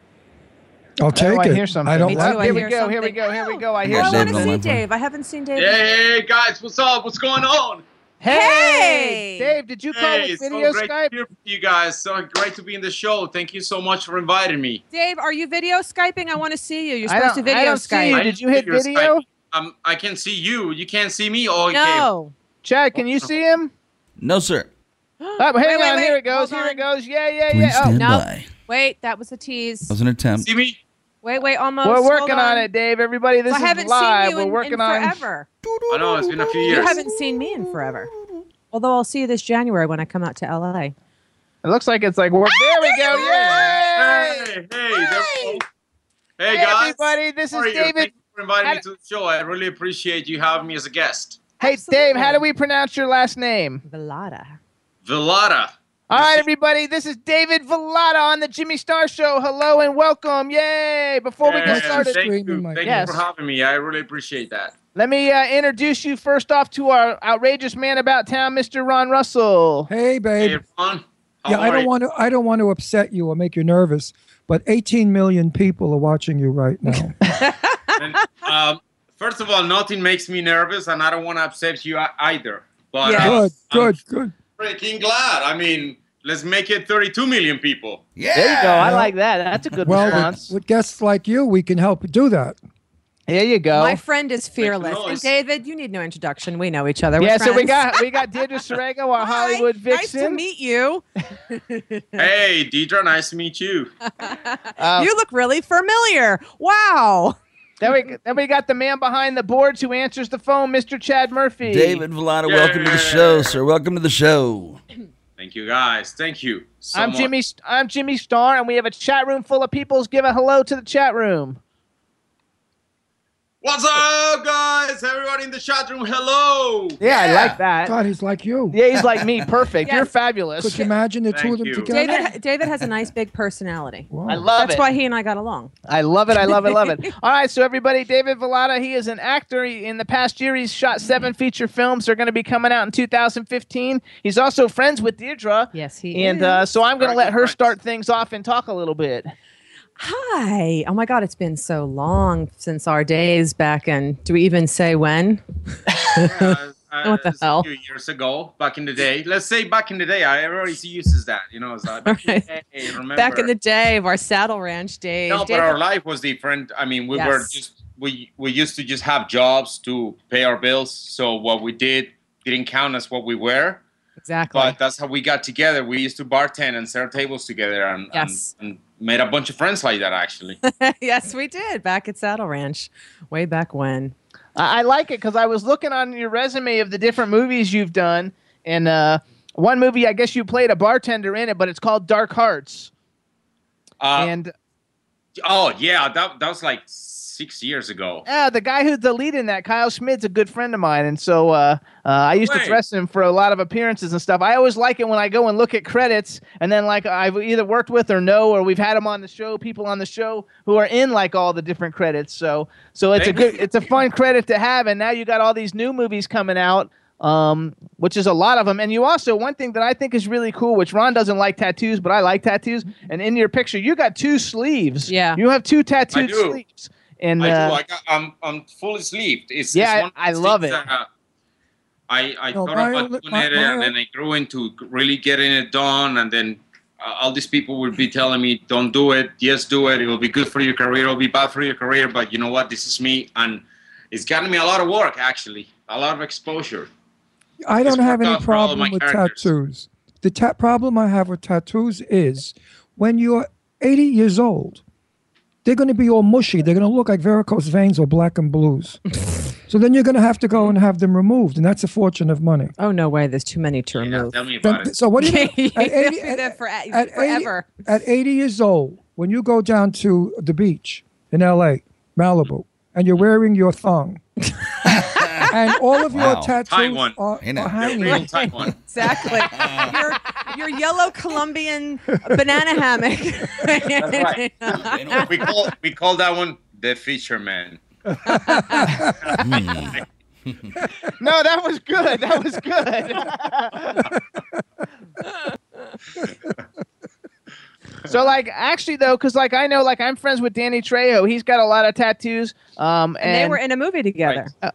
Speaker 4: I'll take
Speaker 3: oh, I
Speaker 4: it.
Speaker 3: hear something.
Speaker 4: I don't
Speaker 8: Me too,
Speaker 4: like
Speaker 8: I
Speaker 4: it.
Speaker 3: Here we
Speaker 8: hear
Speaker 3: go. Here we
Speaker 8: something.
Speaker 3: go. Here we go. I
Speaker 8: Oh,
Speaker 3: hear
Speaker 8: I want
Speaker 5: David
Speaker 3: something.
Speaker 8: to
Speaker 5: on
Speaker 8: see
Speaker 5: my phone.
Speaker 8: Dave. I haven't seen Dave.
Speaker 10: Hey, guys, what's up? What's going on?
Speaker 8: Hey!
Speaker 3: Dave, did you call
Speaker 10: Hey,
Speaker 3: with
Speaker 10: it's so
Speaker 3: video
Speaker 10: great
Speaker 3: Skype?
Speaker 10: to hear from you guys. So great to be in the show. Thank you so much for inviting me.
Speaker 8: Dave, are you video skyping? I want to see you. You're
Speaker 3: I
Speaker 8: supposed to
Speaker 3: don't- I
Speaker 8: video
Speaker 3: don't see
Speaker 8: Skype.
Speaker 3: you.
Speaker 10: I
Speaker 3: Did you
Speaker 10: can
Speaker 3: hit
Speaker 10: figure
Speaker 3: video?
Speaker 10: Skype. Um, I can see you. You can't see me. Oh, okay.
Speaker 8: No.
Speaker 3: Chad, can you see him?
Speaker 5: No, sir.
Speaker 3: Oh, hang
Speaker 8: Wait, wait,
Speaker 3: on.
Speaker 8: wait.
Speaker 3: Here it goes.
Speaker 8: Hold
Speaker 3: Here it
Speaker 8: on.
Speaker 3: goes. Yeah, yeah, Oh.
Speaker 5: Please
Speaker 3: yeah.
Speaker 5: stand
Speaker 8: no.
Speaker 5: by.
Speaker 8: Wait, that was a tease.
Speaker 5: That was an attempt.
Speaker 10: See me?
Speaker 8: Wait, wait, almost.
Speaker 3: Oh, we're
Speaker 8: Hold
Speaker 3: working on.
Speaker 8: on
Speaker 3: it, Dave. Everybody, this
Speaker 8: I
Speaker 3: is
Speaker 8: haven't seen
Speaker 3: live.
Speaker 8: you
Speaker 3: we're
Speaker 8: in,
Speaker 3: working
Speaker 8: in
Speaker 3: on.
Speaker 8: forever.
Speaker 10: I know it's been a few years.
Speaker 8: You haven't seen me in forever. Although I'll see you this January when I come out to Ah! LA.
Speaker 3: It looks like it's like we're. There we go. Yay!
Speaker 10: Hey, hey, there we go. hey,
Speaker 3: Hey,
Speaker 10: guys.
Speaker 3: everybody. This
Speaker 10: How
Speaker 3: is
Speaker 10: are you?
Speaker 3: David.
Speaker 10: Thank you for inviting me
Speaker 3: Had-
Speaker 10: to the show. I really appreciate you having me as a guest.
Speaker 3: Hey, Dave. How
Speaker 8: Absolutely.
Speaker 3: do we pronounce your last name?
Speaker 8: Velada.
Speaker 10: Velada.
Speaker 3: All right, everybody. This is David Velada on the Jimmy Star Show. Hello and welcome. Yay! Before we
Speaker 10: Yes,
Speaker 3: get started,
Speaker 10: Thank you,
Speaker 4: Screaming my-
Speaker 10: thank
Speaker 3: Yes.
Speaker 10: you for having me. I really appreciate that.
Speaker 3: let me uh, introduce you first off to our outrageous man about town, Mr. Ron Russell.
Speaker 4: Hey, babe.
Speaker 10: Hey, everyone. How
Speaker 4: yeah, I
Speaker 10: are
Speaker 4: don't
Speaker 10: you?
Speaker 4: want to. I don't want to upset you or make you nervous. But 18 million people are watching you right now.
Speaker 10: And, um, first of all, nothing makes me nervous, and I don't want to upset you ei- either. But
Speaker 8: Yeah.
Speaker 10: uh,
Speaker 4: good, good,
Speaker 3: Um,
Speaker 4: good.
Speaker 10: I'm freaking glad. I mean, let's make it 32 million people.
Speaker 5: Yeah.
Speaker 3: There you go. I like that. That's a good
Speaker 4: Well, with,
Speaker 3: response.
Speaker 4: with guests like you, we can help do that.
Speaker 3: there you go.
Speaker 8: My friend is fearless.
Speaker 10: noise.
Speaker 8: And David, you need no introduction. We know each other. We're
Speaker 3: yeah, so we
Speaker 8: friends.
Speaker 3: got we got Deirdre Sorego, our
Speaker 8: Hi,
Speaker 3: Hollywood vixen.
Speaker 8: Nice to meet you.
Speaker 10: Hey, Deidre, nice to meet you.
Speaker 3: Uh,
Speaker 8: you look really familiar. Wow.
Speaker 3: then we then we got the man behind the boards who answers the phone, Mr. Chad Murphy.
Speaker 5: David Velada, welcome to the show, sir. Welcome to the show.
Speaker 10: Thank you, guys. Thank you. So
Speaker 3: I'm
Speaker 10: much.
Speaker 3: Jimmy. I'm Jimmy Star, and we have a chat room full of peoples. Give a hello to the chat room.
Speaker 10: What's up, guys? Everyone in the chat room, hello.
Speaker 3: Yeah, I
Speaker 5: Yeah.
Speaker 3: like that.
Speaker 4: God, he's like you.
Speaker 3: Yeah, he's like me. Perfect.
Speaker 8: Yes.
Speaker 3: You're
Speaker 4: Could
Speaker 3: fabulous.
Speaker 4: you imagine the two
Speaker 10: Thank
Speaker 4: of them
Speaker 10: you.
Speaker 4: together?
Speaker 8: David David has a nice big personality.
Speaker 4: Wow.
Speaker 3: I love
Speaker 8: That's
Speaker 3: it.
Speaker 8: why he and I got along.
Speaker 3: I love it. I love it. Love it. All right, so everybody, David Velada, he is an actor. He- in the past year, he's shot seven feature films. They're going to be coming out in 2015. He's also friends with Deirdre.
Speaker 8: Yes, he
Speaker 3: And
Speaker 8: is.
Speaker 3: uh, so I'm going to
Speaker 10: Very
Speaker 3: let
Speaker 10: good
Speaker 3: her
Speaker 10: friends.
Speaker 3: start things off and talk a little bit.
Speaker 8: Hi. Oh my God, it's been so long since our days back in do we even say when?
Speaker 10: Yeah, uh,
Speaker 8: What the
Speaker 10: it's
Speaker 8: hell?
Speaker 10: A few years ago, back in the day. Let's say back in the day. I always uses that. You know, it's like back, in, the
Speaker 8: Alright.
Speaker 10: day, remember.
Speaker 8: Back in the day of our saddle ranch days.
Speaker 10: No, but
Speaker 8: David-
Speaker 10: our life was different. I mean, we were
Speaker 8: Yes.
Speaker 10: just we we used to just have jobs to pay our bills. So what we did didn't count as what we were.
Speaker 8: exactly.
Speaker 10: But that's how we got together. We used to bartend and serve tables together, and,
Speaker 8: Yes.
Speaker 10: and, and made a bunch of friends like that. Actually,
Speaker 8: yes, we did back at Saddle Ranch, way back when.
Speaker 3: I, I like it because I was looking on your resume of the different movies you've done, and uh, One movie, I guess you played a bartender in it, but it's called Dark Hearts.
Speaker 10: Uh,
Speaker 3: and
Speaker 10: oh yeah, that that was like six years ago.
Speaker 3: yeah, the guy who's the lead in that, Kyle Schmidt's a good friend of mine, and so uh, uh, I used to
Speaker 10: Wait.
Speaker 3: dress him for a lot of appearances and stuff. I always like it when I go and look at credits, and then like I've either worked with or know, or we've had him on the show, people on the show who are in like all the different credits. So so it's a
Speaker 10: Thank you.
Speaker 3: good, it's a fun credit to have, and now you got all these new movies coming out. Um, which is a lot of them, and you also one thing that I think is really cool, which Ron doesn't like tattoos, but I like tattoos. And in your picture, you got two sleeves.
Speaker 8: Yeah.
Speaker 3: you have two tattooed
Speaker 10: do.
Speaker 3: sleeves. And
Speaker 10: I
Speaker 3: uh,
Speaker 10: do. I got, I'm I'm fully sleeved. It's
Speaker 3: Yeah,
Speaker 10: it's one of
Speaker 3: I
Speaker 10: those
Speaker 3: love
Speaker 10: things
Speaker 3: it.
Speaker 10: That, uh, I I
Speaker 4: No,
Speaker 10: thought
Speaker 4: my
Speaker 10: about
Speaker 4: only-
Speaker 10: doing
Speaker 4: my-
Speaker 10: it,
Speaker 4: my
Speaker 10: and then I grew into really getting it done, and then. Uh, all these people would be telling me, "Don't do it. Yes, do it. It will be good for your career. It'll be bad for your career." But you know what? This is me, and it's gotten me a lot of work, actually, a lot of exposure.
Speaker 4: I don't
Speaker 10: It's
Speaker 4: have
Speaker 10: worked
Speaker 4: any
Speaker 10: out for all of
Speaker 4: problem
Speaker 10: my
Speaker 4: with
Speaker 10: characters.
Speaker 4: tattoos. The ta- problem I have with tattoos is when you're 80 years old, they're going to be all mushy. They're going to look like varicose veins or black and blues. so then you're going to have to go and have them removed, and that's a fortune of money.
Speaker 8: Oh no way! There's too many to
Speaker 10: Yeah,
Speaker 8: remove.
Speaker 10: tell me about
Speaker 4: Then-
Speaker 10: it.
Speaker 4: so what do you,
Speaker 8: You
Speaker 4: at
Speaker 8: gotta
Speaker 4: 80
Speaker 8: do that for-
Speaker 4: at 80
Speaker 8: forever.
Speaker 4: at 80 years old, when you go down to the beach in L.A., Malibu, and you're wearing your thong, and all of your
Speaker 5: Wow.
Speaker 10: High
Speaker 4: tattoos
Speaker 10: one.
Speaker 4: are,
Speaker 5: Ain't it?
Speaker 4: are
Speaker 10: You're a
Speaker 4: hanging.
Speaker 10: real tight one.
Speaker 8: Exactly. your your yellow Colombian banana hammock.
Speaker 10: right. We call we call that one the fisherman.
Speaker 3: No, that was good. That was good. so like actually though because like i know like i'm friends with danny trejo he's got a lot of tattoos um and,
Speaker 8: And they were in a movie together.
Speaker 10: Right.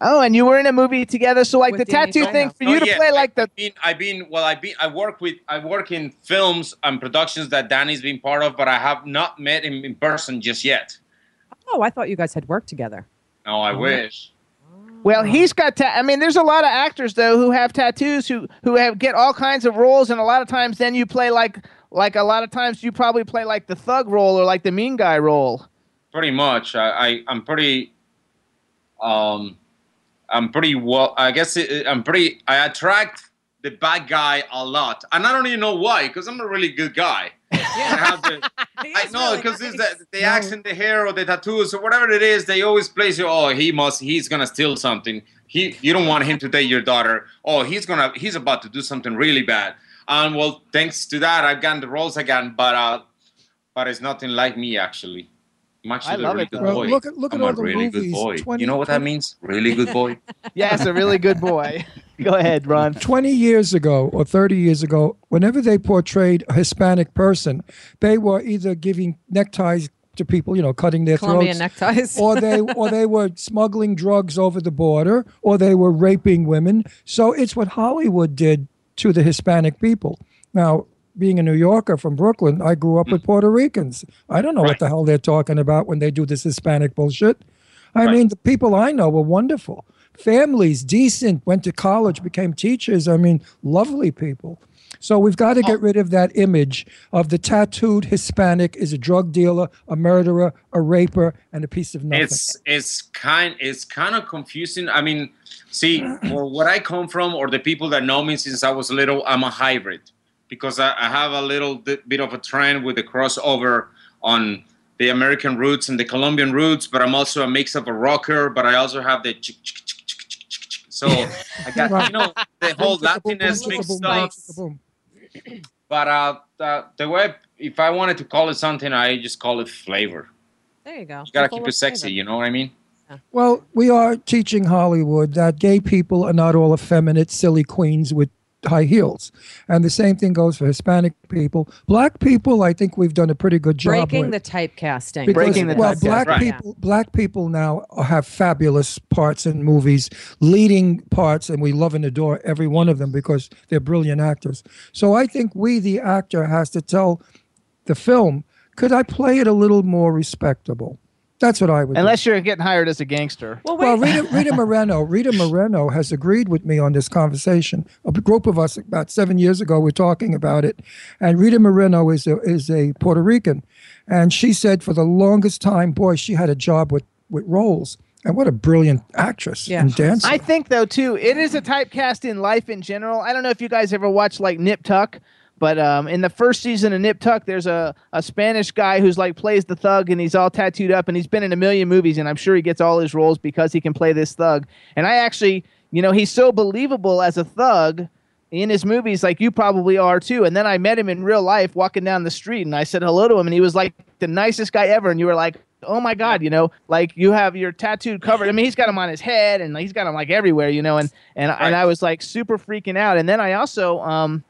Speaker 3: oh and you were in a movie together so like
Speaker 8: With
Speaker 3: the
Speaker 8: Danny
Speaker 3: tattoo
Speaker 8: Trejo.
Speaker 3: thing for
Speaker 10: No,
Speaker 3: you to
Speaker 10: Oh, yeah,
Speaker 3: play like the
Speaker 10: I've been, I've been well. I've been. I work with. I work in films and productions that Danny's been part of, but I have not met him in person just yet.
Speaker 8: Oh, I thought you guys had worked together.
Speaker 10: No, I wish.
Speaker 3: well he's got ta- i mean there's a lot of actors though who have tattoos who who have get all kinds of roles and a lot of times then you play like like a lot of times you probably play like the thug role or like the mean guy role
Speaker 10: Pretty much. I, I I'm pretty. Um, I'm pretty well. I guess it, I'm pretty. I attract the bad guy a lot, and I don't even know why, because I'm a really good guy. I have the- I know because it's the, the accent, the hair, or the tattoos, or whatever it is. They always place you. Oh, he must. He's gonna steal something. He. You don't want him to date your daughter. Oh, he's gonna. He's about to do something really bad. And well, thanks to that, I've gotten the roles again. But uh, but it's nothing like me actually. I'm actually
Speaker 3: I
Speaker 10: a
Speaker 3: love
Speaker 10: really
Speaker 3: it,
Speaker 10: good
Speaker 3: though.
Speaker 10: boy.
Speaker 4: Well, look at- look at
Speaker 10: I'm
Speaker 4: all
Speaker 10: a
Speaker 4: the
Speaker 10: really good
Speaker 4: movies,
Speaker 10: boy.
Speaker 4: 20
Speaker 10: you know what that means? Really good boy.
Speaker 3: yes a really good boy go ahead ron
Speaker 4: 20 years ago or 30 years ago, whenever they portrayed a Hispanic person, they were either giving neckties to people, you know, cutting their
Speaker 8: Colombian
Speaker 4: throats,
Speaker 8: neckties.
Speaker 4: or they or they were smuggling drugs over the border, or they were raping women. So it's what Hollywood did to the Hispanic people. Now, being a New Yorker from Brooklyn, I grew up with Puerto Ricans. I don't know what
Speaker 10: Right.
Speaker 4: the hell they're talking about when they do this Hispanic bullshit. I
Speaker 10: Right.
Speaker 4: mean, the people I know were wonderful. Families, decent, went to college, became teachers. I mean, lovely people. So we've got to get
Speaker 10: Oh.
Speaker 4: rid of that image of the tattooed Hispanic is a drug dealer, a murderer, a raper, and a piece of nothing.
Speaker 10: it's it's kind it's kind of confusing i mean see or what i come from or the people that know me since i was little i'm a hybrid because i, I have a little di- bit of a trend with the crossover on the american roots and the colombian roots but i'm also a mix of a rocker but i also have the chick, chick, chick, chick, chick, chick, chick. so i got you know the whole latinx mixed up
Speaker 4: Boom.
Speaker 10: but uh the, the way if i wanted to call it something i just call it flavor
Speaker 8: there you go.
Speaker 10: you gotta keep it sexy you know what i mean
Speaker 4: Well, we are teaching Hollywood that gay people are not all effeminate, silly queens with high heels. And the same thing goes for Hispanic people. Black people, I think we've done a pretty good job
Speaker 8: Breaking
Speaker 4: with.
Speaker 8: the typecasting.
Speaker 4: because,
Speaker 3: Breaking the
Speaker 4: well,
Speaker 3: typecast,
Speaker 4: black
Speaker 10: right.
Speaker 4: people, black people now have fabulous parts in movies, leading parts, and we love and adore every one of them because they're brilliant actors. So I think we, the actor, has to tell the film, could I play it a little more respectable? That's what I would. do.
Speaker 3: Unless you're getting hired as a gangster.
Speaker 8: Well, wait.
Speaker 4: Well, Rita, Rita Moreno, Rita Moreno has agreed with me on this conversation. A group of us about seven years ago were talking about it, and Rita Moreno is a, is a Puerto Rican, and she said for the longest time, boy, she had a job with with roles. And what a brilliant actress and dancer.
Speaker 3: I think though too, it is a typecast in life in general. I don't know if you guys ever watched like Nip Tuck, but um, in the first season of Nip Tuck, there's a, a Spanish guy who's like plays the thug and he's all tattooed up and he's been in a million movies and I'm sure he gets all his roles because he can play this thug. And I actually, you know, he's so believable as a thug in his movies like you probably are too and then i met him in real life walking down the street and i said hello to him and he was like the nicest guy ever and you were like oh my god you know like you have your tattoo covered i mean he's got him on his head and he's got him like everywhere you know and and, and i was like super freaking out and then i also um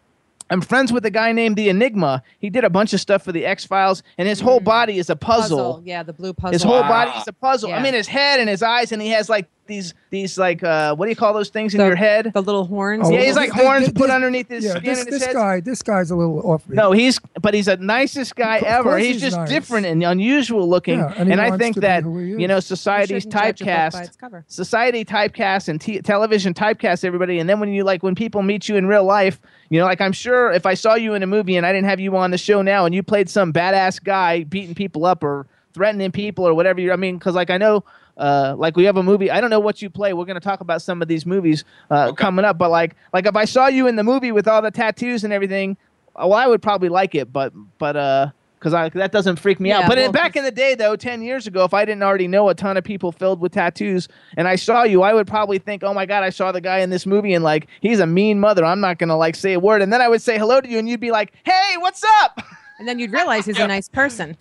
Speaker 3: I'm friends with a guy named the Enigma. He did a bunch of stuff for the X Files, and his
Speaker 4: Mm.
Speaker 3: whole body is a puzzle.
Speaker 8: Yeah, the blue puzzle.
Speaker 3: His whole body is a puzzle. I mean, his head and his eyes, and he has like these these like uh, what do you call those things in your head?
Speaker 8: The little horns.
Speaker 3: yeah, he's like
Speaker 4: Oh, this-
Speaker 3: horns
Speaker 4: this-
Speaker 3: put underneath his
Speaker 4: yeah,
Speaker 3: skin
Speaker 4: this,
Speaker 3: and his
Speaker 4: this
Speaker 3: head.
Speaker 4: guy, this guy's a little off.
Speaker 3: No, he's but he's the nicest guy
Speaker 4: Of
Speaker 3: ever.
Speaker 4: course
Speaker 3: He's,
Speaker 4: he's
Speaker 3: just
Speaker 4: nice.
Speaker 3: different and unusual looking.
Speaker 4: Yeah, and
Speaker 3: and
Speaker 4: he
Speaker 3: I
Speaker 4: wants
Speaker 3: think
Speaker 4: to be
Speaker 3: that
Speaker 4: who he is.
Speaker 3: you know society's
Speaker 8: shouldn't judge a book by
Speaker 3: typecast,
Speaker 8: its cover.
Speaker 3: society typecast and t- television typecast everybody. And then when you like when people meet you in real life, you know, like I'm sure if I saw you in a movie and I didn't have you on the show now, and you played some badass guy beating people up or threatening people or whatever. You're, I mean, because like I know. Uh, like we have a movie. I don't know what you play. We're gonna talk about some of these movies uh, coming up. But like, like if I saw you in the movie with all the tattoos and everything, uh, well, I would probably like it, but but uh, because I that doesn't freak me out.
Speaker 8: Yeah,
Speaker 3: But in,
Speaker 8: well,
Speaker 3: back in the day, though, ten years ago, if I didn't already know a ton of people filled with tattoos, and I saw you, I would probably think, oh my god, I saw the guy in this movie, and like he's a mean mother. I'm not gonna like say a word, and then I would say hello to you, and you'd be like, hey, what's up?
Speaker 8: And then you'd realize he's a nice person.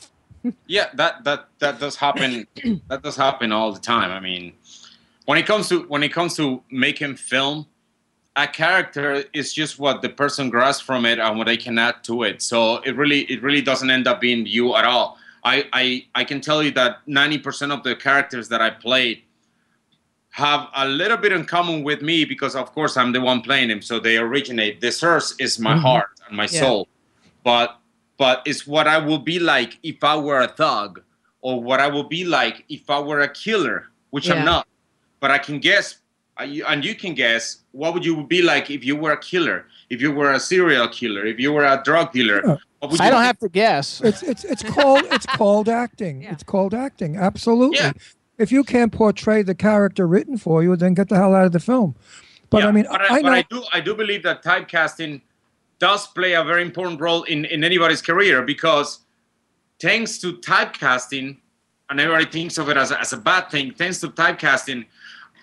Speaker 10: yeah that that that does happen that does happen all the time i mean when it comes to when it comes to making film a character is just what the person grasps from it and what they can add to it so it really it really doesn't end up being you at all i i, I can tell you that 90% of the characters that i played have a little bit in common with me because of course i'm the one playing him so they originate the source is my heart and my
Speaker 8: Yeah.
Speaker 10: soul but but it's what I would be like if I were a thug, or what I would be like if I were a killer, which
Speaker 8: Yeah.
Speaker 10: I'm not. But I can guess, I- you- and you can guess, what would you be like if you were a killer, if you were a serial killer, if you were a drug dealer?
Speaker 4: Yeah.
Speaker 10: What would
Speaker 3: I
Speaker 10: you
Speaker 3: don't
Speaker 10: be-
Speaker 3: have to guess.
Speaker 4: It's it's it's called it's called acting.
Speaker 8: Yeah.
Speaker 4: It's called acting. Absolutely.
Speaker 10: Yeah.
Speaker 4: If you can't portray the character written for you, then get the hell out of the film. But
Speaker 10: Yeah,
Speaker 4: I mean,
Speaker 10: but
Speaker 4: I,
Speaker 10: I,
Speaker 4: know.
Speaker 10: but I do, I do believe that typecasting does play a very important role in, in anybody's career because thanks to typecasting, and everybody thinks of it as a, as a bad thing, thanks to typecasting,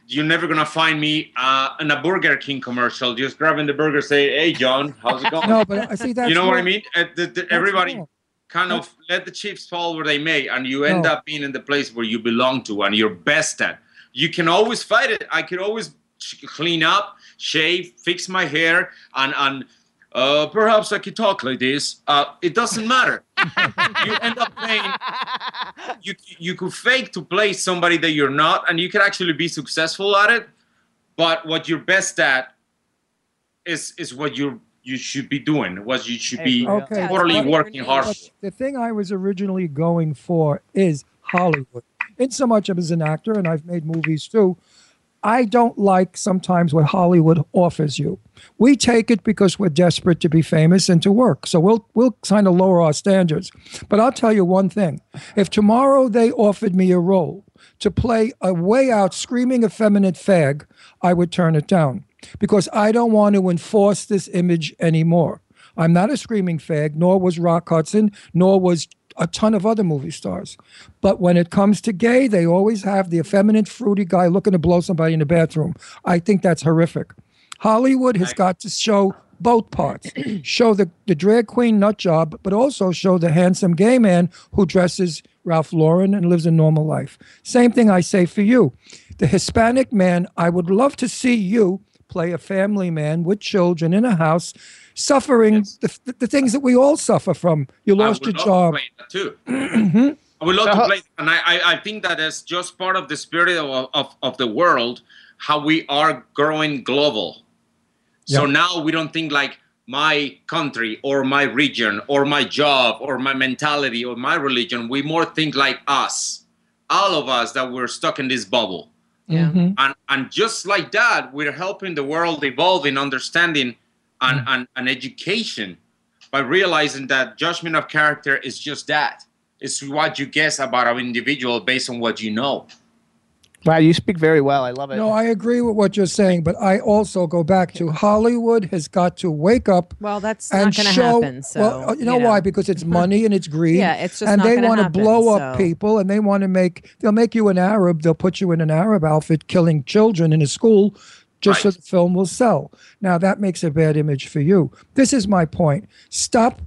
Speaker 10: you're never gonna find me uh, in a Burger King commercial just grabbing the burger, say, "Hey, John, how's it going?"
Speaker 4: no, but I see that.
Speaker 10: you know what I mean? Uh, the- the- everybody
Speaker 4: wrong.
Speaker 10: kind of let the chips fall where they may, and you end
Speaker 4: No.
Speaker 10: up being in the place where you belong to and you're best at. You can always fight it. I could always sh- clean up, shave, fix my hair, and and uh, perhaps I could talk like this. Uh, it doesn't matter. you end up playing. You you could fake to play somebody that you're not, and you could actually be successful at it. But what you're best at is is what you you should be doing. What you should be
Speaker 4: Okay.
Speaker 10: totally
Speaker 8: Yeah.
Speaker 10: working hard. for.
Speaker 4: But the thing I was originally going for is Hollywood. In so much as an actor, and I've made movies too, I don't like sometimes what Hollywood offers you. We take it because we're desperate to be famous and to work. So we'll we'll kind of lower our standards. But I'll tell you one thing. If tomorrow they offered me a role to play a way out screaming effeminate fag, I would turn it down because I don't want to enforce this image anymore. I'm not a screaming fag, nor was Rock Hudson, nor was a ton of other movie stars. But when it comes to gay, they always have the effeminate, fruity guy looking to blow somebody in the bathroom. I think that's horrific. Hollywood has got to show both parts show the, the drag queen nut job, but also show the handsome gay man who dresses Ralph Lauren and lives a normal life. Same thing I say for you. The Hispanic man, I would love to see you play a family man with children in a house suffering the, the, things that we all suffer from. You
Speaker 10: I
Speaker 4: lost
Speaker 10: would
Speaker 4: your job.
Speaker 10: love
Speaker 4: Mm-hmm.
Speaker 10: To play that too. I would love
Speaker 3: So-
Speaker 10: to play, and I, I, I think that is just part of the spirit of, of, of the world, how we are growing global. So
Speaker 4: Yeah.
Speaker 10: now we don't think like my country or my region or my job or my mentality or my religion. We more think like us, all of us that we're stuck in this bubble.
Speaker 8: Yeah.
Speaker 10: and and just like that we're helping the world evolve in understanding and, and, and education by realizing that judgment of character is just that it's what you guess about an individual based on what you know
Speaker 3: Wow, you speak very well. I love it.
Speaker 4: No, I agree with what you're saying, but I also go back to Hollywood has got to wake up.
Speaker 8: Well, that's
Speaker 4: and
Speaker 8: not going to
Speaker 4: show-
Speaker 8: happen. So
Speaker 4: well, uh, you know why? Because it's money and it's greed.
Speaker 8: Yeah, it's just
Speaker 4: and
Speaker 8: not
Speaker 4: they
Speaker 8: gonna
Speaker 4: wanna
Speaker 8: happen,
Speaker 4: blow up
Speaker 8: so-
Speaker 4: people, and they want to make they'll make you an Arab. They'll put you in an Arab outfit, killing children in a school, just so the film will sell. Now that makes a bad image for you. This is my point. Stop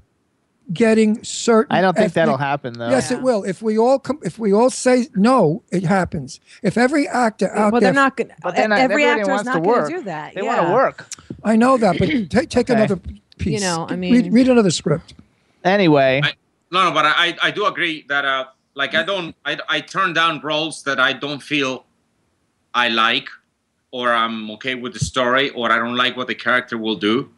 Speaker 4: getting certain.
Speaker 3: I don't think that'll
Speaker 4: ethnic-
Speaker 3: happen though.
Speaker 4: Yes, it will. If we all come, if we all say no, it happens. If every actor out
Speaker 8: well,
Speaker 4: there,
Speaker 8: they're not going.
Speaker 3: But then I-
Speaker 8: Every
Speaker 3: everybody
Speaker 8: actor
Speaker 3: wants
Speaker 8: is
Speaker 3: to
Speaker 8: not going
Speaker 3: work.
Speaker 8: do that.
Speaker 3: They
Speaker 8: yeah.
Speaker 3: want to work.
Speaker 4: I know that, but take take
Speaker 3: Okay.
Speaker 4: another piece.
Speaker 8: know, I
Speaker 4: read,
Speaker 8: mean-
Speaker 4: read another script.
Speaker 3: Anyway,
Speaker 10: I- No, no, but I, I- I do agree that uh, like I don't I, I turn down roles that I don't feel I like or I'm okay with the story or I don't like what the character will do.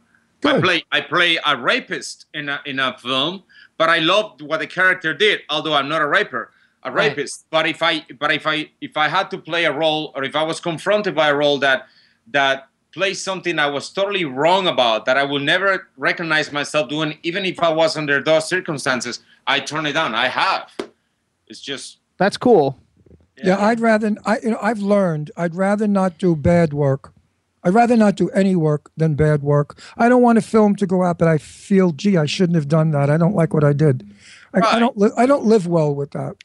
Speaker 10: I
Speaker 4: Good.
Speaker 10: play I play a rapist in a in a film, but I loved what the character did, although I'm not a raper, a
Speaker 8: Right.
Speaker 10: rapist. But if I but if I if I had to play a role or if I was confronted by a role that that plays something I was totally wrong about that I will never recognize myself doing, even if I was under those circumstances, I turn it down. I have. It's just
Speaker 3: that's cool.
Speaker 4: Yeah, I'd rather I you know I've learned I'd rather not do bad work. I'd rather not do any work than bad work. I don't want a film to go out that I feel, gee, I shouldn't have done that. I don't like what I did. I, I
Speaker 10: Right.
Speaker 4: don't. Li- I don't live well with that.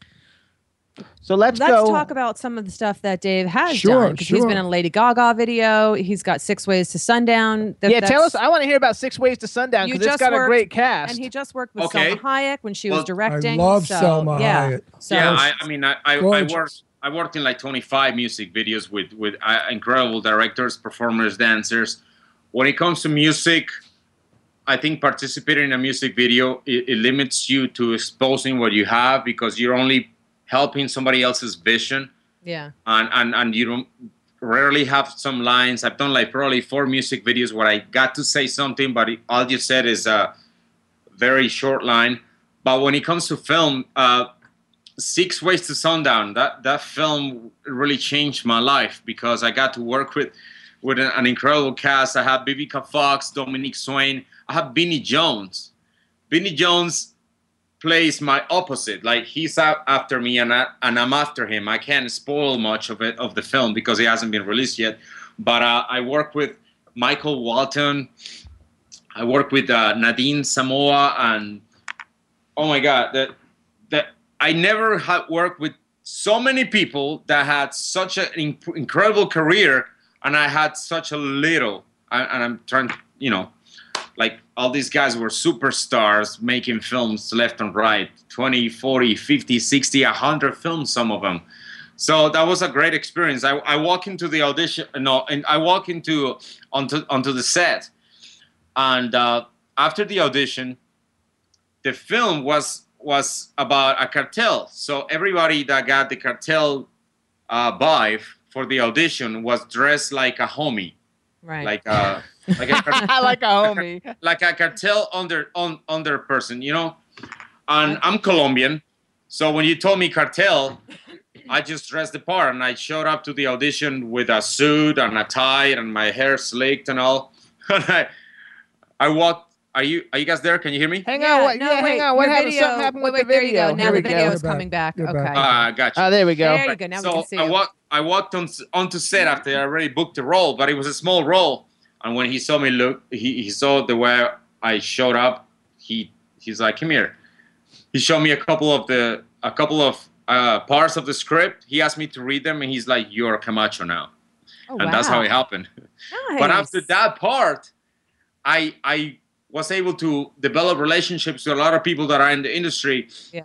Speaker 3: So let's,
Speaker 8: Let's
Speaker 3: go.
Speaker 8: talk about some of the stuff that Dave has
Speaker 4: Sure,
Speaker 8: done. 'cause He's
Speaker 4: sure.
Speaker 8: been in a Lady Gaga video. He's got Six Ways to Sundown. That-
Speaker 3: yeah, tell
Speaker 8: that's-
Speaker 3: us. I want to hear about Six Ways to Sundown
Speaker 8: You
Speaker 3: because it's
Speaker 8: just
Speaker 3: got a
Speaker 8: worked,
Speaker 3: great cast.
Speaker 8: And he just worked with
Speaker 10: Okay.
Speaker 8: Selma Hayek when she was
Speaker 10: Well,
Speaker 8: directing.
Speaker 4: I love
Speaker 8: so,
Speaker 4: Selma
Speaker 8: yeah.
Speaker 4: Hayek.
Speaker 8: So
Speaker 10: yeah, I, I mean, I, I, I
Speaker 4: Gorgeous.
Speaker 10: worked I worked in like 25 music videos with with uh, incredible directors, performers, dancers. When it comes to music, I think participating in a music video it, it limits you to exposing what you have because you're only helping somebody else's vision
Speaker 8: yeah.
Speaker 10: and and, and you don't rarely have some lines. I've done like probably four music videos where I got to say something, but it, all you said is a very short line. But when it comes to film, uh, Six Ways to Sundown, that that film really changed my life because I got to work with with an, an incredible cast. I had Vivica Fox, Dominique Swain, I had Vinnie Jones. Vinnie Jones plays my opposite. Like he's out after me, and I, and I'm after him. I can't spoil much of it of the film because it hasn't been released yet. But uh, I work with Michael Walton. I work with uh, Nadine Samoa, and oh my god, that that I never had worked with so many people that had such an inc- incredible career, and I had such a little. I, and I'm trying, you know, like all these guys were superstars making films left and right 20 40 50 60 100 films some of them so that was a great experience i, I walk into the audition no and i walk into onto onto the set and uh, after the audition the film was was about a cartel so everybody that got the cartel uh, vibe for the audition was dressed like a homie
Speaker 8: Right.
Speaker 10: like a like a cartel
Speaker 3: I like a homie.
Speaker 10: like a cartel under on under person, you know. And I'm Colombian, so when you told me cartel, I just dressed the part and I showed up to the audition with a suit and a tie and my hair slicked and all. And I, I walked. Are you are you guys there? Can you hear me?
Speaker 3: Hang
Speaker 8: yeah,
Speaker 3: on. What,
Speaker 8: no,
Speaker 3: yeah,
Speaker 8: wait,
Speaker 3: hang on. What
Speaker 8: your
Speaker 3: happened?
Speaker 8: Video,
Speaker 3: Something happened
Speaker 8: wait,
Speaker 3: with
Speaker 8: wait,
Speaker 3: the video.
Speaker 8: There you go. Now
Speaker 3: Here
Speaker 8: the
Speaker 3: we
Speaker 8: video
Speaker 3: go.
Speaker 8: is
Speaker 4: You're
Speaker 8: coming
Speaker 4: back.
Speaker 8: back.
Speaker 4: You're
Speaker 8: okay.
Speaker 4: back.
Speaker 10: Ah, gotcha.
Speaker 3: Oh, there we go.
Speaker 8: There you go. Now
Speaker 10: so
Speaker 8: we can see
Speaker 10: I
Speaker 8: it.
Speaker 10: walked. I walked on onto set after I already booked the role, but it was a small role. And when he saw me look, he, he saw the way I showed up. He he's like, "Come here." He showed me a couple of the a couple of uh, parts of the script. He asked me to read them, and he's like, "You're Camacho now,"
Speaker 8: oh,
Speaker 10: and that's how
Speaker 8: wow.
Speaker 10: it happened.
Speaker 8: Nice.
Speaker 10: But after that part, I I was able to develop relationships with a lot of people that are in the industry.
Speaker 8: Yeah.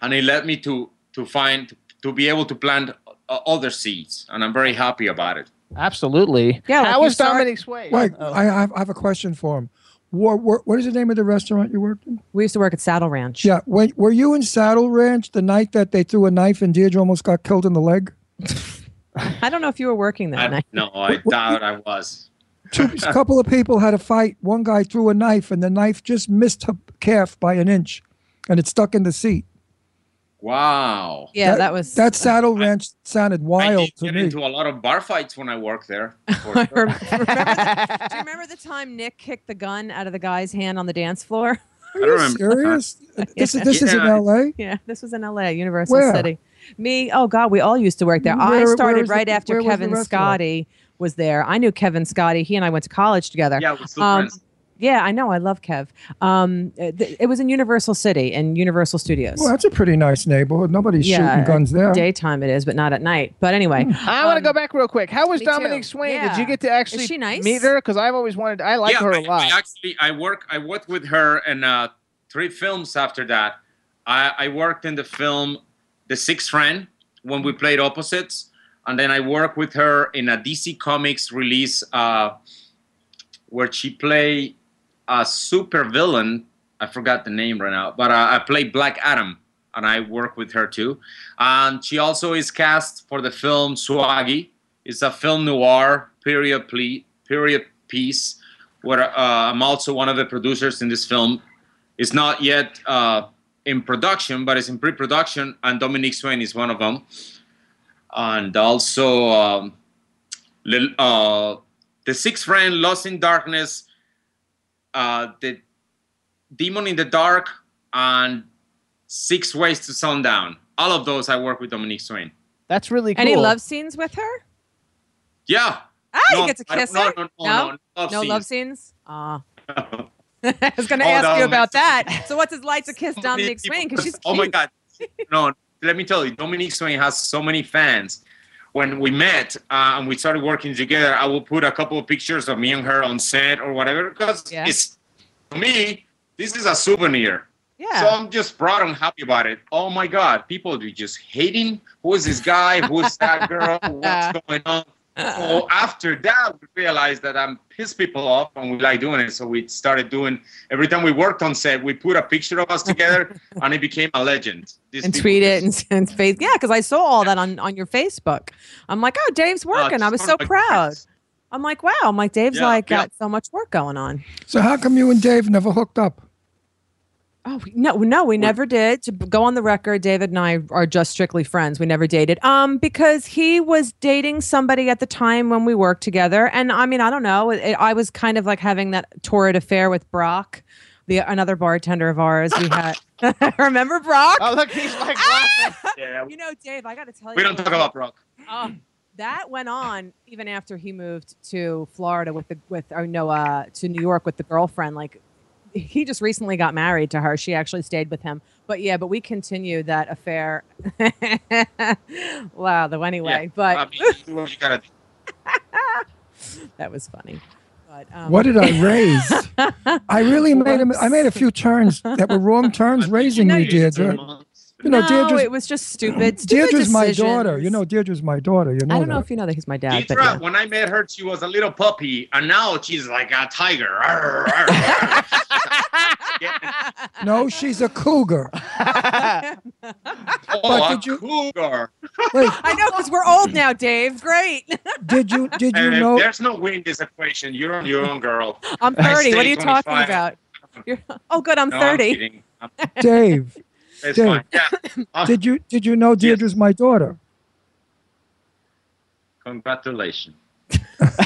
Speaker 10: And it led me to to find to be able to plant o- other seeds, and I'm very happy about it.
Speaker 3: Absolutely.
Speaker 8: Yeah, like
Speaker 3: How
Speaker 8: you
Speaker 3: was
Speaker 8: start-
Speaker 3: Dominic Sway?
Speaker 4: Wait,
Speaker 3: Oh.
Speaker 4: I, have, I have a question for him. What, what, what is the name of the restaurant you worked in?
Speaker 8: we used to work at Saddle Ranch.
Speaker 4: Yeah, when, were you in Saddle Ranch the night that they threw a knife and Deirdre almost got killed in the leg?
Speaker 8: I don't know if you were working that
Speaker 10: I,
Speaker 8: night.
Speaker 10: no, I doubt I was.
Speaker 4: Two, a couple of people had a fight. One guy threw a knife, and the knife just missed her calf by an inch, and it stuck in the seat.
Speaker 10: Wow.
Speaker 8: Yeah, that, was.
Speaker 4: that Saddle Ranch sounded
Speaker 10: I
Speaker 4: wild
Speaker 10: did
Speaker 4: to
Speaker 10: get
Speaker 4: me.
Speaker 10: into a lot of bar fights when I worked there. for
Speaker 8: I
Speaker 10: sure.
Speaker 8: remember the- do you remember the time Nick kicked the gun out of the guy's hand on the dance floor?
Speaker 10: I remember.
Speaker 4: Serious? Uh, this is this is in
Speaker 10: Yeah.
Speaker 4: L.A.
Speaker 8: yeah, this was in L.A. Universal
Speaker 4: Where?
Speaker 8: City. me. Oh God, we all used to work there. I
Speaker 4: Where- where
Speaker 8: started
Speaker 4: was the-
Speaker 8: right after
Speaker 4: where was the
Speaker 8: Kevin
Speaker 4: restaurant?
Speaker 8: Scotty was there. I knew Kevin Scotty. He and I went to college together.
Speaker 10: Yeah, we're still
Speaker 8: Um,
Speaker 10: friends.
Speaker 8: yeah, I know. I love Kev. Um, uh, th- it was in Universal City and Universal Studios.
Speaker 4: Well, that's a pretty nice neighborhood. Nobody's
Speaker 8: yeah,
Speaker 4: shooting guns there. Hmm.
Speaker 8: Daytime it is, but not at night. But anyway,
Speaker 3: I want to go back real quick. How was
Speaker 8: me
Speaker 3: Dominique
Speaker 8: too.
Speaker 3: Swain? Did
Speaker 8: Yeah.
Speaker 3: you get to actually
Speaker 8: she nice?
Speaker 3: meet her? Because I've always wanted. I like her a
Speaker 10: I-
Speaker 3: lot.
Speaker 10: I actually, I work. I worked with her in uh, three films after that. I, I worked in the film The Sixth Friend when we played opposites, and then I worked with her in a DC Comics release uh, where she played a super villain. I forgot the name right now, but uh, I played Black Adam, and I work with her too. And she also is cast for the film Swaggy. It's a film noir period ple- period piece where uh, I'm also one of the producers in this film. It's not yet uh, in production, but it's in pre-production, and Dominique Swain is one of them. And also, um, Lil- uh, the sixth friend, Lost in Darkness, uh, the Demon in the Dark, and Six Ways to Sundown. All of those I work with Dominique Swain.
Speaker 3: That's really cool.
Speaker 8: any love scenes with her?
Speaker 10: Yeah.
Speaker 8: Ah, you
Speaker 10: No,
Speaker 8: get to
Speaker 10: I don't-
Speaker 8: kiss
Speaker 10: no,
Speaker 8: her.
Speaker 10: no, no, no, love
Speaker 8: no
Speaker 10: scenes.
Speaker 8: love scenes. Ah. I was going to
Speaker 10: Oh,
Speaker 8: ask you
Speaker 10: no.
Speaker 8: about that. So, what's it like to kiss
Speaker 10: so many
Speaker 8: Dominic
Speaker 10: people-
Speaker 8: Swain? Because she's cute.
Speaker 10: oh my god no let me tell you dominique swain has so many fans when we met uh, and we started working together i would put a couple of pictures of me and her on set or whatever because
Speaker 8: Yeah.
Speaker 10: it's to me this is a souvenir
Speaker 8: Yeah.
Speaker 10: so i'm just proud and happy about it oh my god people are just hating who is this guy who is that girl what's going on so
Speaker 8: Uh-uh.
Speaker 10: after that, we realized that I'm piss people off, and we like doing it. So we started doing. Every time we worked on set, we put a picture of us together, and it became a legend. These
Speaker 8: and
Speaker 10: people
Speaker 8: tweet it
Speaker 10: just-
Speaker 8: and, and face. Yeah, because I saw all that on, on your Facebook. I'm like, oh, Dave's
Speaker 10: uh,
Speaker 8: working. I
Speaker 10: just
Speaker 8: was
Speaker 10: one
Speaker 8: so
Speaker 10: of my
Speaker 8: proud.
Speaker 10: friends.
Speaker 8: I'm like, wow. I'm like, Dave's
Speaker 10: Yeah,
Speaker 8: like
Speaker 10: yeah.
Speaker 8: got so much work going on.
Speaker 4: So how come you and Dave never hooked up?
Speaker 8: Oh we- no, no, we never did. To b- go on the record, David and I are just strictly friends. We never dated. Um, because he was dating somebody at the time when we worked together, and I mean, I don't know. It, I was kind of like having that torrid affair with Brock, the another bartender of ours. We had. Remember Brock?
Speaker 3: Oh look, he's like
Speaker 2: Ah!
Speaker 3: laughing.
Speaker 10: Yeah,
Speaker 8: You know, Dave, I got to tell you.
Speaker 10: we don't talk about rock.
Speaker 8: Um, that went on even after he moved to Florida with the with or no uh, to New York with the girlfriend. Like he just recently got married to her. She actually stayed with him. But yeah, but we continued that affair. wow, though anyway, but
Speaker 10: I mean, you know, you gotta-
Speaker 8: that was funny. But um,
Speaker 4: What did I raise? I really made a, I made a few turns that were wrong turns raising
Speaker 8: know
Speaker 4: you,
Speaker 8: you
Speaker 4: Deirdre. You know,
Speaker 8: no,
Speaker 4: Deirdre's,
Speaker 8: it was just stupid. stupid
Speaker 4: Deirdre's my daughter.
Speaker 8: decisions.
Speaker 4: You know, Deirdre's my daughter. You know
Speaker 8: I don't
Speaker 4: that.
Speaker 8: know if you know that he's my dad, but
Speaker 10: Deidre,
Speaker 8: yeah.
Speaker 10: when I met her, she was a little puppy, and now she's like a tiger. Arr, arr, arr.
Speaker 4: no, she's a cougar.
Speaker 10: oh, a
Speaker 4: did you-
Speaker 10: cougar.
Speaker 4: Wait,
Speaker 8: I know because we're old now, Dave. Great.
Speaker 4: did you did you
Speaker 10: Uh,
Speaker 4: know?
Speaker 10: There's no win in this equation. You're on your own, girl.
Speaker 8: I'm 30.
Speaker 10: I
Speaker 8: What are
Speaker 10: stay
Speaker 8: you talking
Speaker 10: 25.
Speaker 8: about? You're, oh, good. I'm
Speaker 10: No,
Speaker 8: 30.
Speaker 10: I'm kidding. I'm-
Speaker 4: Dave,
Speaker 10: It's
Speaker 4: Dude.
Speaker 10: fine. Yeah. Uh,
Speaker 4: did you did you know Deirdre's my daughter?
Speaker 10: Congratulations.
Speaker 4: No,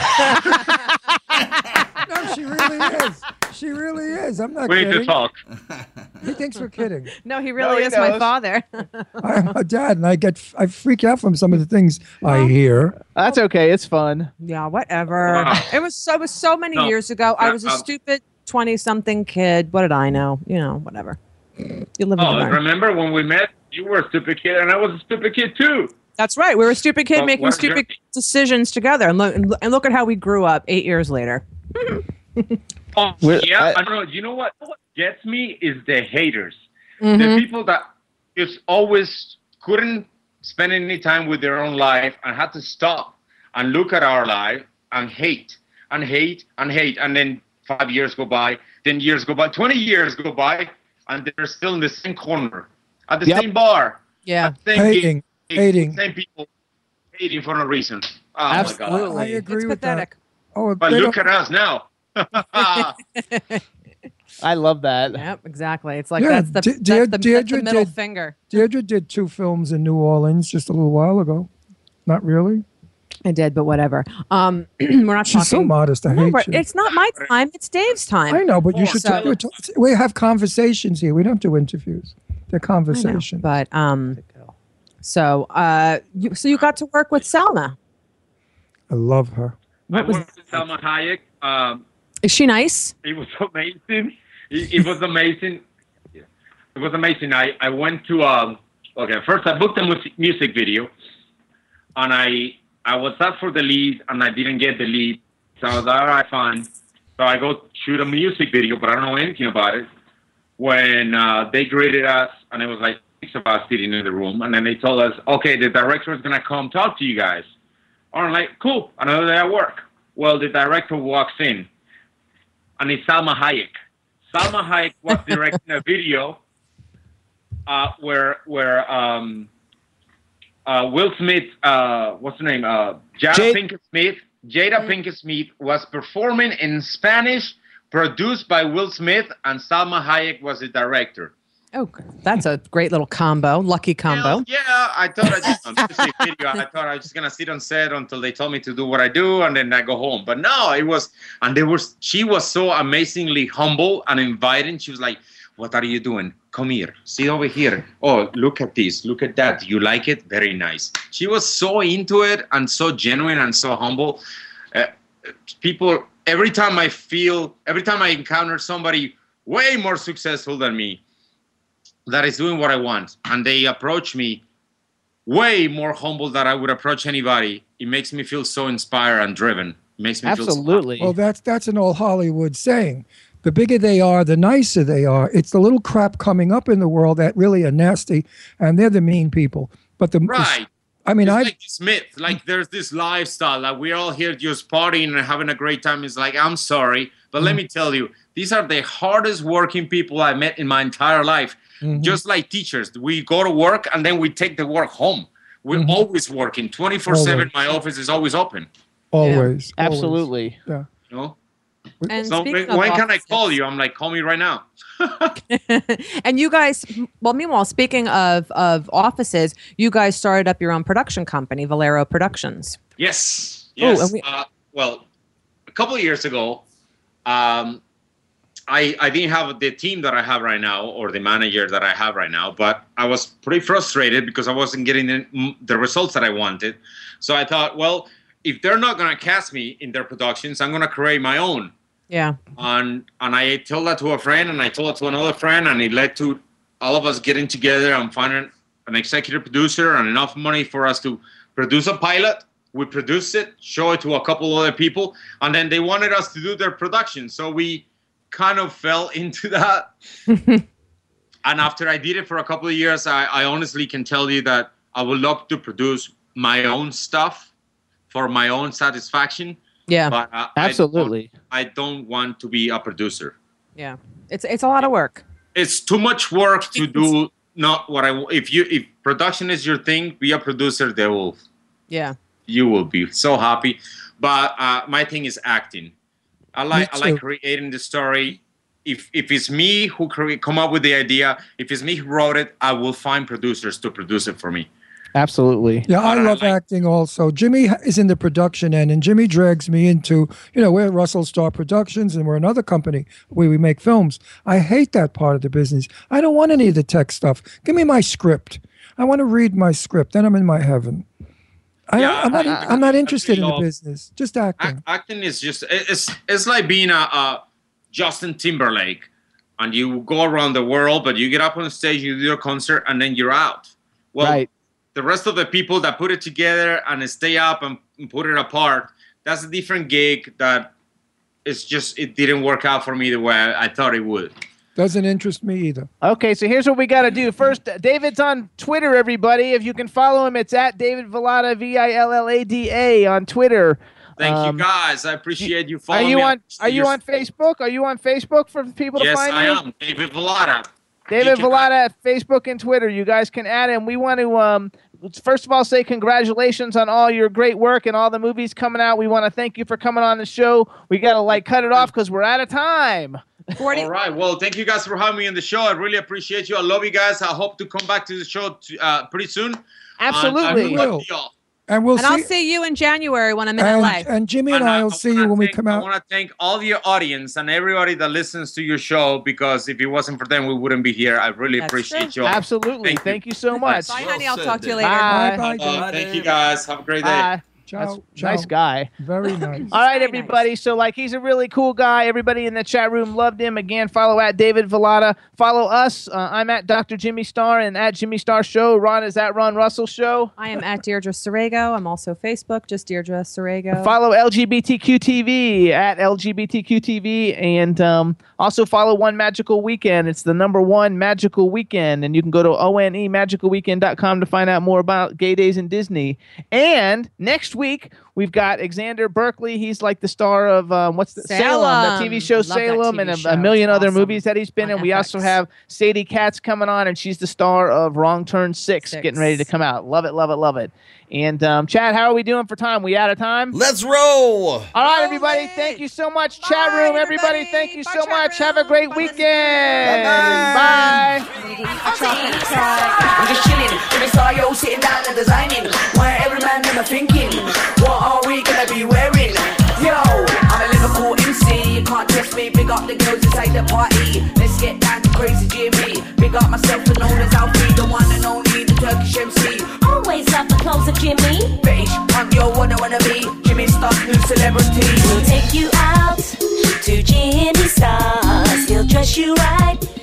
Speaker 4: she really is. She really is. I'm not
Speaker 10: We need to
Speaker 4: kidding.
Speaker 10: talk.
Speaker 4: He thinks we're kidding.
Speaker 8: No, he
Speaker 3: No,
Speaker 8: really
Speaker 3: he
Speaker 8: is my
Speaker 3: knows.
Speaker 8: father.
Speaker 4: I'm a dad, and I get I freak out from some of the things I hear.
Speaker 3: That's okay. It's fun.
Speaker 8: yeah, whatever.
Speaker 10: Wow.
Speaker 8: It was so it was so many
Speaker 10: No.
Speaker 8: years ago. I
Speaker 10: Yeah,
Speaker 8: was a
Speaker 10: um,
Speaker 8: stupid twenty something kid. What did I know? You know, whatever. You live in
Speaker 10: Oh,
Speaker 8: the learn.
Speaker 10: remember when we met? You were a stupid kid, and I was a stupid kid too.
Speaker 8: That's right. We were a stupid kid
Speaker 10: Well,
Speaker 8: making
Speaker 10: Oh, what a
Speaker 8: stupid
Speaker 10: journey.
Speaker 8: decisions together, and look and look- and look at how we grew up eight years later.
Speaker 10: Oh,
Speaker 3: We're-
Speaker 10: yeah,
Speaker 3: I-
Speaker 10: I, don't know. You know what? what gets me is the haters,
Speaker 8: Mm-hmm.
Speaker 10: the people that just always couldn't spend any time with their own life and had to stop and look at our life and hate and hate and hate, and then five years go by, ten years go by, twenty years go by, and they're still in the same corner at the
Speaker 3: Yep.
Speaker 10: same bar.
Speaker 8: Yeah.
Speaker 10: at the same gig.
Speaker 4: Hating, hating.
Speaker 10: Same people hating for no reason. Oh my god.
Speaker 3: Absolutely.
Speaker 4: I agree
Speaker 8: It's
Speaker 4: with
Speaker 8: pathetic.
Speaker 4: that. Oh,
Speaker 10: But
Speaker 4: they
Speaker 10: look
Speaker 4: don't-
Speaker 10: at us now.
Speaker 3: I love that.
Speaker 8: Yep, exactly. It's like
Speaker 4: Yeah,
Speaker 8: that's the,
Speaker 4: Dei-
Speaker 8: that's the,
Speaker 4: Dei-
Speaker 8: that's the
Speaker 4: Deirdre
Speaker 8: middle
Speaker 4: did-
Speaker 8: finger.
Speaker 4: Deirdre did two films in New Orleans just a little while ago. Not really.
Speaker 8: I did, but whatever. Um, we're not
Speaker 4: She's so
Speaker 8: talking.
Speaker 4: modest. I
Speaker 8: No,
Speaker 4: hate
Speaker 8: we're-
Speaker 4: you.
Speaker 8: it's not my time. It's Dave's time.
Speaker 4: I know, but you should.
Speaker 8: So-
Speaker 4: talk- we're talk- we have conversations here. We don't do interviews. They're
Speaker 8: I know,
Speaker 4: conversations.
Speaker 8: but um, So, uh, you, so you got to work with Selma.
Speaker 4: I love her.
Speaker 10: What was Selma Hayek? Um,
Speaker 8: Is she nice?
Speaker 10: it was amazing. It, it was amazing. Yeah. It was amazing. I, I went to um okay first I booked a music, music video, and I I was up for the lead and I didn't get the lead. So I was all right fine. So I go shoot a music video, but I don't know anything about it. When uh, they greeted us, and it was like six of us sitting in the room, and then they told us, okay, the director is gonna come talk to you guys. And I'm like, cool, another day at work. Well, the director walks in and it's Salma Hayek. Salma Hayek was directing a video uh, where where um, uh, Will Smith, uh, what's her name, uh, Jada
Speaker 3: Jade-
Speaker 10: Pinkett Smith, Jada Pinkett Smith was performing in Spanish, produced by Will Smith, and Salma Hayek was the director.
Speaker 8: Oh, that's a great little combo. Lucky combo.
Speaker 10: Hell yeah, I thought I just on music video. I thought I was just gonna sit on set until they told me to do what I do, and then I go home. But no, it was, and they were. She was so amazingly humble and inviting. She was like, "What are you doing? Come here, sit over here. Oh, look at this, look at that. You like it? Very nice." She was so into it and so genuine and so humble. Uh, people, every time I feel, every time I encounter somebody way more successful than me that is doing what I want, and they approach me way more humble than I would approach anybody. It makes me feel so inspired and driven. It makes me
Speaker 3: Absolutely.
Speaker 4: Well, that's that's an old Hollywood saying. The bigger they are, the nicer they are. It's the little crap coming up in the world that really are nasty, and they're the mean people. But the
Speaker 10: feel right.
Speaker 4: I mean,
Speaker 10: it's
Speaker 4: I
Speaker 10: like this myth. Like there's this lifestyle. Like we're all here just partying and having a great time. It's like I'm sorry, but let me tell you, these are the hardest working people I met in my entire life. Just like teachers, we go to work and then we take the work home. We're always working, 24 seven. My office is always open.
Speaker 4: always always.
Speaker 3: Absolutely.
Speaker 4: Yeah.
Speaker 10: You know.
Speaker 8: And
Speaker 10: So
Speaker 8: speaking
Speaker 10: when,
Speaker 8: of
Speaker 10: when can I
Speaker 8: offices-
Speaker 10: call you? I'm like, call me right now.
Speaker 8: and you guys, well, meanwhile, speaking of of offices, you guys started up your own production company, Valero Productions.
Speaker 10: Yes.
Speaker 8: Oh,
Speaker 10: Yes.
Speaker 8: and we-
Speaker 10: uh, well, a couple of years ago, um, I I didn't have the team that I have right now or the manager that I have right now, but I was pretty frustrated because I wasn't getting the, mm, the results that I wanted. So I thought, well, if they're not gonna cast me in their productions, I'm gonna create my own.
Speaker 8: Yeah.
Speaker 10: and and I told that to a friend, and I told it to another friend, and it led to all of us getting together and finding an executive producer and enough money for us to produce a pilot. We produced it, show it to a couple other people, and then they wanted us to do their production. So we kind of fell into that. and after I did it for a couple of years, I, I honestly can tell you that I would love to produce my own stuff for my own satisfaction.
Speaker 8: Yeah.
Speaker 10: But I, I don't-
Speaker 3: Absolutely.
Speaker 10: I don't want to be a producer.
Speaker 8: yeah. It's it's a lot of work.
Speaker 10: It's too much work to do not what I w- if you if production is your thing, be a producer they will
Speaker 8: Yeah.
Speaker 10: you will be so happy. But uh, my thing is acting. I like I
Speaker 4: too.
Speaker 10: like creating the story. If if it's me who cre- come up with the idea, if it's me who wrote it, I will find producers to produce it for me.
Speaker 3: Absolutely.
Speaker 4: Yeah, I
Speaker 10: But I
Speaker 4: love
Speaker 10: like-
Speaker 4: acting also. Jimmy h- is in the production end, and Jimmy drags me into, you know, we're at Russell Star Productions and we're another company where we make films. I hate that part of the business. I don't want any of the tech stuff. Give me my script. I want to read my script. Then I'm in my heaven. I,
Speaker 10: Yeah,
Speaker 4: I'm, not,
Speaker 10: I-
Speaker 4: I'm not interested in the
Speaker 10: love-
Speaker 4: business, just acting.
Speaker 10: Ac- acting is just it- it's it's like being a, a Justin Timberlake, and you go around the world, but you get up on stage, you do your concert, and then you're out. Well,
Speaker 3: right.
Speaker 10: the rest of the people that put it together and stay up and and put it apart, that's a different gig. That it's just it didn't work out for me the way I, I thought it would.
Speaker 4: Doesn't interest me either.
Speaker 3: Okay, so here's what we got to do. First, David's on Twitter, everybody. If you can follow him, it's at David Villada, V I L L A D A, on Twitter.
Speaker 10: Thank
Speaker 3: Um,
Speaker 10: you guys. I appreciate you
Speaker 3: Are
Speaker 10: following
Speaker 3: you
Speaker 10: me.
Speaker 3: on? Are you
Speaker 10: You're-
Speaker 3: on Facebook? Are you on Facebook for people to
Speaker 10: Yes,
Speaker 3: find
Speaker 10: I
Speaker 3: you?
Speaker 10: am. David Villada.
Speaker 3: David
Speaker 10: You can-
Speaker 3: Villada at Facebook and Twitter. You guys can add him. We want to um, first of all say congratulations on all your great work and all the movies coming out. We want to thank you for coming on the show. We got to like cut it off because we're out of time.
Speaker 8: Forty.
Speaker 10: All right. Well, thank you guys for having me on the show. I really appreciate you. I love you guys. I hope to come back to the show t- uh, pretty soon. And I
Speaker 3: Absolutely.
Speaker 10: really love you all.
Speaker 4: And we'll
Speaker 8: and I'll
Speaker 4: see.
Speaker 8: see you in January when I'm in LA.
Speaker 4: and, and Jimmy and I will see you when we come
Speaker 10: I
Speaker 4: out.
Speaker 10: want to thank all your audience and everybody that listens to your show because if it wasn't for them, we wouldn't be here. I really
Speaker 8: That's
Speaker 10: appreciate you. all.
Speaker 3: Absolutely.
Speaker 10: Thank
Speaker 3: Thank
Speaker 10: you.
Speaker 3: you, so much.
Speaker 8: Bye,
Speaker 5: Well
Speaker 8: honey. I'll
Speaker 5: said,
Speaker 8: talk to you
Speaker 5: dude.
Speaker 8: later.
Speaker 3: Bye.
Speaker 4: Bye,
Speaker 10: Uh,
Speaker 4: bye.
Speaker 10: thank you guys. Have a great day.
Speaker 3: Bye. That's-
Speaker 4: Ciao. ciao.
Speaker 3: Nice guy.
Speaker 4: Very nice.
Speaker 3: All
Speaker 8: Very
Speaker 3: right,
Speaker 8: nice.
Speaker 3: everybody. So, like, he's a really cool guy. Everybody in the chat room loved him. Again, follow at David Velada. Follow us. Uh, I'm at Dr. Jimmy Star and at Jimmy Star Show. Ron is at Ron Russell Show.
Speaker 8: I am at Deirdre Sorego. I'm also Facebook, just Deirdre Sorego.
Speaker 3: Follow LGBTQ TV at LGBTQ TV. And um, also follow One Magical Weekend. It's the number one magical weekend. And you can go to E onemagicalweekend.com to find out more about gay days in Disney. And next week, we've got Xander Berkeley. He's like the star of um, what's the,
Speaker 8: Salem.
Speaker 3: the TV show
Speaker 8: Love that
Speaker 3: Salem,
Speaker 8: TV
Speaker 3: and a,
Speaker 8: show.
Speaker 3: a million
Speaker 8: It's
Speaker 3: other
Speaker 8: awesome.
Speaker 3: movies that he's been
Speaker 8: On
Speaker 3: in. We
Speaker 8: FX.
Speaker 3: also have Sadie Katz coming on, and she's the star of Wrong Turn 6,
Speaker 8: Six.
Speaker 3: getting ready to come out. Love it, love it, love it. And um, Chad, how are we doing for time? We out of time?
Speaker 5: Let's roll.
Speaker 3: All right, everybody. Thank you so much. chat
Speaker 8: Bye,
Speaker 3: room, everybody.
Speaker 8: everybody.
Speaker 3: Thank you
Speaker 8: Bye,
Speaker 3: so
Speaker 8: chat
Speaker 3: much. Have a
Speaker 8: room.
Speaker 3: great
Speaker 8: Bye,
Speaker 3: weekend.
Speaker 5: Bye-bye.
Speaker 3: Bye.
Speaker 2: I'm just chilling, Jimmy Sayo sitting down and designing. Why every man in my thinking, what are we gonna be wearing? Yo, I'm a Liverpool MC, you can't test me. Big up the girls inside the party. Let's get down to crazy Jimmy. Big up myself and known as Alfie, the one and only, the Turkish MC.
Speaker 9: Always love the clothes of Jimmy.
Speaker 2: Bitch, I'm your one I wanna be. Jimmy Star's new celebrity.
Speaker 9: We'll take you out to Jimmy Stars. He'll dress you right.